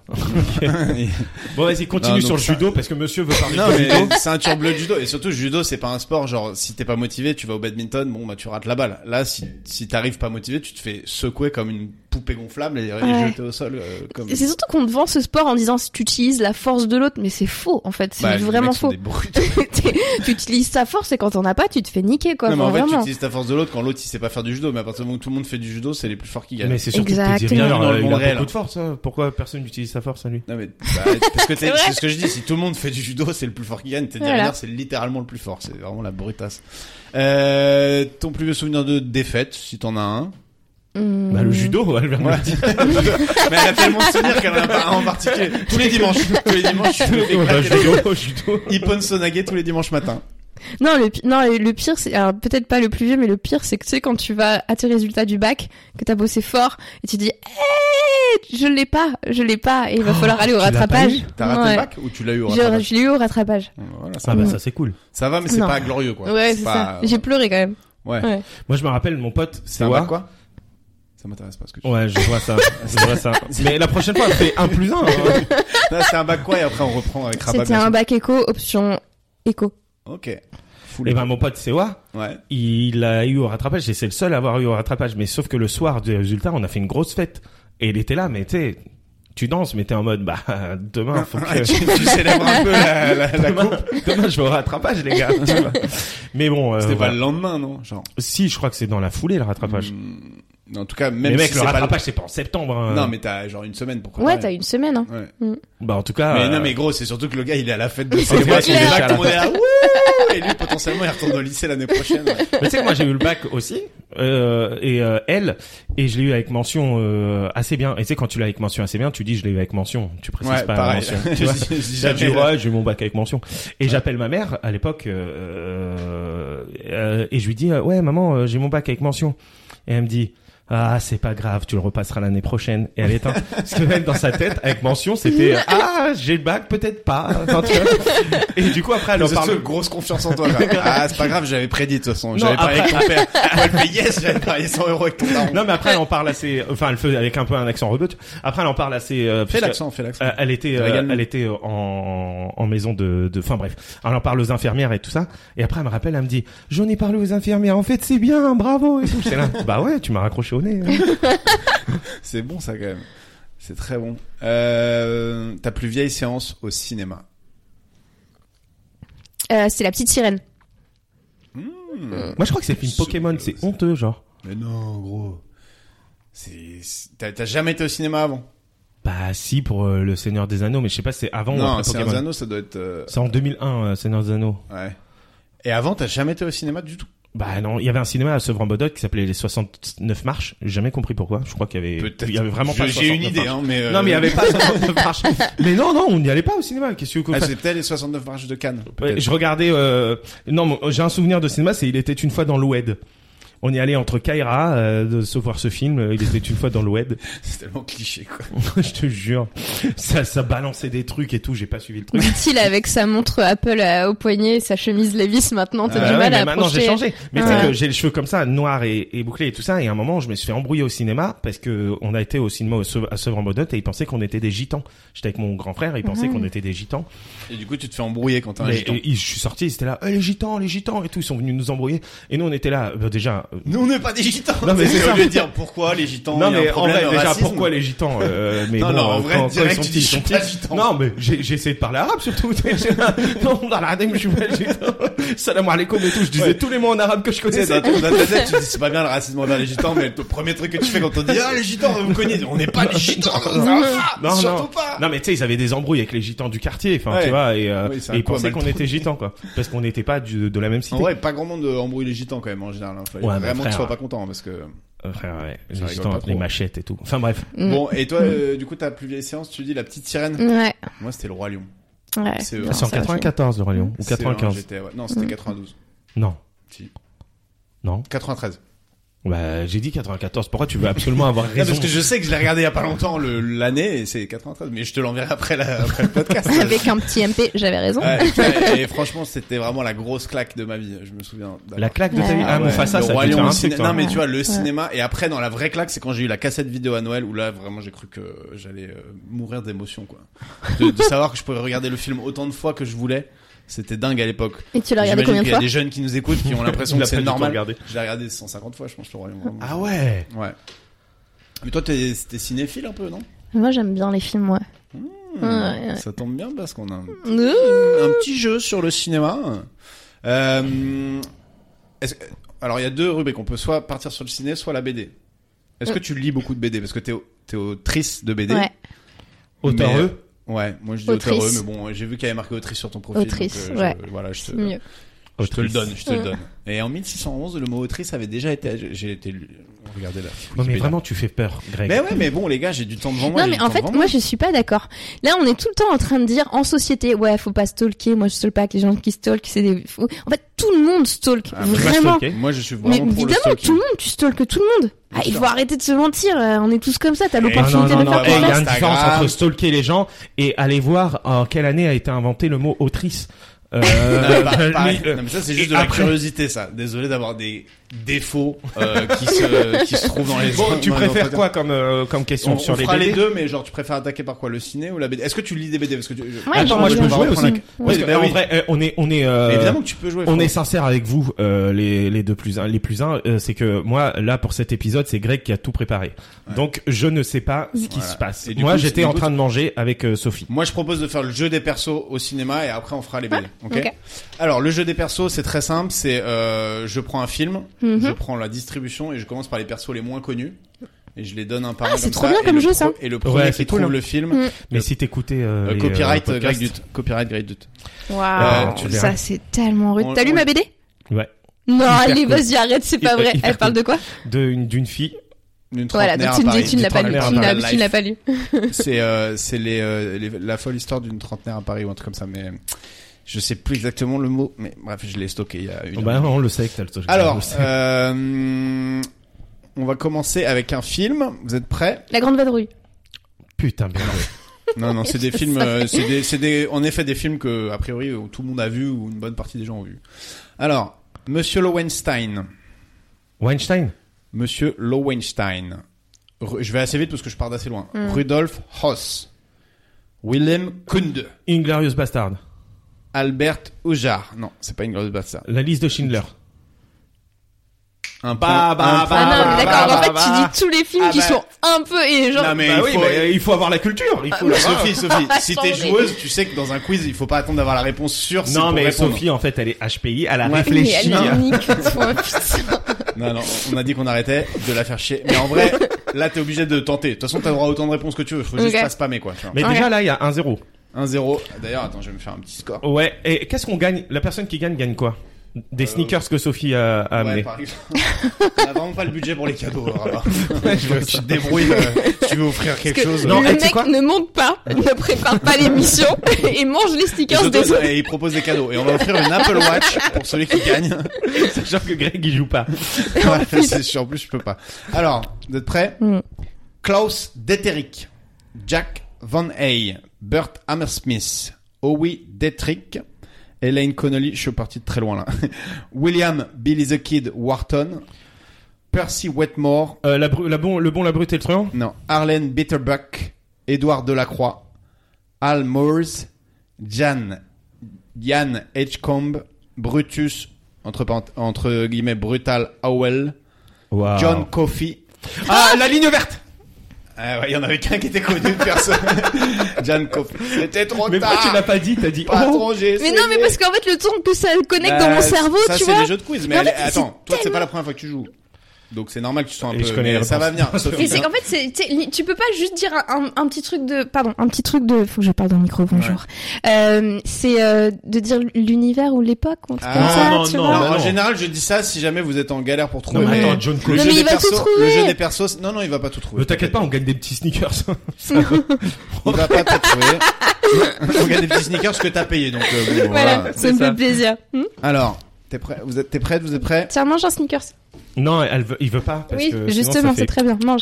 Bon vas-y continue Non, sur donc le ça- judo parce que monsieur veut parler Non de judo. mais ceinture bleue de judo et surtout judo c'est pas un sport genre si t'es pas motivé tu vas au badminton bon bah tu rates la balle là si si t'arrives pas motivé tu te fais secouer comme une poupée gonflable et, et Ouais. jeter au sol euh, comme Et C'est surtout qu'on te vend ce sport en disant si tu utilises la force de l'autre, mais c'est faux en fait, c'est Bah, les vraiment mecs sont faux. des brutes. tu utilises ta force et quand t'en as pas, tu te fais niquer quoi, Non, mais en enfin, fait, tu vraiment. utilises ta force de l'autre quand l'autre il sait pas faire du judo, mais à partir du moment où tout le monde fait du judo, c'est les plus forts qui gagnent. Mais c'est surtout que tu dis Exactement. rien, alors, Dans le euh, il monde a réel, beaucoup hein. de force hein. pourquoi personne n'utilise sa force à lui. Non, mais bah, c'est parce que t'es- C'est vrai. c'est ce que je dis, si tout le monde fait du judo, c'est le plus fort qui gagne. T'es Voilà. derrière, c'est littéralement le plus fort. C'est vraiment la brutasse. Euh, ton plus vieux souvenir de défaite, si t'en as un. Hmm. Bah le judo elle vient de me Ouais. le dire. mais elle a tellement de souvenirs qu'elle en a pas un en particulier. Tous les dimanches, tous les dimanches, je me fais Bah, éclater la gueule. judo judo. Ippon Sonage tous les dimanches matin. Non, le, pi- non, et le pire, c'est, alors peut-être pas le plus vieux, mais le pire, c'est que tu sais, quand tu vas à tes résultats du bac, que t'as bossé fort, et tu dis, Eh, je l'ai pas, je l'ai pas, et il va falloir aller au tu l'as pas rattrapage. eu T'as raté Ouais. le bac ou tu l'as eu au J'ai- rattrapage Je l'ai eu au rattrapage. Voilà, ça, Ah bah Mm. ça c'est cool. ça va, mais c'est Non. pas glorieux, quoi. Ouais, c'est ça. pas- euh, J'ai pleuré quand même. Ouais. Ouais. Moi je me rappelle mon pote C'est un bac, Sewa. quoi? Ça m'intéresse pas ce que tu Ouais je vois ça je vois ça. Mais la prochaine fois fais un plus un. hein. Là, c'est un bac quoi et après on reprend avec Rabat. C'était bien un sûr. bac éco, option éco. Ok. Full. Et ben mon pote Sewa, Ouais. il a eu au rattrapage et c'est le seul à avoir eu au rattrapage. Mais sauf que le soir du résultat, on a fait une grosse fête et il était là, mais tu sais, tu danses, mais t'es en mode bah demain faut que Ouais, tu, tu célèbres un peu la, la, la demain, coupe. demain, je vais au rattrapage les gars. tu vois. mais bon, euh, C'était pas voilà. le lendemain, non Genre. si je crois que c'est dans la foulée le rattrapage. Hmm, En tout cas, même mais mec, si le c'est pas rattrapage c'est pas en septembre. hein. Non, mais t'as genre une semaine pour Ouais, préparer. t'as une semaine, hein. Ouais. bah en tout cas. Mais euh, non, mais gros, c'est surtout que le gars, il est à la fête de C'est célébration clair. du bac, tout le monde est là, Wouh et lui, potentiellement, il retourne au lycée l'année prochaine. ouais. Mais tu sais que moi j'ai eu le bac aussi euh, et euh, elle et je l'ai eu avec mention euh, assez bien. Et tu sais quand tu l'as avec mention assez bien, tu dis je l'ai eu avec mention, tu précises Ouais, pas pareil. mention. Je Tu vois dis- je dis J'ai jamais, dit là. ouais, j'ai eu mon bac avec mention. Et j'appelle ma mère à l'époque euh, euh, et je lui dis euh, ouais maman euh, j'ai mon bac avec mention. Et elle me dit ah c'est pas grave, tu le repasseras l'année prochaine. Et elle éteint. Parce que même dans sa tête avec mention c'était euh, ah j'ai le bac peut-être pas. Enfin, tu vois. et du coup après elle en Alors, parle. parle grosse confiance en toi. quoi. Ah, c'est pas grave, j'avais prédit de toute façon. J'avais parié après- avec ton père. Moi, je fais yes, j'avais parié 100 euros avec ton daron. Non mais après elle en parle assez enfin elle fait avec un peu un accent rebut. Après elle en parle assez euh, Fais parce que- l'accent, fais l'accent. Euh, elle était, euh, Régale-nous. elle était en, en maison de, de, enfin bref, elle en parle aux infirmières et tout ça. Et après, elle me rappelle, elle me dit, j'en ai parlé aux infirmières. En fait, c'est bien, bravo. Et tout. J'étais là, bah ouais, tu m'as raccroché au nez. hein. Euh. C'est bon ça quand même. C'est très bon. Euh, ta plus vieille séance au cinéma. Euh, c'est la petite sirène. Euh. Moi, je crois que c'est le film Pokémon, c'est honteux, genre. Hmm. Mais non, gros. C'est c'est- t'as t'as jamais été au cinéma avant Bah si pour euh, le Seigneur des Anneaux, mais je sais pas, si c'est avant ou Non, après c'est un Pokémon. anneau, ça doit être. euh, C'est en 2001, euh, Seigneur des Anneaux. Ouais. Et avant, t'as jamais été au cinéma du tout. Bah non, il y avait un cinéma à Sevran-Bodot qui s'appelait les 69 marches. J'ai jamais compris pourquoi. Je crois qu'il y avait, il y avait vraiment Je- pas. J'ai une 69 idée, marches. hein, mais. euh, Non mais il y avait pas 69 marches. Mais non non, on n'y allait pas au cinéma. Qu'est-ce que vous Ah, c'est peut-être les 69 marches de Cannes. Ouais, peut-être. euh, je regardais. Euh... Non, mon- j'ai un souvenir de cinéma, c'est il était une fois dans l'Oued. On est allé entre Kaira euh, de se voir ce film. euh, Il était une fois dans le web. C'est tellement cliché, quoi. Je te jure, ça, ça balançait des trucs et tout. J'ai pas suivi le truc. S'il avec sa montre Apple à- au poignet et sa chemise Levis maintenant, t'as Ah du ouais, mal mais à maintenant j'ai approcher. changé. Mais tu sais Ouais. que j'ai les cheveux comme ça, noirs et, et bouclés et tout ça. Et à un moment, je me suis fait embrouiller au cinéma parce que on a été au cinéma au Seu- à Sevran Modotte et ils pensaient qu'on était des gitans. J'étais avec mon grand frère, ils Ah. pensaient qu'on était des gitans. Et du coup, tu te fais embrouiller quand t'as un Mais gitan. et- et je suis sorti, ils étaient là, Eh, les gitans, les gitans et tout. Ils sont venus nous embrouiller. Et nous, on était là. euh, déjà, euh, Nous, on n'est pas des gitans. Non, mais c'est ça. Au lieu de dire pourquoi les gitans. Non il y a mais un en problème, vrai un déjà racisme. pourquoi les gitans euh, mais Non, bon, non, en euh, vrai, quand, quand direct, ils sont tu petits, ils dis, sont je suis pas petits. gitan. Non mais j'ai j'ai essayé de parler arabe surtout. non, dans la radem, je suis pas gitan. Salam alaikum et tout, je disais Ouais. tous les mots en arabe que je Tu sais, connaissais. dans ton- dans ta tête, tu dis c'est pas bien le racisme envers les gitans, mais le premier truc que tu fais quand on dit ah les gitans, vous connaissez, on n'est pas des gitans, Non, ça va, non. surtout pas. Non mais tu sais ils avaient des embrouilles avec les gitans du quartier enfin Ouais. tu vois et, euh, Oui, c'est et un ils coup à pensaient qu'on maltraiter. était gitans quoi parce qu'on n'était pas du- de la même En cité. vrai, pas grand monde embrouille les gitans quand même en général. hein. Faut Ouais, mais vraiment que frère. tu sois pas content parce que. Euh, frère, ouais, Ça les rigole gitans pas avec les trop. machettes et tout. Enfin bref. Mm. Bon, et toi, euh, du coup, ta plus vieille séance, tu dis la petite sirène. Ouais, Moi, c'était le roi lion. ouais. C'est, euh, Non, Ah, c'est en ça, 94 le Roi Lion ou C'est, euh, 95. j'étais- ouais. Non, Mm. c'était 92. Non. Si. Non. 93. Bah j'ai dit 94. Pourquoi tu veux absolument avoir Non, raison parce que je sais que je l'ai regardé il y a pas longtemps le- l'année et c'est 93, mais je te l'enverrai après, la, après le podcast. Avec un petit MP, j'avais raison. Ouais, putain, et franchement, c'était vraiment la grosse claque de ma vie. Je me souviens. d'avoir- La claque de ta vie. Ouais. Ah, ouais, mon face, ça, le ça Roi fait Lion un au truc, hein. ciné- toi. Non, mais tu vois, le cinéma. Et après, dans la vraie claque, c'est quand j'ai eu la cassette vidéo à Noël où là, vraiment, j'ai cru que j'allais euh, mourir d'émotion, quoi. De, de savoir que je pouvais regarder le film autant de fois que je voulais. C'était dingue à l'époque. Et tu l'as regardé J'imagine combien de qu'il y a fois des jeunes qui nous écoutent qui ont l'impression Il que l'a pas c'est du tout normal. regardé. Je l'ai regardé 150 fois, je pense, le Royaume. Ah ouais. Ouais. Mais toi, t'es t'es cinéphile un peu, non Moi, j'aime bien les films, ouais. Ouais, ouais. Ça tombe bien parce qu'on a un Ouh. un petit jeu sur le cinéma. Euh, est-ce que- alors, il y a deux rubriques. On peut soit partir sur le ciné, soit la BD. Est-ce que tu lis beaucoup de BD Parce que t'es, au- t'es autrice de BD. Mm. Ouais. Auteur Mais- euh, eux. Ouais, moi je dis Autrice. auteur, mais bon, j'ai vu qu'il y avait marqué autrice sur ton profil. Autrice, Mm. donc, euh, je- voilà, je te, c'est mieux. euh, je te le donne, je te le Ouais. donne. Et en 1611, le mot autrice avait déjà été. J'ai été. Regardez là. Non, mais vraiment, tu fais peur, Greg. Mais ouais, mais bon, les gars, j'ai du temps devant moi. non j'ai mais du en temps fait, devant moi je suis pas d'accord. Là, on est tout le temps en train de dire en société, ouais, faut pas stalker. Moi, je stalk pas. Que les gens qui stalkent, c'est des fous. En fait, tout le monde stalk, Ah, mais pas vraiment. stalker. moi, je suis Mais vraiment pour le évidemment, stalking. tout le monde, tu stalkes tout le monde. Ah, il sûr. faut arrêter de se mentir. euh, On est tous comme ça. T'as Non, non, l'opportunité non, de non, faire eh, il y ton a place. une différence Instagram. entre stalker les gens et aller voir en quelle année a été inventé le mot autrice. Euh, Non, bah, mais, pareil. euh, Non, mais ça c'est et juste de la après- curiosité ça. Désolé d'avoir des défauts euh, qui se qui se trouvent dans les. Bon, tu dans les préfères entretiens. quoi comme euh, comme question on, on sur les fera BD les deux, mais genre tu préfères attaquer par quoi, le ciné ou la BD Est-ce que tu lis des BD Parce que tu- je- Ouais, bah, Attends, j'en moi je reviens. peux On va jouer aussi. reprendre la- Parce Oui, que, bah en oui. vrai, euh, on est on est euh, Mais évidemment que tu peux jouer. On Franck. est sincère avec vous, euh, les, les deux plus un. Les plus un, euh, c'est que moi, là, pour cet épisode, c'est Greg qui a tout préparé. Donc, je ne sais pas ce qui Voilà. se passe. Et du Moi, coup, j'étais du en coup, train de manger avec euh, Sophie. Moi, je propose de faire le jeu des persos au cinéma et après on fera les BD. ok ok. Alors, le jeu des persos, c'est très simple. C'est euh, je prends un film, Mhm. je prends la distribution et je commence par les persos les moins connus et je les donne un par Ah, un. c'est comme trop ça, bien et comme le jeu, pro- ça. Et le premier Ouais, qui c'est cool. trouve le film, Mhm. Mais si t'écoutais euh, euh, les, euh, copyright podcasts- Greg Dut. Copyright Greg Dut. Waouh, Euh, tu verras. ça c'est tellement rude. On- T'as lu on- ma BD Ouais. Non, Hyper allez, cool. vas-y, arrête, c'est pas Hyper- vrai. hyper Elle parle de quoi de une- d'une fille. Une Voilà, donc trentenaire tu à me dis Paris. tu ne l'as pas lu, trentenaire tu à n'as- Paris tu ne l'as Life. pas lu. C'est euh, c'est les, euh, les- la folle histoire d'une trentenaire à Paris ou un truc comme ça, mais je sais plus exactement le mot. Mais bref, je l'ai stocké il y a une. Bah, heure. on le sait que t'as le on Alors, le sait. euh, on va commencer avec un film. Vous êtes prêts La grande vadrouille. putain, bien joué. Non, non, c'est des Je films, savais. euh, c'est des, c'est des, en effet des films que a priori euh, tout le monde a vu ou une bonne partie des gens ont vu. Alors, Monsieur Lowenstein, Weinstein. Monsieur Lowenstein. Ru- Je vais assez vite parce que je pars d'assez loin. Rudolf Hoss, Willem Kunde. Inglorious Bastard. Albert Oujard. Non, c'est pas une grosse base, ça. La liste de Schindler. Un Bah, point- bah, un bah, point- Ah non, mais bah, d'accord, bah, en fait, bah, tu bah. dis tous les films Ah qui bah. sont un peu et genre. Non, Ah, mais il faut- Ah, il faut avoir la culture. il faut Mais l'avoir. Sophie, Sophie, si t'es Attendez. joueuse, tu sais que dans un quiz, il faut pas attendre d'avoir la réponse sûre. c'est non, pour mais répondre. Sophie, en fait, elle est HPI, elle a Ouais. Mais elle réfléchi. est unique, toi, putain. Non, non, on a dit qu'on arrêtait de la faire chier. Mais en vrai, là, t'es obligé de tenter. De toute façon, t'as le droit à autant de réponses que tu veux. Faut juste Ok. pas spammer, quoi. tu vois. Mais Ouais. Euh, déjà là, il y a 1-0. 1-0. D'ailleurs, attends, je vais me faire un petit score. Ouais, et qu'est-ce qu'on gagne La personne qui gagne gagne quoi Des sneakers que Sophie a, a Euh, ouais, amenés. par exemple. On a vraiment pas le budget pour les cadeaux. alors là. je vois tu ça. te débrouilles. euh, tu veux offrir quelque Parce que chose. Non, le eh, tu sais mec quoi ne monte pas, ne prépare pas l'émission et mange les Et stickers surtout, des autres. et il propose des cadeaux. Et on va offrir une Apple Watch pour celui qui gagne. Sachant que Greg, il joue pas. Ouais, c'est sûr. En plus, je peux pas. Alors, vous êtes prêts Mm. Klaus Deterick, Jack Van Hey, Bert Hammersmith, Howie Detrick, Elaine Connolly, je suis parti de très loin là, William Billy the Kid Wharton, Percy Wetmore, Euh, la, bru- la bon, le bon, la brute et le truand non, Arlene Bitterbuck, Édouard Delacroix, Al Moores, Jan, Jan Edgecombe, Brutus, entre, parent- entre guillemets, Brutal Howell, Wow. John Coffey. Ah, la ligne verte Ah ouais, il y en avait qu'un qui était connu, personne. John Coffey. C'était trop Mais tard pourquoi tu l'as pas dit T'as dit Pas oh trop, j'ai Bah, Mais non, mais parce qu'en fait, le temps plus ça connecte dans mon cerveau, ça, tu c'est vois. des jeux de quiz, mais Mais en allez, fait, c'est attends, toi, c'est pas la première fois que tu joues. Donc c'est normal que tu sois un Et peu... je connais mais la ça va réponse. venir. Sophie, Mais c'est hein. qu'en fait, c'est- tu sais, li- tu peux pas juste dire un, un petit truc de, pardon, un petit truc de, faut que je parle dans le micro, bonjour. Euh, c'est euh, de dire l'univers ou l'époque, ou un truc Ah, comme ça, non, tu non, vois. Non, bah en général, je dis ça si jamais vous êtes en galère pour trouver. Non, mais les- attends, John le Coffey. Non, jeu mais des il va tout persos, le trouver. jeu des persos, c'est- non, non, il va pas tout trouver. Ne t'inquiète pas, on gagne des petits sneakers. Il va pas tout trouver. On gagne des petits sneakers que t'as payé, donc euh, bon, Voilà, voilà. ça me fait plaisir. Hmm Alors, t'es prêt, vous êtes, t'es prête, vous êtes prêts? Tiens, mange un sneakers. non, elle veut, il veut pas. Parce oui, que sinon, justement, ça fait- c'est très bien. Mange.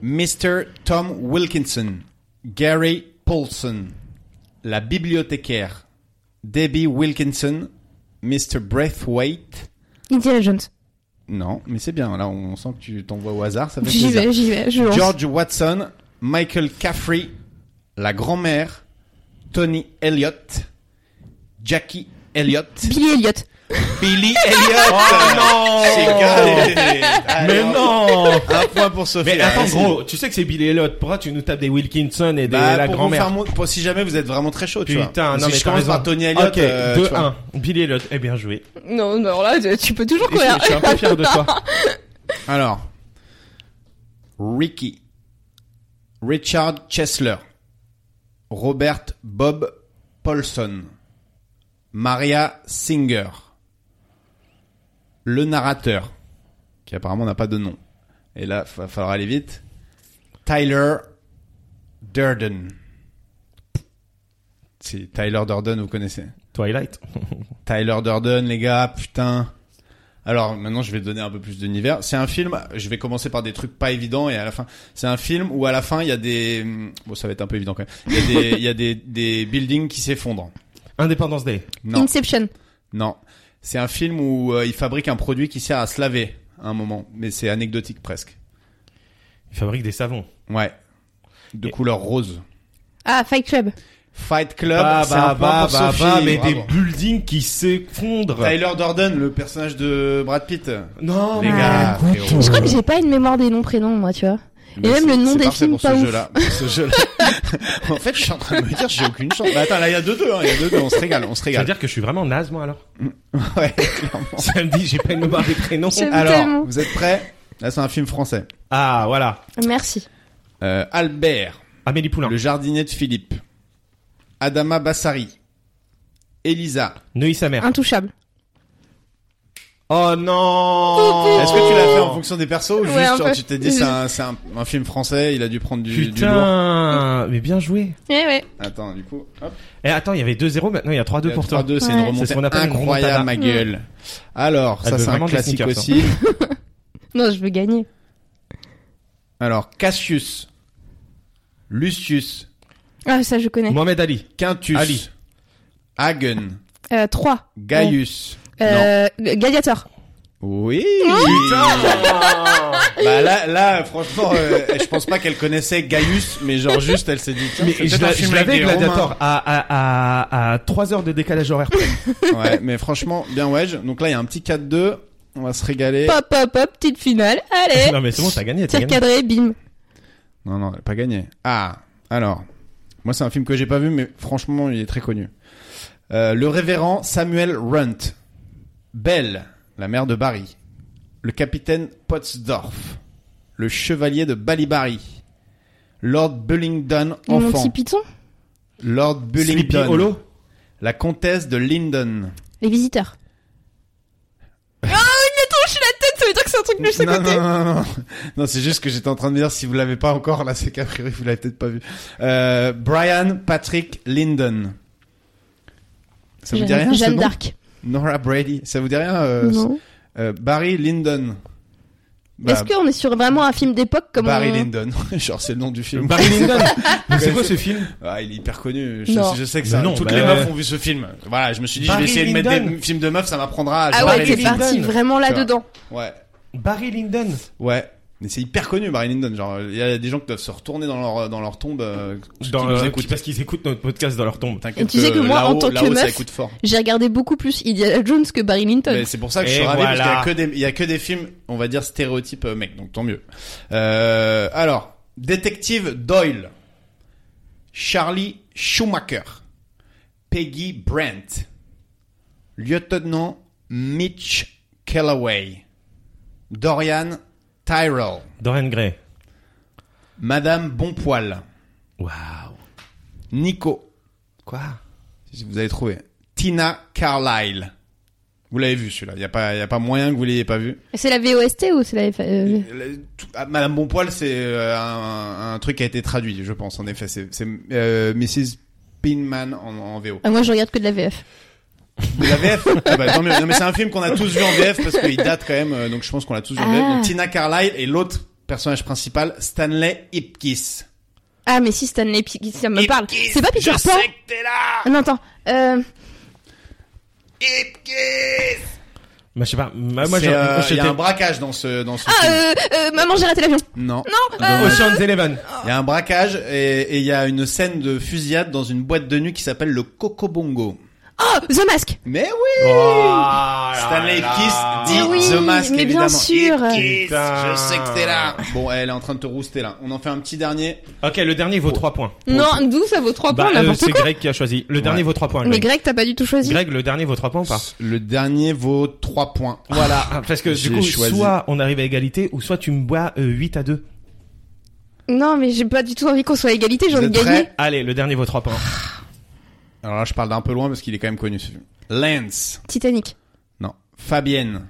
Mr. Tom Wilkinson, Gary Paulson, la bibliothécaire, Debbie Wilkinson, Mr. Breathwaite. Indiana Jones. Non, mais c'est bien, là, on sent que tu t'envoies au hasard, ça fait J'y plaisir. vais, j'y vais, je lance. George Watson, Michael Caffrey, la grand-mère, Tony Elliott, Jackie Elliott, Billy Elliott. Billy Elliott. Oh non C'est gagné. Mais Alors, non Un point pour Sophie. Mais là, attends, c'est- gros, tu sais que c'est Billy Elliot. Pourquoi tu nous tapes des Wilkinson et des Bah, la pour vous faire grand-mère mon- pour- si jamais vous êtes vraiment très chaud, tu vois. Putain, non, si mais je t'as commence raison. par Tony Elliott, Ok, euh, tu vois. 2-1. Billy Elliot, eh bien joué. Non, non, là, tu- tu peux toujours Et je, courir. je suis un peu fier de toi. Alors, Ricky, Richard Chesler, Robert Bob Paulson, Maria Singer, le narrateur, qui apparemment n'a pas de nom. Et là, il va falloir aller vite. Tyler Durden. Si Tyler Durden, vous connaissez. Twilight. Tyler Durden, les gars, putain. Alors maintenant, je vais donner un peu plus d'univers. C'est un film. Je vais commencer par des trucs pas évidents et à la fin, c'est un film où à la fin il y a des. hmm, Bon, ça va être un peu évident quand même. Il y a des, il y a des, des buildings qui s'effondrent. Independence Day. Non, Inception. non. C'est un film où euh, il fabrique un produit qui sert à se laver à un moment, mais c'est anecdotique presque. Il fabrique des savons. Ouais. De Et- couleur rose. Ah, Fight Club. Fight Ah, Club. bah, c'est un point pour Sophie. mais des Bravo. buildings qui s'effondrent. Tyler Durden, le personnage de Brad Pitt. Non, Les mais- gars, frérot. Je crois que j'ai pas une mémoire des noms prénoms, moi, tu vois. Mais Et c'est- même Eh, le nom c'est des parfait films, pour ce pas ouf. jeu-là. Pour ce jeu-là. en fait, je suis en train de me dire, j'ai aucune chance. Bah, attends, là, il y a deux deux, hein, il y a deux deux, on se régale, on se Ça veut régale. dire que je suis vraiment naze, moi, alors Ouais. Ça me dit, j'ai pas une mémoire des prénoms. J'aime Alors, tellement. vous êtes prêts Là, c'est un film français. Ah, voilà. Merci. Euh, Albert, Amélie Poulain. le jardinier de Philippe. Adama Bassari. Elisa. Neuilly sa mère. Intouchable. Oh non Est-ce que tu l'as fait en fonction des persos ou Oh. Ouais, juste un genre, peu. tu t'es dit c'est un, c'est un- un film français, il a dû prendre du, du lourd Putain Mais bien joué Ouais, Eh ouais. Attends, du coup, hop. Eh attends, il y avait 2-0, maintenant il y a 3-2 pour toi. 3-2, c'est Ouais. une C'est remontée ce qu'on appelle une incroyable, remontada. Mm. ma gueule. Alors, Elle ça veut c'est un vraiment des classique sneakers, aussi. Non, je veux gagner. Alors, Cassius, Lucius, Ah, ça, je connais. Mohamed Ali. Quintus, Ali. Hagen, Euh, 3. Gaius. Euh, Gladiator. Non. Oui. bah là, là, franchement, euh, je pense pas qu'elle connaissait Gaius, mais genre juste, elle s'est dit. tiens, Mais c'est je peut-être un l'a- film je avec l'avais des Gladiator à, à, à, à 3 heures de décalage horaire près. Romains. Ouais, mais franchement, bien wedge. Donc là, il y a un petit 4-2. On va se régaler. Pop, pop, pop, petite finale. Allez. non mais c'est bon, t'as gagné, t'as Tir gagné. cadré, bim. Non, non, elle a pas gagné. Ah, alors. Moi, c'est un film que j'ai pas vu, mais franchement, il est très connu. Euh, le révérend Samuel Runt. Belle, la mère de Barry. Le capitaine Pottsdorf. Le chevalier de Balibari. Lord Bullingdon, Mon petit enfant. python. Lord Sleepy Bullingdon. Hollow. La comtesse de Lyndon. Les visiteurs. Oh, un truc de chaque non, côté. non, non, non, non. Non, c'est juste que j'étais en train de dire, si vous l'avez pas encore, là, c'est qu'a priori, vous l'avez peut-être pas vu. Euh, Brian Patrick Linden. Ça vous dit rien, ce Jeanne nom d'Arc. Nora Brady. Ça vous dit rien euh, Non. euh, Barry Lyndon. Bah, Est-ce qu'on est sur vraiment un film d'époque comme Barry on- Lyndon. Genre, c'est le nom du film. Barry Lyndon. Mais c'est quoi ce film Ah, il est hyper connu. Je, Non. je sais que Mais ça. non, toutes bah les ouais. meufs ont vu ce film. Voilà, je me suis dit, Barry je vais essayer de mettre Lyndon. des films de meufs, ça m'apprendra. à Ah Barry ouais, c'est Lyndon. parti Lyndon. vraiment là-dedans. Ouais. Barry Lyndon. Ouais. Mais c'est hyper connu, Barry Lyndon. Genre, il y a des gens qui doivent se retourner dans leur, dans leur tombe. euh, ceux Dans qui nous euh, écoutent. parce qu'ils écoutent notre podcast dans leur tombe. T'inquiète Et tu sais que moi, en là-haut- tant que là-haut, ça meuf, coûte fort. J'ai regardé beaucoup plus Indiana Jones que Barry Lyndon. Mais c'est pour ça que je Et suis ravi voilà. parce qu'il y a que des, il y a que des films, on va dire stéréotypes euh, mec, donc tant mieux. Euh, alors, détective Doyle, Charlie Schumacher, Peggy Brandt, lieutenant Mitch Callaway, Dorian Tyrell, Dorian Gray. Madame Bonpoil, Waouh. Nico. Quoi Si Vous avez trouvé. Tina Carlyle. Vous l'avez vu celui-là. Il y a pas, il y a pas moyen que vous l'ayez pas vu. C'est la VOST ou c'est la F- euh, Le- tout- ah, Madame Bonpoil, c'est euh, un, un truc qui a été traduit, je pense, en effet. C'est c'est, euh, Mrs. Pinman en, en VO. ah, Moi, je regarde que de la VF. La VF Ah bah, tant mieux. Non, mais c'est un film qu'on a tous vu en VF parce qu'il date quand même, euh, donc je pense qu'on l'a tous vu en Ah. VF. Donc, Tina Carlyle et l'autre personnage principal, Stanley Ipkiss. Ah, mais si Stanley, Pi- ça me parle. C'est pas Peter Pan que t'es là Ah, Non, attends. Euh, Ipkiss Bah, je sais pas. Moi, moi, Moi, j'ai euh, Il y a un braquage dans ce, dans ce Ah, film. euh, euh, maman, j'ai raté l'avion. Non. Ah, Ocean's Eleven. Il y a un braquage et et il y a une scène de fusillade dans une boîte de nuit qui s'appelle le Cocobongo. Oh, The Mask. Mais oui Oh Stanley Kiss dit Mais oui, The Mask, mais bien évidemment. sûr. It Kiss, Putain. je sais que t'es là. Bon, elle est en train de te rouster là. On en fait un petit dernier. Ok, le dernier vaut 3 points. Non, d'où ça vaut 3 Bah, points, euh, n'importe c'est quoi. Greg qui a choisi. Le dernier vaut 3 points. Mais Greg. Greg, t'as pas du tout choisi. Greg, le dernier vaut 3 points ou pas Le dernier vaut 3 points. Voilà. Ah, Parce que J'ai du coup, choisi. soit on arrive à égalité, ou soit tu me bois euh, 8 à 2. Non, mais j'ai pas du tout envie qu'on soit à égalité, j'ai Vous envie de êtes gagner. prêts Allez, le dernier vaut 3 points. Alors là, je parle d'un peu loin parce qu'il est quand même connu ce film. Lance. Titanic. Non. Fabienne.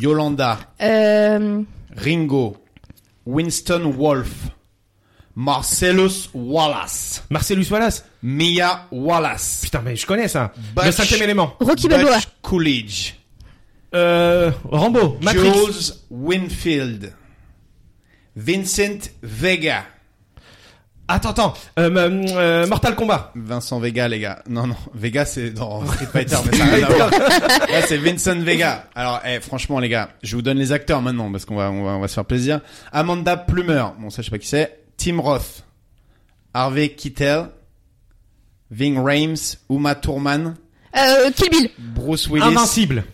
Yolanda. Euh, Ringo. Winston Wolfe. Marcellus Wallace. Marcellus Wallace. Mia Wallace. Putain, mais je connais ça. Batch. Le cinquième élément. Rocky Butch Balboa. Coolidge. Euh, Rambo. Matrix. Jules Winfield. Vincent Vega. Attends, attends. Euh, m- euh, Mortal Kombat. Vincent Vega, les gars. Non, non, Vega, c'est dans Street Fighter, mais ça n'a rien à voir. Là, c'est Vincent Vega. Alors, eh, franchement, les gars, je vous donne les acteurs maintenant, parce qu'on va, on va, on va se faire plaisir. Amanda Plumer. Bon, ça, je sais pas qui c'est. Tim Roth. Harvey Keitel. Ving Rhames. Uma Thurman. Euh, Kill Bill. Bruce Willis. Ah, Invincible.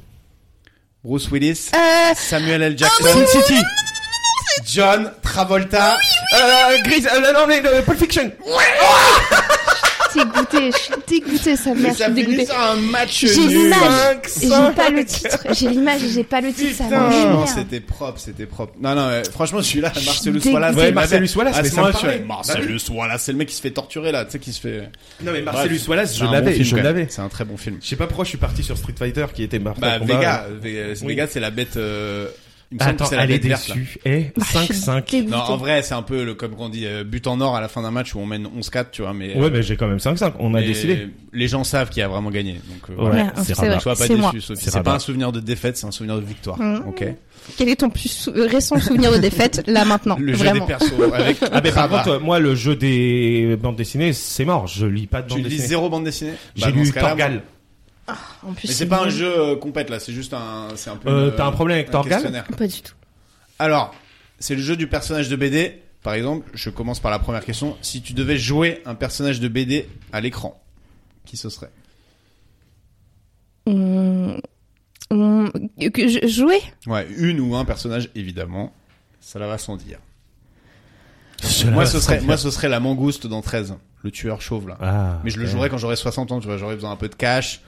Bruce Willis. Euh, Samuel L. Jackson. Sin City. John Travolta. Euh, Gris. Euh, non, mais euh, Pulp Fiction. dégoûté, je suis dégoûté, ça Mais mère, je ça suis finit dégoûté. sur un match J'ai nul. l'image, Cinq, j'ai cinq. pas le titre, j'ai l'image et j'ai pas le titre, ça Franchement, m'emmerde. c'était propre, c'était propre. Non, non, euh, franchement, celui-là, suis Marcellus dégoûtée. Wallace. Ouais, c'est- Marcellus Wallace, à mais ce ça me moment-là, je suis parlait. là, Marcellus Wallace, c'est le mec qui se fait torturer là, tu sais, qui se fait. Non, mais Bref, Ah, Marcellus Wallace, c'est je un bon l'avais. film, Je quand même. l'avais. C'est un très bon film. Je sais pas pourquoi je suis parti sur Street Fighter qui était Bah, Mortal Kombat. Vega, Vega, Oui. c'est- Bah, Vega, c'est la bête. euh, il me semble que Attends, c'est la elle est bête verte, là. déçue. Eh, Ah, Je suis 5-5. dégoûtée. Non, en vrai, c'est un peu le, comme on dit, euh, but en or à la fin d'un match où on mène 11-4, tu vois, mais. euh, Ouais, mais j'ai quand même 5-5. On a mais décidé. Les gens savent qui a vraiment gagné. Donc, euh, Ouais, voilà. Merde, c'est hein, c'est Rabat. vrai. Sois pas C'est moi. déçu, Sophie. C'est C'est pas rabat. un souvenir de défaite, c'est un souvenir de victoire. Mmh. Ok. Quel est ton plus sou- euh, récent souvenir de défaite, là maintenant, Le jeu des vraiment persos avec. Ah ben par Rabat. contre, moi le jeu des bandes dessinées, c'est mort. Je lis pas de Tu bandes lis dessinées. zéro bande dessinée euh, J'ai Bah, dans lu ce cas-là, moi- Torgal. En plus, Mais c'est pas un nul. jeu euh, compète là, c'est juste un, c'est un peu. Euh, une- t'as un problème avec Torgal questionnaire. Pas du tout. Alors, c'est le jeu du personnage de BD. Par exemple, je commence par la première question. Si tu devais jouer un personnage de BD à l'écran, qui ce serait Hum, hum, que je- Jouer Ouais, une ou un personnage évidemment. Cela va sans dire. Cela moi, va ce sans serait, dire. moi, ce serait la mangouste dans 13, le tueur chauve là. Ah, Mais je le ok. jouerais quand j'aurais 60 ans, tu vois. J'aurais besoin un peu de cash.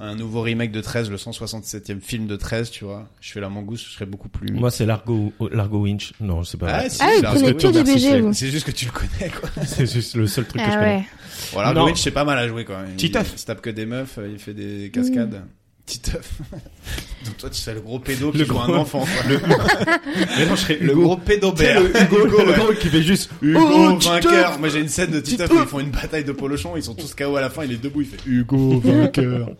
Un nouveau remake de 13, le 167e film de 13, tu vois. Je fais la mangouste, je serais beaucoup plus. Moi c'est Largo Largo Winch. Non, c'est pas. vrai. si, Ah, vous parce prenez que- que des BG, vous. C'est juste que tu le connais, quoi. c'est juste le seul truc que je Ah connais. ouais. Voilà, Non. Gwynch, c'est pas mal à jouer quand même. Il- Titeuf. Mm. Il se tape que des meufs, il fait des cascades. Titeuf. Donc toi, tu serais le gros pédo qui Le joue gros- un enfant. quoi. Le, Mais non, je serais gros pédobert. le gros qui fait juste Hugo Oh, Titeuf vainqueur. Moi, j'ai une scène de Titeuf où ils font une bataille de polochons. Ils sont tous KO à la fin. Il est debout. Il fait Hugo vainqueur.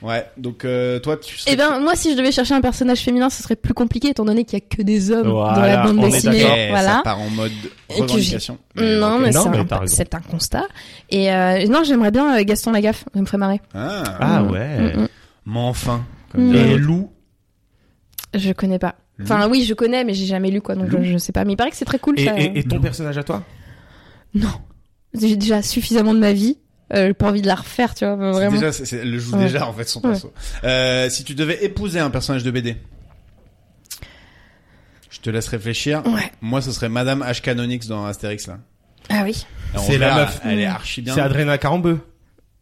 Ouais. Donc euh, toi, tu serais Eh ben, moi, si je devais chercher un personnage féminin, ce serait plus compliqué, étant donné qu'il y a que des hommes dans Voilà, la bande on est dessinée. d'accord. Eh, ça Voilà. part en mode Et que revendication. Non, ok. mais Non, c'est mais un- t'as raison. c'est un, constat. Et euh, non, j'aimerais bien euh, Gaston Lagaffe, ça me ferait marrer. Ah. Ah Mm. ouais. Mm, mm. Mais enfin. Mm. dirait Et Euh, l'autre. Lou. Je connais pas. Enfin, oui, je connais, mais j'ai jamais lu quoi, donc je, je sais pas. Mais il paraît que c'est très cool. Et, ça. et- et ton personnage à toi Non, j'ai déjà suffisamment de ma vie. Euh, j'ai pas envie de la refaire, tu vois, C'est vraiment. Déjà, c'est- c'est- elle joue Ouais. déjà en fait son Ouais. perso. Euh, si tu devais épouser un personnage de BD, je te laisse réfléchir. Ouais. Moi, ce serait Madame H. Canonix dans Astérix là. Ah oui. Et on C'est la verra, meuf. Elle est archi bien. C'est Adrena Carambeu.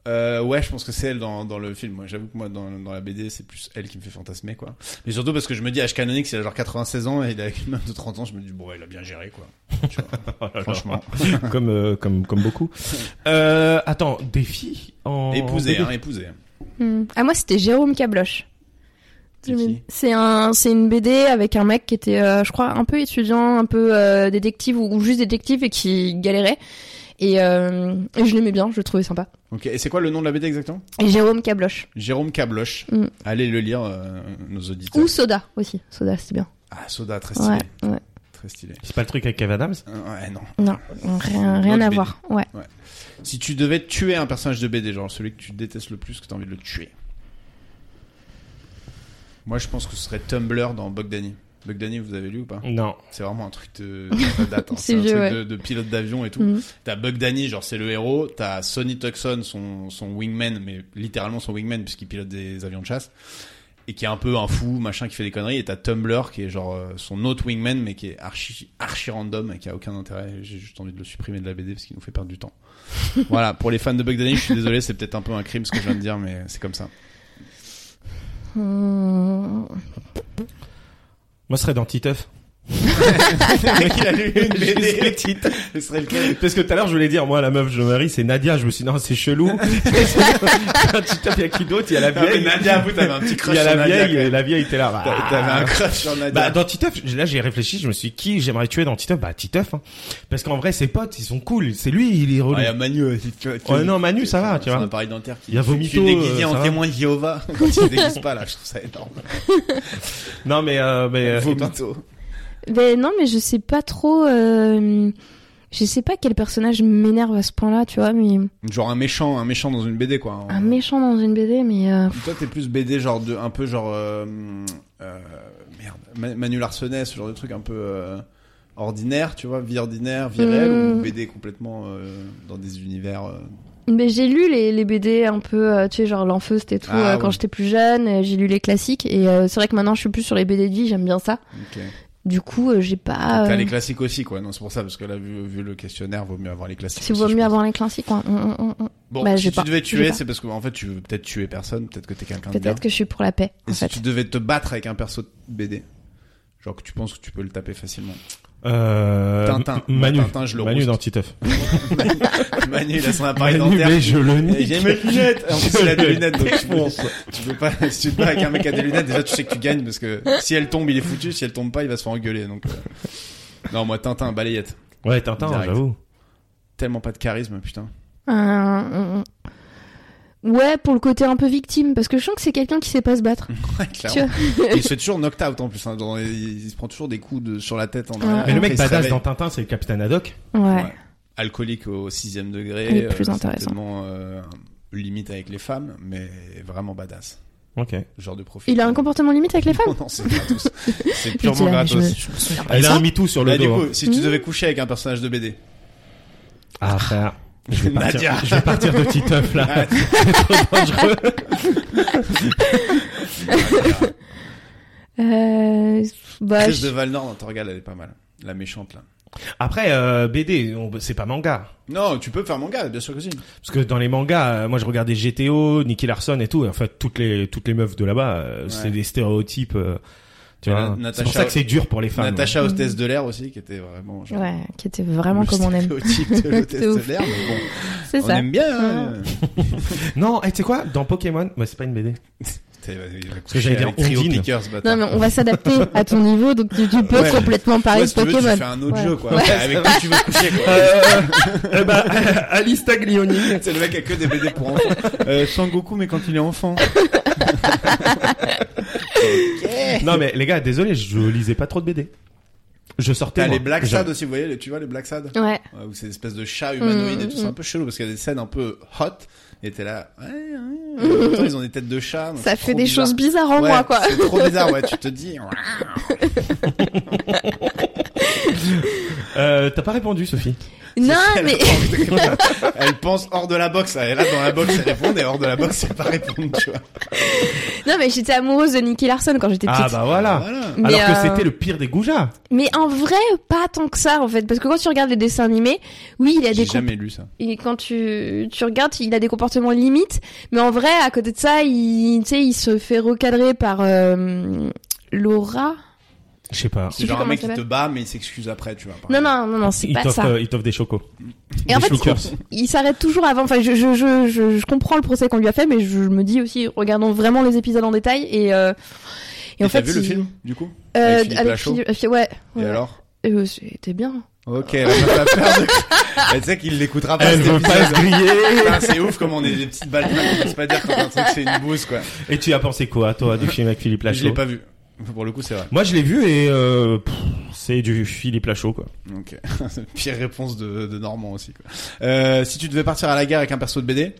Euh, ouais, je pense que c'est elle dans, dans le film. Moi, j'avoue que moi, dans, dans la BD, c'est plus elle qui me fait fantasmer, quoi. Mais surtout parce que je me dis, H. Canonix, il a genre 96 ans et il a une meuf de 30 ans. Je me dis, bon, il a bien géré, quoi. Tu vois, franchement. comme, euh, comme, comme beaucoup. Euh, attends, défi en. Épouser, en hein, épouser. Hmm. Ah moi, c'était Jérôme Cabloche. C'est qui C'est un, c'est une BD avec un mec qui était, euh, je crois, un peu étudiant, un peu euh, détective ou, ou juste détective et qui galérait. Et, euh, et je l'aimais bien, je le trouvais sympa. Ok, et c'est quoi le nom de la BD exactement Et Jérôme Cabloche. Jérôme Cabloche. Mm. Allez le lire, euh, nos auditeurs. Ou Soda aussi. Soda, c'était bien. Ah, Soda, très stylé. Ouais, ouais. Très stylé. C'est pas le truc avec Kev Adams Euh, ouais, non. Non, rien, Une rien autre à BD. voir. Ouais. Si tu devais tuer un personnage de BD, genre celui que tu détestes le plus, que t'as envie de le tuer. Moi, je pense que ce serait Tumblr dans Bugdani. Bugdani, vous avez lu ou pas Non. C'est vraiment un truc de, ça date, hein. C'est C'est un vieux, truc ouais. de, de pilote d'avion et tout. Mhm. T'as Bug Danny, genre c'est le héros. T'as Sonny Tucson, son, son wingman, mais littéralement son wingman puisqu'il pilote des avions de chasse. Et qui est un peu un fou, machin, qui fait des conneries. Et t'as Tumblr qui est genre euh, son autre wingman, mais qui est archi, archi random et qui a aucun intérêt. J'ai juste envie de le supprimer de la BD parce qu'il nous fait perdre du temps. voilà, pour les fans de Bug Danny, je suis désolé, c'est peut-être un peu un crime ce que je viens de dire, mais c'est comme ça. Hmm. Moi, ce serait dans Titeuf. il a lu une Juste le BD. titre. Ce serait lequel Parce que tout à l'heure, je voulais dire, moi, la meuf, je me marie, c'est Nadia. Je me suis dit, non, c'est chelou. Dans Titeuf, il y a qui d'autre Il y a la Ah, mais vieille. Nadia, vous, t'avais un petit Il crush y a sur la Nadia, vieille. quoi. et La vieille était là. Bah, T'a- T'avais un crush sur Nadia. Bah, dans Titeuf, j- là j'ai réfléchi, je me suis dit, qui j'aimerais tuer dans Titeuf Bah Titeuf, hein. parce qu'en vrai ses potes ils sont cool, c'est lui il est relou. Ah, il y a Manu aussi, tu vois. Ouais, non, Manu, ça va, tu vois. Un appareil dentaire qui. Il y a Tu Vomito, es déguisé euh, ça en va. témoin de Jéhovah. Quand il se déguise pas, là, je trouve ça énorme. Non mais euh, mais euh, et toi Vomito. Ben non, mais je sais pas trop. euh, Je sais pas quel personnage m'énerve à ce point-là, tu vois, mais Genre un méchant, un méchant dans une BD, quoi. un méchant dans une BD, mais euh, Toi, t'es plus BD, genre de, un peu genre, euh, euh, merde, Ma- Manu Larsenet, ce genre de truc un peu, euh, ordinaire, tu vois, vie ordinaire, vie réelle, Mm. ou BD complètement, euh, dans des univers, euh, mais j'ai lu les, les BD un peu, euh, tu sais, genre l'enfeuste et tout Ah, euh, quand ouais. j'étais plus jeune. euh, J'ai lu les classiques et euh, c'est vrai que maintenant je suis plus sur les BD de vie, j'aime bien ça. ok. Du coup, euh, j'ai pas. T'as euh, les classiques aussi, quoi. Non, c'est pour ça, parce que là, vu, vu le questionnaire, vaut mieux avoir les classiques. C'est aussi, vaut je mieux pense. avoir les classiques. quoi. Hum, hum, hum, hum. Bon, Bah, si j'ai tu pas. devais J'ai tuer, pas. c'est parce que, en fait, tu veux peut-être tuer personne, peut-être que t'es quelqu'un de bien. Peut-être que je suis pour la paix, Et en si fait. tu devais te battre avec un perso de BD Genre que tu penses que tu peux le taper facilement. Euh, Tintin. M- Manu, Tintin, je le Manu rouste. dans Titeuf. Manu, il a son appareil Manu dentaire. mais je le Et nique. J'ai mes lunettes En plus, Je il a des le lunettes, donc tu peux, défonce. tu peux pas... Si tu te bats avec un mec qui a des lunettes, déjà, tu sais que tu gagnes, parce que si elle tombe, il est foutu, si elle tombe pas, il va se faire engueuler, donc... euh. Non, moi, Tintin, balayette. Ouais Tintin Direct. j'avoue. Tellement pas de charisme, putain. Euh, Ouais, pour le côté un peu victime, parce que je sens que c'est quelqu'un qui sait pas se battre. Ouais, Tu vois Mmh, clairement. Et il se fait toujours knocked out, en plus. hein, dans les- Il se prend toujours des coups de... sur la tête. En arrière. Mais le mec Après, il se badass réveille. dans Tintin c'est le capitaine Haddock. Ouais. Ouais. alcoolique au sixième degré. Il est plus euh, intéressant. certainement, euh, limite avec les femmes, mais vraiment badass. Ok. Genre de profil. Il a un comportement limite avec les femmes. Non, non, c'est gratos. c'est Je purement dirais, mais gratos. je me- je me souviens pas Il de a ça. un MeToo sur le Là, Bah, du dos. hein. coup, si tu Mmh. devais coucher avec un personnage de BD, Ah frère. Je vais, Nadia. partir, je vais partir de Titeuf là. Nadia, Dangereux. Euh, bah, Chris je- de Valnor dans Torgal, elle est pas mal. La méchante, là. Après euh, BD on- c'est pas manga. Non, tu peux faire manga, bien sûr que si. Parce que dans les mangas, euh, moi je regardais GTO, Nicky Larson et tout, et en fait toutes les toutes les meufs de là-bas, euh, c'est des stéréotypes. euh, tu Et vois, Na- c'est pour Natacha- ça que c'est dur pour les femmes. Natacha, hostesse de l'air aussi, qui était vraiment. Genre, Ouais, qui était Hmm. vraiment le comme on aime. stéréotype de l'hôtesse C'est ouf. de l'air, mais bon, C'est on ça. aime bien. hein. Non, et tu sais quoi Dans Pokémon, bah, c'est pas une BD. T'es- il va que j'allais coucher dire avec Trio Ondine. Pickers, ce bâtard. Non, mais on va s'adapter à ton niveau, donc tu, tu peux Ouais. complètement Ouais, parler si de tu veux, tu Pokémon. fais un autre Ouais. jeu, quoi. Avec qui tu veux coucher, quoi. Eh ben, Alice Taglioni. C'est le mec qui a que des BD pour enfants. Euh, Sangoku, mais quand il est enfant. Non mais les gars, désolé, je lisais pas trop de BD. Je sortais. T'as moi. les Black Je- Sad aussi, vous voyez, les- tu vois les Black Sad Ouais. Ouais, Où c'est une espèce de chat humanoïde et Mm, tout, c'est un peu chelou parce qu'il y a des scènes un peu hot et t'es là, ouais, ouais, et en même temps, ils ont des têtes de chat. donc Mm. Ça c'est fait trop des bizarre. choses bizarres en Ouais, moi, quoi. C'est trop bizarre, ouais, tu te dis, ouah. Euh, T'as pas répondu, Sophie. Non, mais elle pense hors de la box, elle est là dans la box, elle répond, et hors de la box, elle pas répondre, tu vois. non, mais j'étais amoureuse de Nicky Larson quand j'étais petite. Ah bah voilà. Voilà. Mais, Alors que euh, c'était le pire des goujats. Mais en vrai, pas tant que ça, en fait, parce que quand tu regardes les dessins animés, oui, il a J'ai des jamais lu ça. Et quand tu, tu regardes, il a des comportements limites, mais en vrai, à côté de ça, il, tu sais, il se fait recadrer par euh, Laura. Je sais pas. sais C'est genre plus un mec qui comment ça te bat, mais il s'excuse après, tu vois. par Non, exemple. non, non, non, c'est Il pas t'offre, ça. euh, il t'offre des chocos. Et en des fait, chocos. Il s'arrête toujours avant. Enfin, je, je, je, je, je comprends le procès qu'on lui a fait, mais je me dis aussi, regardons vraiment les épisodes en détail. Et, euh, et, Et en fait, t'as vu le il- film, du coup? euh, Avec Philippe Lachaud Philippe- Philippe- ouais. Et ouais. alors? Euh, C'était bien. Ok, elle va pas faire de... Elle sait qu'il l'écoutera pas cet épisode. griller. Putain, c'est ouf comme on est des petites balles. Je peux pas dire quand un truc c'est une bouse quoi. Et tu as pensé quoi, toi, du film avec Philippe je Lachaud l'ai pas vu. Pour le coup, c'est vrai. Moi, je l'ai vu et euh, pff, c'est du Philippe Lachaud, quoi. Ok. Pire réponse de, de Normand aussi. Quoi. Euh, si tu devais partir à la guerre avec un perso de BD,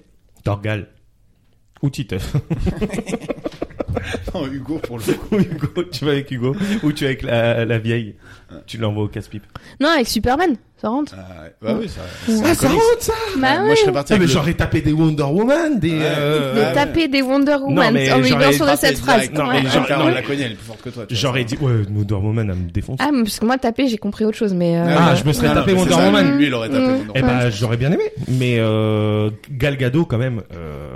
Dorgal. Ou Titeuf. non, Hugo pour le coup. Ou Hugo. Tu vas avec Hugo. Ou tu vas avec la, la vieille. Tu l'envoies au casse-pipe. Non, avec Superman, ça rentre. Ah, ouais. bah oui, ça. Ah, ça comics. ça Bah Moi, ouais. je serais parti Ah, mais avec. le- j'aurais tapé des Wonder Woman, des... Ouais. euh, Mais Ah ouais. taper des Wonder Woman mais en j'aurais lui de Frappé cette phrase. direct. Non, Ouais. mais Ah, genre- putain, on non. la connaît, elle est plus forte que toi. tu vois, J'aurais ça. dit, ouais, Wonder Woman, elle me défonce. Ah, mais parce que moi, taper, j'ai compris autre chose, mais. euh, Ah, je me serais Non, non, tapé mais Wonder c'est ça, Woman. Lui, il aurait tapé Mm. Wonder Eh Woman. ben, j'aurais bien aimé, mais euh, Gal Gadot quand même. Euh...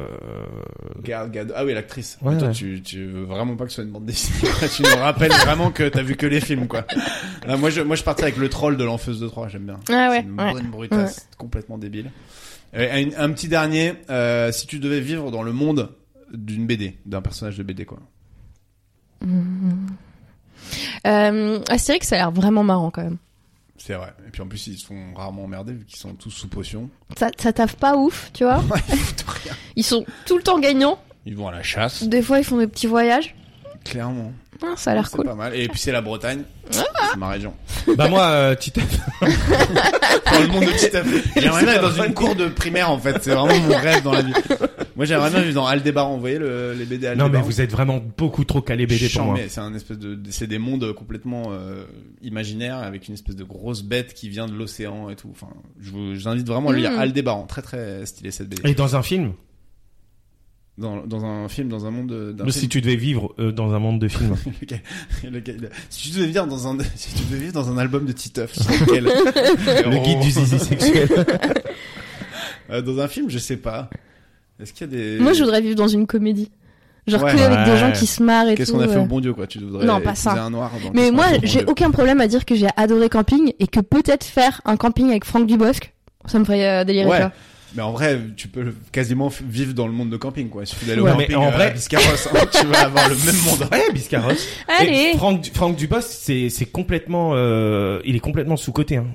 Gal Gadot. Ah oui, l'actrice. Ouais, Mais toi, ouais. tu, tu veux vraiment pas que ce soit une bande dessinée. quoi. tu nous rappelles vraiment que t'as vu que les films, quoi. Là, moi, je, moi, je partais avec le troll de l'enfeuse de Troie, j'aime bien. Ah ouais, C'est une ouais. bonne brutasse, complètement débile. Et un, un petit dernier, euh, si tu devais vivre dans le monde d'une BD, d'un personnage de BD, quoi. Euh, Astérix, ça a l'air vraiment marrant quand même. C'est vrai. Et puis en plus, ils se font rarement emmerder vu qu'ils sont tous sous potion. Ça, ça taffe pas ouf, tu vois. Ils foutent rien. Ils sont tout le temps gagnants. Ils vont à la chasse, Des fois, ils font des petits voyages. clairement. Ah, ça a l'air C'est cool. pas mal. Et puis c'est la Bretagne. Ah. C'est ma région. bah moi, euh, Titeuf. dans le monde de petit affaire. J'aimerais bien être dans une cour de primaire en fait. C'est vraiment mon rêve dans la vie. Moi j'aimerais bien vivre dans Aldébaran. Vous voyez le, les BD Non Aldébaran mais vous êtes vraiment beaucoup trop calé BD pour Chiant, moi. mais C'est un espèce de, c'est des mondes complètement euh, imaginaires avec une espèce de grosse bête qui vient de l'océan et tout. Enfin, je vous, j'invite vraiment à lire Mhm. Aldébaran. Très très stylé cette BD. Et dans un film, Dans, dans un film, dans un monde. de- D'un si film, tu devais vivre euh, dans un monde de films. lequel- lequel- si tu devais vivre dans un, si tu devais vivre dans un album de Titeuf, ce serait lequel Le guide du zizi sexuel. Euh, dans un film, je sais pas. Est-ce qu'il y a des. Moi, je voudrais vivre dans une comédie. Genre Ouais. que avec Ouais. des gens qui se marrent et Qu'est-ce tout. qu'on a fait euh. au bon Dieu, quoi Tu voudrais Non, pas épouser ça. un noir dans Mais Qu'est-ce qu'on moi, a fait au bon j'ai Dieu aucun problème à dire que j'ai adoré camping et que peut-être faire un camping avec Franck Dubosc, ça me ferait euh, délirer. Ouais. tu vois. Mais en vrai, tu peux quasiment f- vivre dans le monde de camping, quoi. Il suffit d'aller Ouais, au mais camping en en vrai- vrai... Biscarrosse, hein, tu vas avoir le même monde. ouais, Biscarros. Allez. Et Franck, Du- Franck Dubos, c'est c'est complètement, euh, il est complètement sous coté. Hein.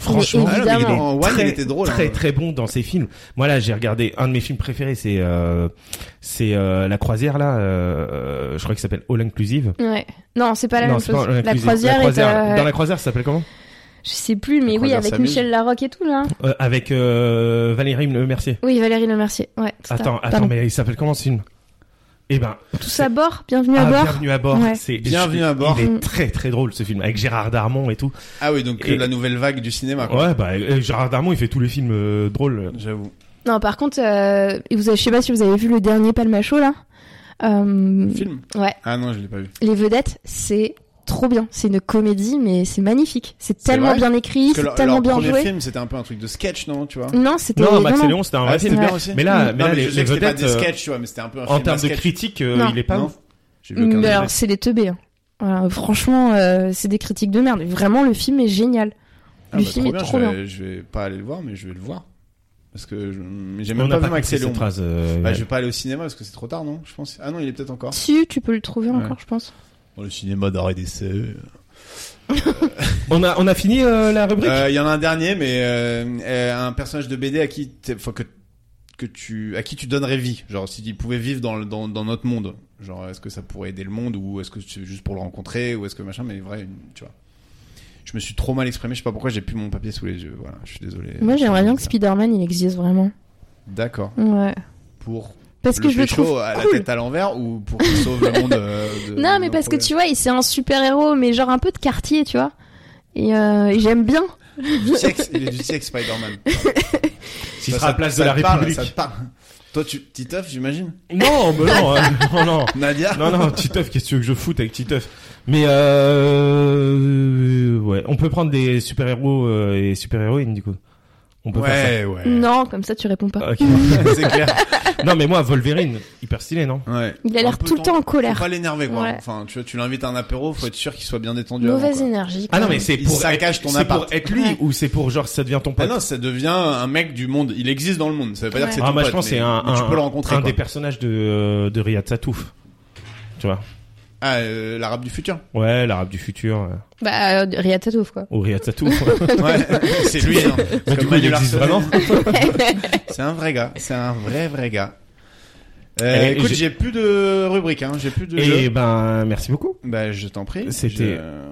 Franchement, évidemment. il est Ah non, mais en One, il était drôle, très hein. très bon dans ses films. Moi là, j'ai regardé un de mes films préférés, c'est euh, c'est euh, la croisière là, euh, je crois qu'il s'appelle All Inclusive. Ouais. Non, c'est pas la Non, même c'est pas chose. All la Inclusive. croisière, est. euh, Dans la croisière, ça s'appelle comment Je sais plus, mais La oui, croisière avec s'amuse. Michel Larocque et tout là. Euh, avec euh, Valérie Le Mercier. Oui, Valérie Le Mercier. Ouais. tout à- Attends, attends, pardon. mais il s'appelle comment ce film Eh ben, Tous à bord. Bienvenue à ah, bord. Bienvenue à bord. Ouais. C'est Bienvenue je- à bord. Il est Mm. très très drôle ce film avec Gérard Darmon et tout. Ah oui, donc que Et- la nouvelle vague du cinéma, Ah, quoi. Ouais, bah euh, Gérard Darmon, il fait tous les films euh, drôles. J'avoue. Non, par contre, euh, et vous avez, je sais pas si vous avez vu le dernier Palmacho là. Euh, Le film ouais, Ah non, je l'ai pas vu. les vedettes, c'est trop bien. C'est une comédie, mais c'est magnifique. C'est C'est tellement vrai bien écrit, Parce que c'est leur, tellement leur bien Mm. premier joué. film, hein. c'était un peu un truc de sketch, non Tu vois Non, c'était Non, non, Max et non. Léon, c'était un Ah, vrai c'était film. bien Ouais. aussi. Mais là, Non, mais là, les, je sais les que c'était pas vedettes, des euh, sketchs, tu vois, mais c'était un peu un en film à termes de sketch. critique, euh, Non. il est pas Non. ouf. J'ai vu Mais aucun des alors, deux. c'est des teubés. hein. Voilà, franchement, euh, c'est des critiques de merde. Vraiment, le film est génial. Ah le bah, film trop est bien, trop je bien. vais- Je vais pas aller le voir, mais je vais le voir. Parce que je- mais j'ai On même n'a pas pas vu compris Max et cette Léon. phrase. euh, Bah, Yann. je vais pas aller au cinéma parce que c'est trop tard, non Je pense. Ah non, il est peut-être encore. Si, tu peux le trouver Ouais. encore, je pense. Bon, le cinéma d'arrêt d'essai. Euh, On a on a fini euh, la Il rubrique. y en a un dernier, mais euh, euh, un personnage de BD à qui, t'es- enfin que que tu à qui tu donnerais vie, genre s'il pouvait vivre dans, le- dans dans notre monde, genre est-ce que ça pourrait aider le monde ou est-ce que c'est juste pour le rencontrer ou est-ce que machin, mais vrai, une- tu vois. Je me suis trop mal exprimé, je sais pas pourquoi j'ai plus mon papier sous les yeux. Voilà, je suis désolé. Moi, j'aimerais bien que Spider-Man, il existe vraiment. D'accord. Ouais. Pour Parce que le je le pécho trouve à cool. la tête à l'envers ou pour qu'il sauve le monde euh, de- Non, mais d'un parce que problème tu vois, il- c'est un super-héros, mais genre un peu de quartier, tu vois. Et, euh, et j'aime bien. du sexe, il est du sexe, Spider-Man. S'il Ça, sera à Bah, ça- la place ça de la te parle, République. ça te parle. Toi, tu Titeuf, j'imagine Non, mais non, euh, non, non. Nadia Non, non, Titeuf, qu'est-ce que tu veux que je foute avec Titeuf Mais euh... Ouais, on peut prendre des super-héros euh, et super-héroïnes, du coup. On peut faire Ouais, ouais. Non, comme ça, tu réponds Euh, pas. ça. Ok. c'est clair. non, mais moi, Wolverine, hyper stylé, non Ouais. Il a Un l'air peu tout le temps en colère. Faut pas l'énerver, quoi. Ouais. Enfin, tu vois, tu l'invites à un apéro, faut être sûr qu'il soit bien détendu. avant, Mauvaise quoi. énergie. Ah non, mais c'est Il pour, saccage être, ton c'est pour appart. être lui Ouais. ou c'est pour genre ça devient ton Ah pote non, ça devient un mec du monde. Il existe dans le monde. Ça veut pas dire que c'est Ah, ton moi, je pote, pense que c'est mais- un, mais tu un- peux le rencontrer. un quoi. des personnages de, euh, de Riyad Satouf. Tu vois Ah, euh, l'arabe du futur. Ouais, l'arabe du futur. euh, Bah, euh, Ria Tatouf, quoi. Ou Riyad Satouf. Ouais, c'est lui. Hein. Mais Comme Bah, du coup, il Manu existe Larson. vraiment C'est un vrai gars. C'est un vrai vrai gars. Euh, Et écoute, Eh, j'ai- j'ai plus de rubrique, hein. J'ai plus de. jeu. Et ben, merci beaucoup. Bah, je t'en prie. C'était- Je- euh,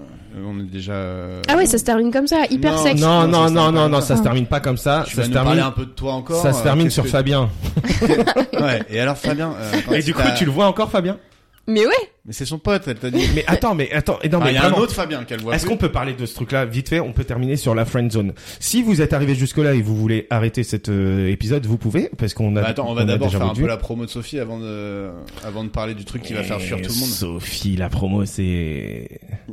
On est déjà. euh, Ah ouais, ça se termine comme ça, hyper Non, sec. Non, non, Non, ça se non, termine non, pas non, comme ça se ça. termine pas comme ça. Tu Ça vas se nous parler un termine. peu de toi encore. Ça se euh, termine qu'est-ce sur que- Fabien. Ouais. Et alors, Fabien. euh, quand Et il du coup, t'a- tu le vois encore, Fabien Ah, Mais ouais, Mais c'est son pote. Elle t'a dit. Mais attends, mais attends, et non, Ah, mais il y a vraiment. un autre Fabien qu'elle voit. Est-ce plus. qu'on peut parler de ce truc-là vite fait On peut terminer sur la friend zone. Si vous êtes arrivé jusque-là et vous voulez arrêter cet euh, épisode, vous pouvez, parce qu'on a. Bah, attends, on va a d'abord déjà faire un vendu. peu la promo de Sophie avant de avant de parler du truc qui va faire fuir Et tout le monde. Sophie, la promo,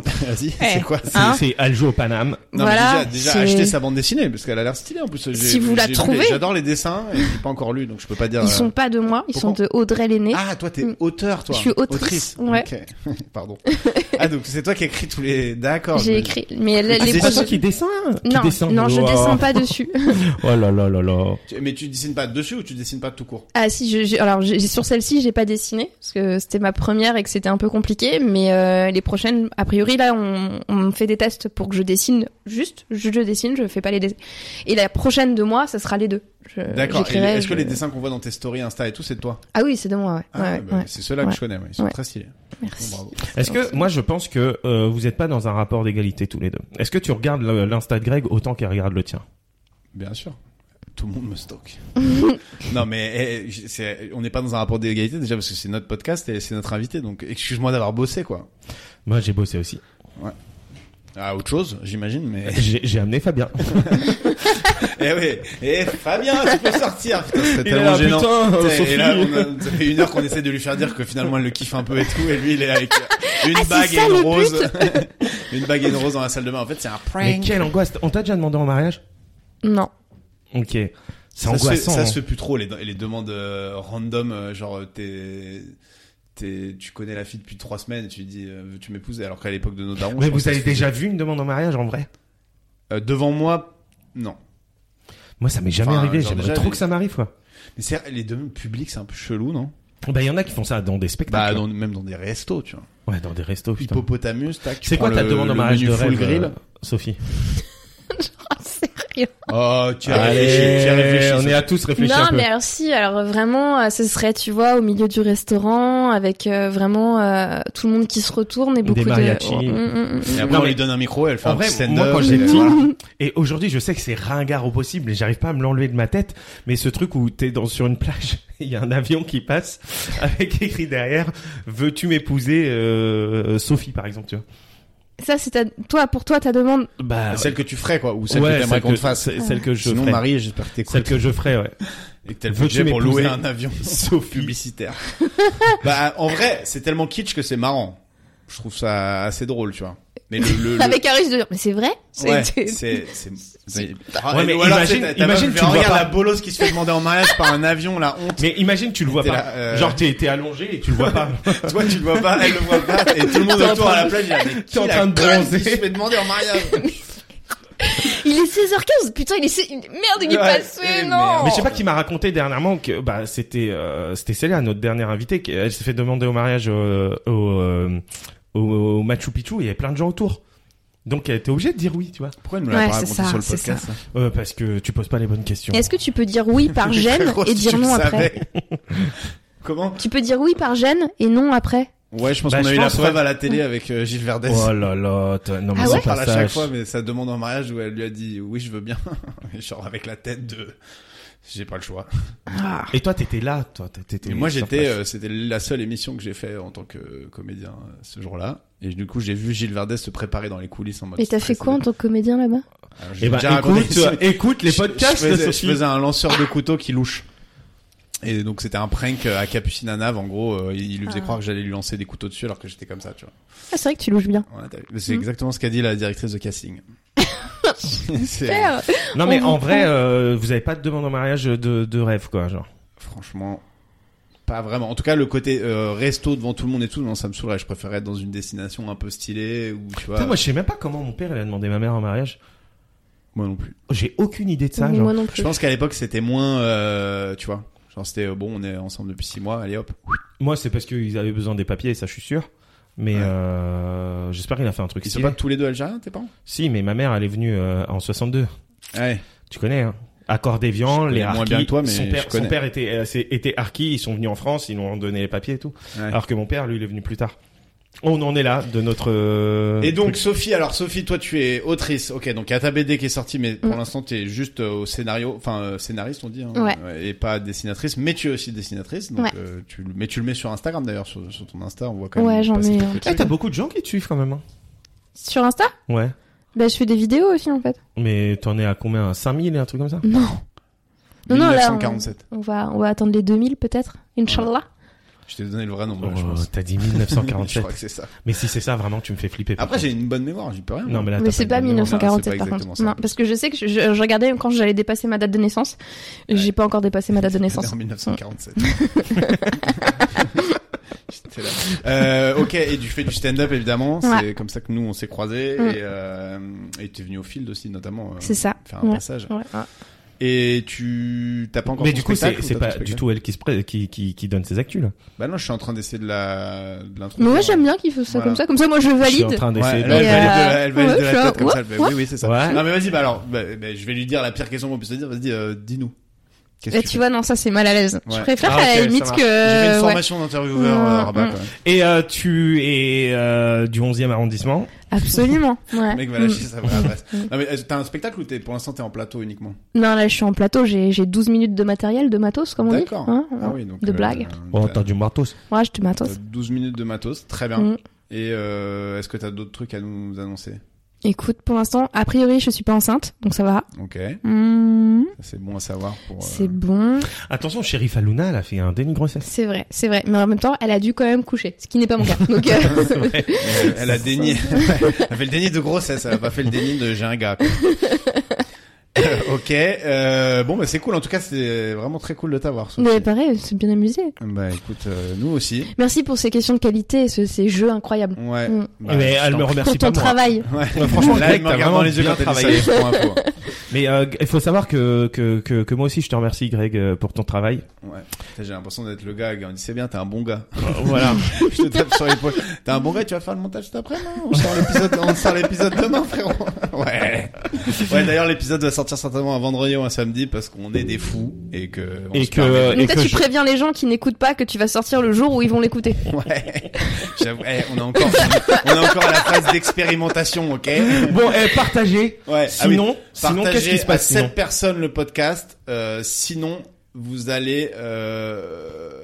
c'est Vas-y, Eh. c'est quoi c'est Hein c'est Aljo Paname. Non, Voilà, mais déjà, c'est- déjà acheter sa bande dessinée parce qu'elle a l'air stylée en plus. J'ai- Si vous la j'ai vu les- trouvez. J'adore les dessins et j'ai pas encore lu donc je peux pas dire. ils euh, sont pas de moi, ils sont de Audrey Lenné. Ah, toi t'es Mm. auteur toi. Je suis autrice, ouais. Ok. Pardon. ah donc c'est toi qui écris tous les. D'accord. J'ai Ah, mais- écrit, mais les, Ah, les C'est pas prochains- toi projets... qui dessin Non, non, je descends pas dessus. Oh là là là là. tu- Mais tu dessines pas dessus ou tu dessines pas tout court. Ah si, je, j'ai- alors j'ai- sur celle-ci, j'ai pas dessiné parce que c'était ma première et que c'était un peu compliqué, mais euh, les prochaines, a priori là, on, on fait des tests pour que je dessine juste, je, je dessine, je fais pas les dessins. Et la prochaine de moi, ça sera les deux. Je- D'accord. Et Euh, j'écrirai, Est-ce que je- les dessins qu'on voit dans tes stories Insta et tout c'est de toi Ah oui, c'est de moi. Ouais. Ah, ouais, bah, ouais. C'est ceux-là Ouais. que je connais. ouais, Ils sont Ouais. très stylés. Bon, Merci. bravo. Est-ce que moi je pense que euh, vous n'êtes pas dans un rapport d'égalité tous les deux. Est-ce que tu regardes le- l'insta de Greg autant qu'elle regarde le tien Bien sûr. Tout le monde me stocke. non, mais eh, j- c'est- on n'est pas dans un rapport d'égalité déjà parce que c'est notre podcast et c'est notre invité. Donc excuse-moi d'avoir bossé quoi. Moi j'ai bossé aussi. Ah, autre chose, j'imagine, mais. J'ai j'ai amené Fabien. eh oui. Eh Fabien, tu peux sortir. Putain, c'était Il est tellement là, gênant. putain, euh, Putain, Sophie. et là, on a- ça fait une heure qu'on essaie de lui faire dire que finalement elle le kiffe un peu et tout, et lui il est avec euh, une Ah, c'est bague ça, et le une but rose, une bague et une rose dans la salle de bain. En fait, c'est un Mais prank. quelle angoisse On t'a déjà demandé en mariage Non. Ok. C'est Ça se, fait, angoissant. ça hein. se fait plus trop les, les demandes euh, random euh, genre euh, t'es t'es- tu connais la fille depuis trois semaines et tu lui dis euh, veux-tu m'épouser alors qu'à l'époque de nos darons Mais je pense vous que ça avez se faisait. déjà vu une demande en mariage en vrai Euh, devant moi non Moi ça m'est jamais Enfin, arrivé. genre, J'aimerais déjà, trop les- que ça m'arrive quoi. mais c'est les demandes publiques c'est un peu chelou non Bah il y en a qui font ça dans des bah spectacles. hein. dans- même dans des restos tu vois Ouais dans des restos. putain. hippopotamus tac tu C'est quoi prends ta le- demande en le mariage de menu full rêve, grill euh, Sophie Oh, sérieux. oh tu as réfléchi tu as réfléchi on ça. est à tous réfléchir non, un peu. mais alors si, alors vraiment, euh, ce serait, tu vois, au milieu du restaurant, avec euh, vraiment euh, tout le monde qui se retourne et beaucoup mariachis. de. Mm, mm, mm, mm. et après Non, on mais- lui donne un micro elle fait En un vrai, petit stand-up moi, quand j'étais et petit, voilà. Et aujourd'hui, je sais que c'est ringard au possible et j'arrive pas à me l'enlever de ma tête, mais ce truc où t'es dans, sur une plage, il y a un avion qui passe avec écrit derrière « Veux-tu m'épouser euh, Sophie ?» par exemple, tu vois. Ça, c'est ta- toi pour toi ta demande. Bah, celle que tu ferais quoi ou celle ouais, que t'aimerais qu'on te que- fasse c'est- Celle que je sinon ferais. Marie j'espère que t'écoutes Celle que je ferais, ouais. Et que t'as le Veux-tu budget pour m'épouser louer un avion Sophie. publicitaire. bah, en vrai, c'est tellement kitsch que c'est marrant. Je trouve ça assez drôle, tu vois. Mais le, le, le- Avec un risque de dire, mais c'est vrai C'est- ouais, c'est- c'est, c'est, c'est- Ah, Ouais, mais ou alors, imagine- tu sais, t'as- t'as imagine, pas- tu le vois regarde pas. la bolosse qui se fait demander en mariage par un avion, la honte. Mais imagine, tu le vois T'es pas. là, euh, Genre, t'es t'es allongé et tu le vois pas. Toi, tu le vois pas, elle le voit pas, et tout le monde T'es en autour train à la de- plage, il y a mais en qui la train de conne qui bronzer. se fait demander en mariage. Il est 16h15, putain, il est... se- il- Merde, il est Ouais, eh, passé, non Mais je sais pas qui m'a raconté dernièrement que bah c'était euh, c'était Célia notre dernière invitée qui elle s'est fait demander au mariage euh, au, euh, au, au Machu Picchu et il y avait plein de gens autour. Donc elle était obligée de dire oui, tu vois. Pourquoi elle nous Ouais, l'a pas c'est raconté ça, sur le c'est podcast Euh, parce que tu poses pas les bonnes questions. Est-ce que tu peux dire oui par gêne Frérot, et si tu dire le non après savais. Comment Tu peux dire oui par gêne et non après Ouais, je pense Bah, qu'on a je eu la pense, preuve ouais. à la télé avec euh, Gilles Verdez. Oh là là, t'as- non mais Ah c'est ouais On parle pas à chaque sage. fois, mais ça demande en mariage où elle lui a dit oui, je veux bien, Et genre avec la tête de j'ai pas le choix. Ah. Et toi t'étais là, toi t'étais. Et moi sur j'étais, place. euh, c'était la seule émission que j'ai fait en tant que euh, comédien euh, ce jour-là, et du coup j'ai vu Gilles Verdez se préparer dans les coulisses en mode. Et t'as fait quoi en tant que comédien là-bas Eh ben, écoute, euh, écoute les podcasts je, faisais, de je Sophie. faisais un lanceur de couteau qui louche. Et donc c'était un prank à Capucine Nave en gros, euh, il lui faisait Ah. croire que j'allais lui lancer des couteaux dessus alors que j'étais comme ça, tu vois. Ah, c'est vrai que tu louches bien. Voilà, t'as vu. c'est Mm. exactement ce qu'a dit la directrice de casting. C'est- Super. Non mais on en vous vrai, prend. euh, vous avez pas de demande en mariage de, de rêve quoi, genre. Franchement, pas vraiment. En tout cas, le côté euh, resto devant tout le monde et tout, non, ça me saoulerait. Je préférais être dans une destination un peu stylée ou tu vois. Putain, moi je sais même pas comment mon père il a demandé ma mère en mariage. Moi non plus. J'ai aucune idée de ça. Mais genre. moi non Je plus. pense qu'à l'époque, c'était moins, euh, tu vois. Genre, c'était euh, bon, on est ensemble depuis six mois, allez hop. Moi, c'est parce qu'ils avaient besoin des papiers, ça, je suis sûr. Mais Ouais. euh, j'espère qu'il a fait un truc. Ils sont stylé. pas tous les deux algériens, tes parents Si, mais ma mère, elle est venue euh, en 62. Ouais. Tu connais, hein Accordévian, Je connais les moins harkis. bien que toi, mais son je père, son connais. père était, euh, c'est- était harki, ils sont venus en France, ils nous ont donné les papiers et tout. ouais. Alors que mon père, lui, il est venu plus tard. On en est là de notre. euh, et donc, truc. Sophie, alors Sophie, toi, tu es autrice. Ok, donc il y a ta BD qui est sortie, mais pour Mm. l'instant, t'es juste euh, au scénario, enfin euh, scénariste, on dit, hein, Ouais. et pas dessinatrice. Mais tu es aussi dessinatrice, donc Ouais. euh, tu, le- mais tu le mets sur Instagram d'ailleurs, sur, sur ton Insta, on voit quand même. Ouais, j'en passer ai. quelques euh, Eh, trucs. t'as beaucoup de gens qui te suivent quand même. hein. Sur Insta Ouais. Bah, je fais des vidéos aussi en fait. Mais t'en es à combien à 5000 et un truc comme ça Non. Non, non, là. on- 1947. On va, on va attendre les 2000 peut-être. Ah, Inch'Allah. Je t'ai donné le vrai nombre, là, je Oh, pense. T'as dit je 1947. crois que c'est ça. mais si c'est ça, vraiment, tu me fais flipper. par Après, contre. j'ai une bonne mémoire, j'y peux rien. hein. Non, mais là, Mais t'as c'est pas de- 1947 Non, c'est pas par contre. exactement ça. Non, parce que je sais que je, je- je regardais quand j'allais dépasser ma date de naissance. et J'ai pas encore dépassé ma date de Né naissance. Mm. en 1947. J'étais là. Euh, ok, et tu fais du stand-up évidemment, c'est Ouais. comme ça que nous on s'est croisés Mm. et euh, et t'es venu au field aussi notamment. euh, C'est ça. Faire un Ouais. passage. Ouais. Et tu t'as pas encore. Mais ton du coup, c'est spectacle ou c'est t'as ton pas du spectacle tout elle qui, se pré- qui, qui, qui donne ses actus là. Bah non, je suis en train d'essayer de la de l'introduire. Mais ouais, j'aime bien qu'ils fassent ça Voilà. comme ça. Comme ça, moi, je Je suis en valide. train Ouais, d'essayer elle de- valide de Et, la- euh, elle valide de la ouais, tête comme ouais, ça. elle fait, Oui, oui, c'est ça. Ouais. Non mais vas-y, bah alors, bah, bah, je vais lui dire la pire question qu'on puisse te dire. Vas-y, euh, dis-nous. Qu'est-ce Là, que Bah, tu vois, non, ça, c'est mal à l'aise. Ouais. Je préfère Ah, à ok, la ça limite marche. que. J'ai fait une ouais. formation d'intervieweur euh, à Rabat, Mm. quand même. Et euh, tu es euh, du 11e arrondissement. Absolument. Ouais. Le mec va Mm. lâcher sa vraie adresse. Non, mais euh, t'as un spectacle ou t'es, pour l'instant t'es en plateau uniquement Non, là, je suis en plateau, j'ai j'ai 12 minutes de matériel, de matos, comme on dit. D'accord. Hein Ah oui, donc, De blague. Oh, t'as- t'as du martos. Ouais, j'ai du matos. t'as 12 minutes de matos, très bien. Mm. Et euh, est-ce que t'as d'autres trucs à nous annoncer Écoute, pour l'instant, a priori, je suis pas enceinte, donc ça va. Ok, Mm, c'est bon à savoir pour. euh, C'est bon. Attention, Sheriff Aluna, elle a fait un déni de grossesse. C'est vrai, c'est vrai. Mais en même temps, elle a dû quand même coucher, ce qui n'est pas mon cas. Donc, euh, Elle, elle a dénié. elle a fait le déni de grossesse, elle a pas fait le déni de j'ai un gars. quoi. Euh, ok, euh, bon bah c'est cool. En tout cas, c'est vraiment très cool de t'avoir. Sophie. mais pareil, c'est bien amusé. Bah écoute, euh, nous aussi. Merci pour ces questions de qualité et ce- ces jeux incroyables. Ouais. Mm. Bah, mais je Eh ben, elle t'en me prie. remercie pour ton pas moi. travail. Ouais. franchement, là, Greg, elle me t'as regarde vraiment dans les yeux bien quand elle dit ça, travaillé. juste pour info. Mais euh, il faut savoir que, que, que, que moi aussi, je te remercie, Greg, euh, pour ton travail. Ouais. Putain, J'ai l'impression d'être le gars, gars. On dit c'est bien, t'es un bon gars. Bah, voilà. Je te tape sur l'épaule. T'es un bon gars, tu vas faire le montage cet après-midi. On sort l'épisode, on sort l'épisode demain, frérot. Ouais. Ouais. D'ailleurs, l'épisode va sortir certainement un vendredi ou un samedi parce qu'on est des fous et que. on Et se que- euh, permet- Mais et peut-être que tu je- préviens les gens qui n'écoutent pas que tu vas sortir le jour où ils vont l'écouter. Ouais. J'avoue. eh, on a encore. On a encore à la phase d'expérimentation, ok. Bon, eh, partagez. Ouais. ah oui. Sinon, sinon Partagez qu'est-ce qui se passe à sinon 7 personnes le podcast. Euh, sinon, vous allez. Euh,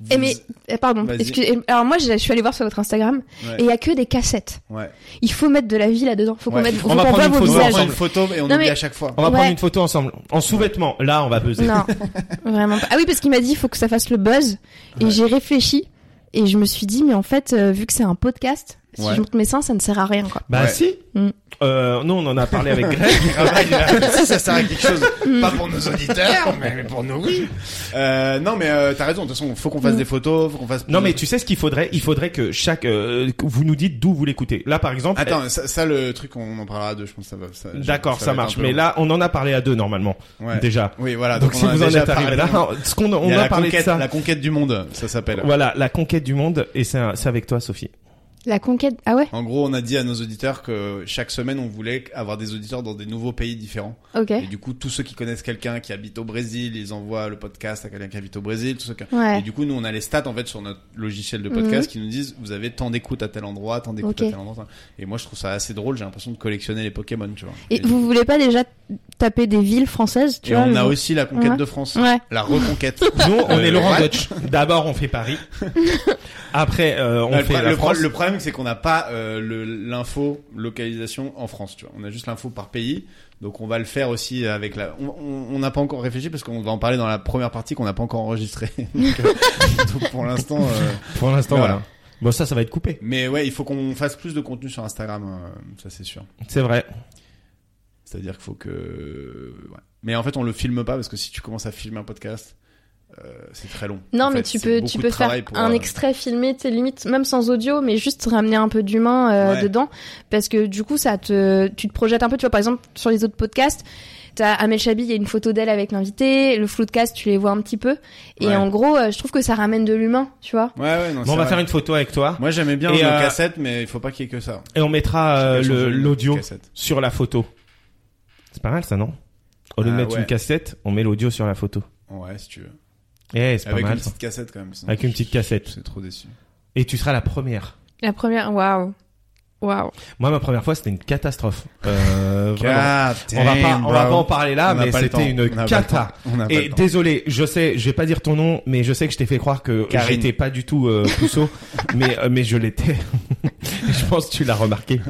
vous- Eh mais, eh, pardon, Vas-y. excusez. Alors moi, je je suis allée voir sur votre Instagram Ouais. et il y a que des cassettes. Ouais. Il faut mettre de la vie là-dedans. Faut qu'on Ouais. mette, On va faut qu'on prendre voit une vos On photo va visages. prendre une photo et on Non, oublie mais- à chaque fois. On va prendre Ouais. une photo ensemble. En sous-vêtements. Là, on va peser. Non, vraiment pas. Ah oui, parce qu'il m'a dit, il faut que ça fasse le buzz. Et j'ai réfléchi. Et je me suis dit, mais en fait, euh, vu que c'est un podcast, Si Ouais. je monte mes seins, ça ne sert à rien, quoi. Bah Ouais. si. Mm. Euh, non, on en a parlé avec Greg. Ah si ça sert à quelque chose, pas pour nos auditeurs, mais pour nous, oui. Euh, non, mais euh, t'as raison. De toute façon, faut qu'on Mm. fasse des photos, faut qu'on fasse. non mais tu sais ce qu'il faudrait Il faudrait que chaque euh, que vous nous dites d'où vous l'écoutez. Là par exemple. eh, Attends, ça, ça, le truc, on en parlera deux. Je pense que ça va. ça- D'accord, ça, va être un marche. peu Mais long. là, on en a parlé à deux normalement Ouais. déjà. Oui, voilà. donc, on si en a vous en déjà êtes arrivé parlé. là, ce qu'on Il on y a, la parlé de conquête- ça. La conquête du monde, ça s'appelle. Voilà, la conquête du monde et c'est un- c'est avec toi Sophie. La conquête. Ah ouais? En gros, on a dit à nos auditeurs que chaque semaine, on voulait avoir des auditeurs dans des nouveaux pays différents. Ok. Et du coup, tous ceux qui connaissent quelqu'un qui habite au Brésil, ils envoient le podcast à quelqu'un qui habite au Brésil. Tous ceux qui... Ouais. Mhm. Et du coup, nous, on a les stats en fait sur notre logiciel de podcast qui nous disent vous avez tant d'écoutes à tel endroit, tant d'écoutes Ok. à tel endroit. Et moi, je trouve ça assez drôle. J'ai l'impression de collectionner les Pokémon, tu vois. Et vous voulez pas déjà taper des villes françaises, tu et on vois? le- a aussi la conquête Ouais. de France, Ouais. la reconquête. Nous, on Euh, est Laurent ouais. Deutsch. D'abord, on fait Paris. Après, euh, on Là, le, fait pro- la le pro- France. le problème, c'est qu'on n'a pas euh, le- l'info localisation en France. Tu vois, on a juste l'info par pays. Donc, on va le faire aussi avec la. On- On on n'a pas encore réfléchi parce qu'on va en parler dans la première partie qu'on n'a pas encore enregistrée. donc, euh, donc, pour l'instant. euh, Pour l'instant, Voilà. voilà. Bon, ça, ça va être coupé. Mais ouais, il faut qu'on fasse plus de contenu sur Instagram, euh, ça c'est sûr. C'est vrai. C'est-à-dire qu'il faut que. ouais. Mais en fait, on le filme pas parce que si tu commences à filmer un podcast, euh, c'est très long. Non, En mais fait, tu c'est peux, beaucoup tu de peux faire travail pour, un euh, extrait filmé, tes limites, même sans audio, mais juste ramener un peu d'humain euh, Ouais. dedans, parce que du coup, ça te, tu te projettes un peu. Tu vois, par exemple, sur les autres podcasts, t'as Amel Chabi, il y a une photo d'elle avec l'invité, le floodcast, tu les vois un petit peu, et Ouais. en gros, euh, je trouve que ça ramène de l'humain, tu vois. Ouais, ouais, non, Bon, on va faire une photo avec toi Moi, j'aimais bien Et, nos euh, cassettes, mais il faut pas qu'il y ait que ça. et on mettra euh, J'ai le- changé nos l'audio cassettes. sur la photo. C'est pas mal, ça, non Au lieu de Ah, mettre ouais. une cassette, on met l'audio sur la photo. Ouais, si tu veux. Eh, c'est pas Avec mal. une ça. petite cassette quand même. sinon Avec une petite je cassette. suis trop déçu. Et tu seras la première. La première, waouh, waouh. Moi, ma première fois, c'était une catastrophe. Euh, vraiment. On va pas, on va pas en parler là, mais c'était une cata. Et Et désolé, je sais, je vais pas dire ton nom, mais je sais que je t'ai fait croire que Karine. j'étais pas du tout euh, pousseau, mais euh, mais je l'étais. je pense que tu l'as remarqué.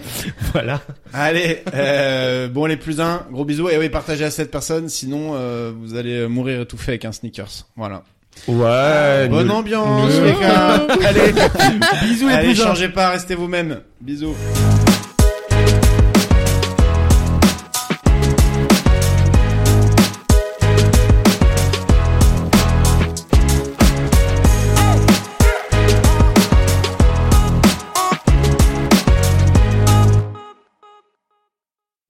Voilà. Allez, euh, bon les plus un, gros bisous et oui partagez à cette personne, sinon euh, vous allez mourir étouffé avec un sneakers. Voilà. Ouais. Bonne ambiance. les gars. Allez, bisous les Allez, plus changez pas, restez vous-même. Bisous.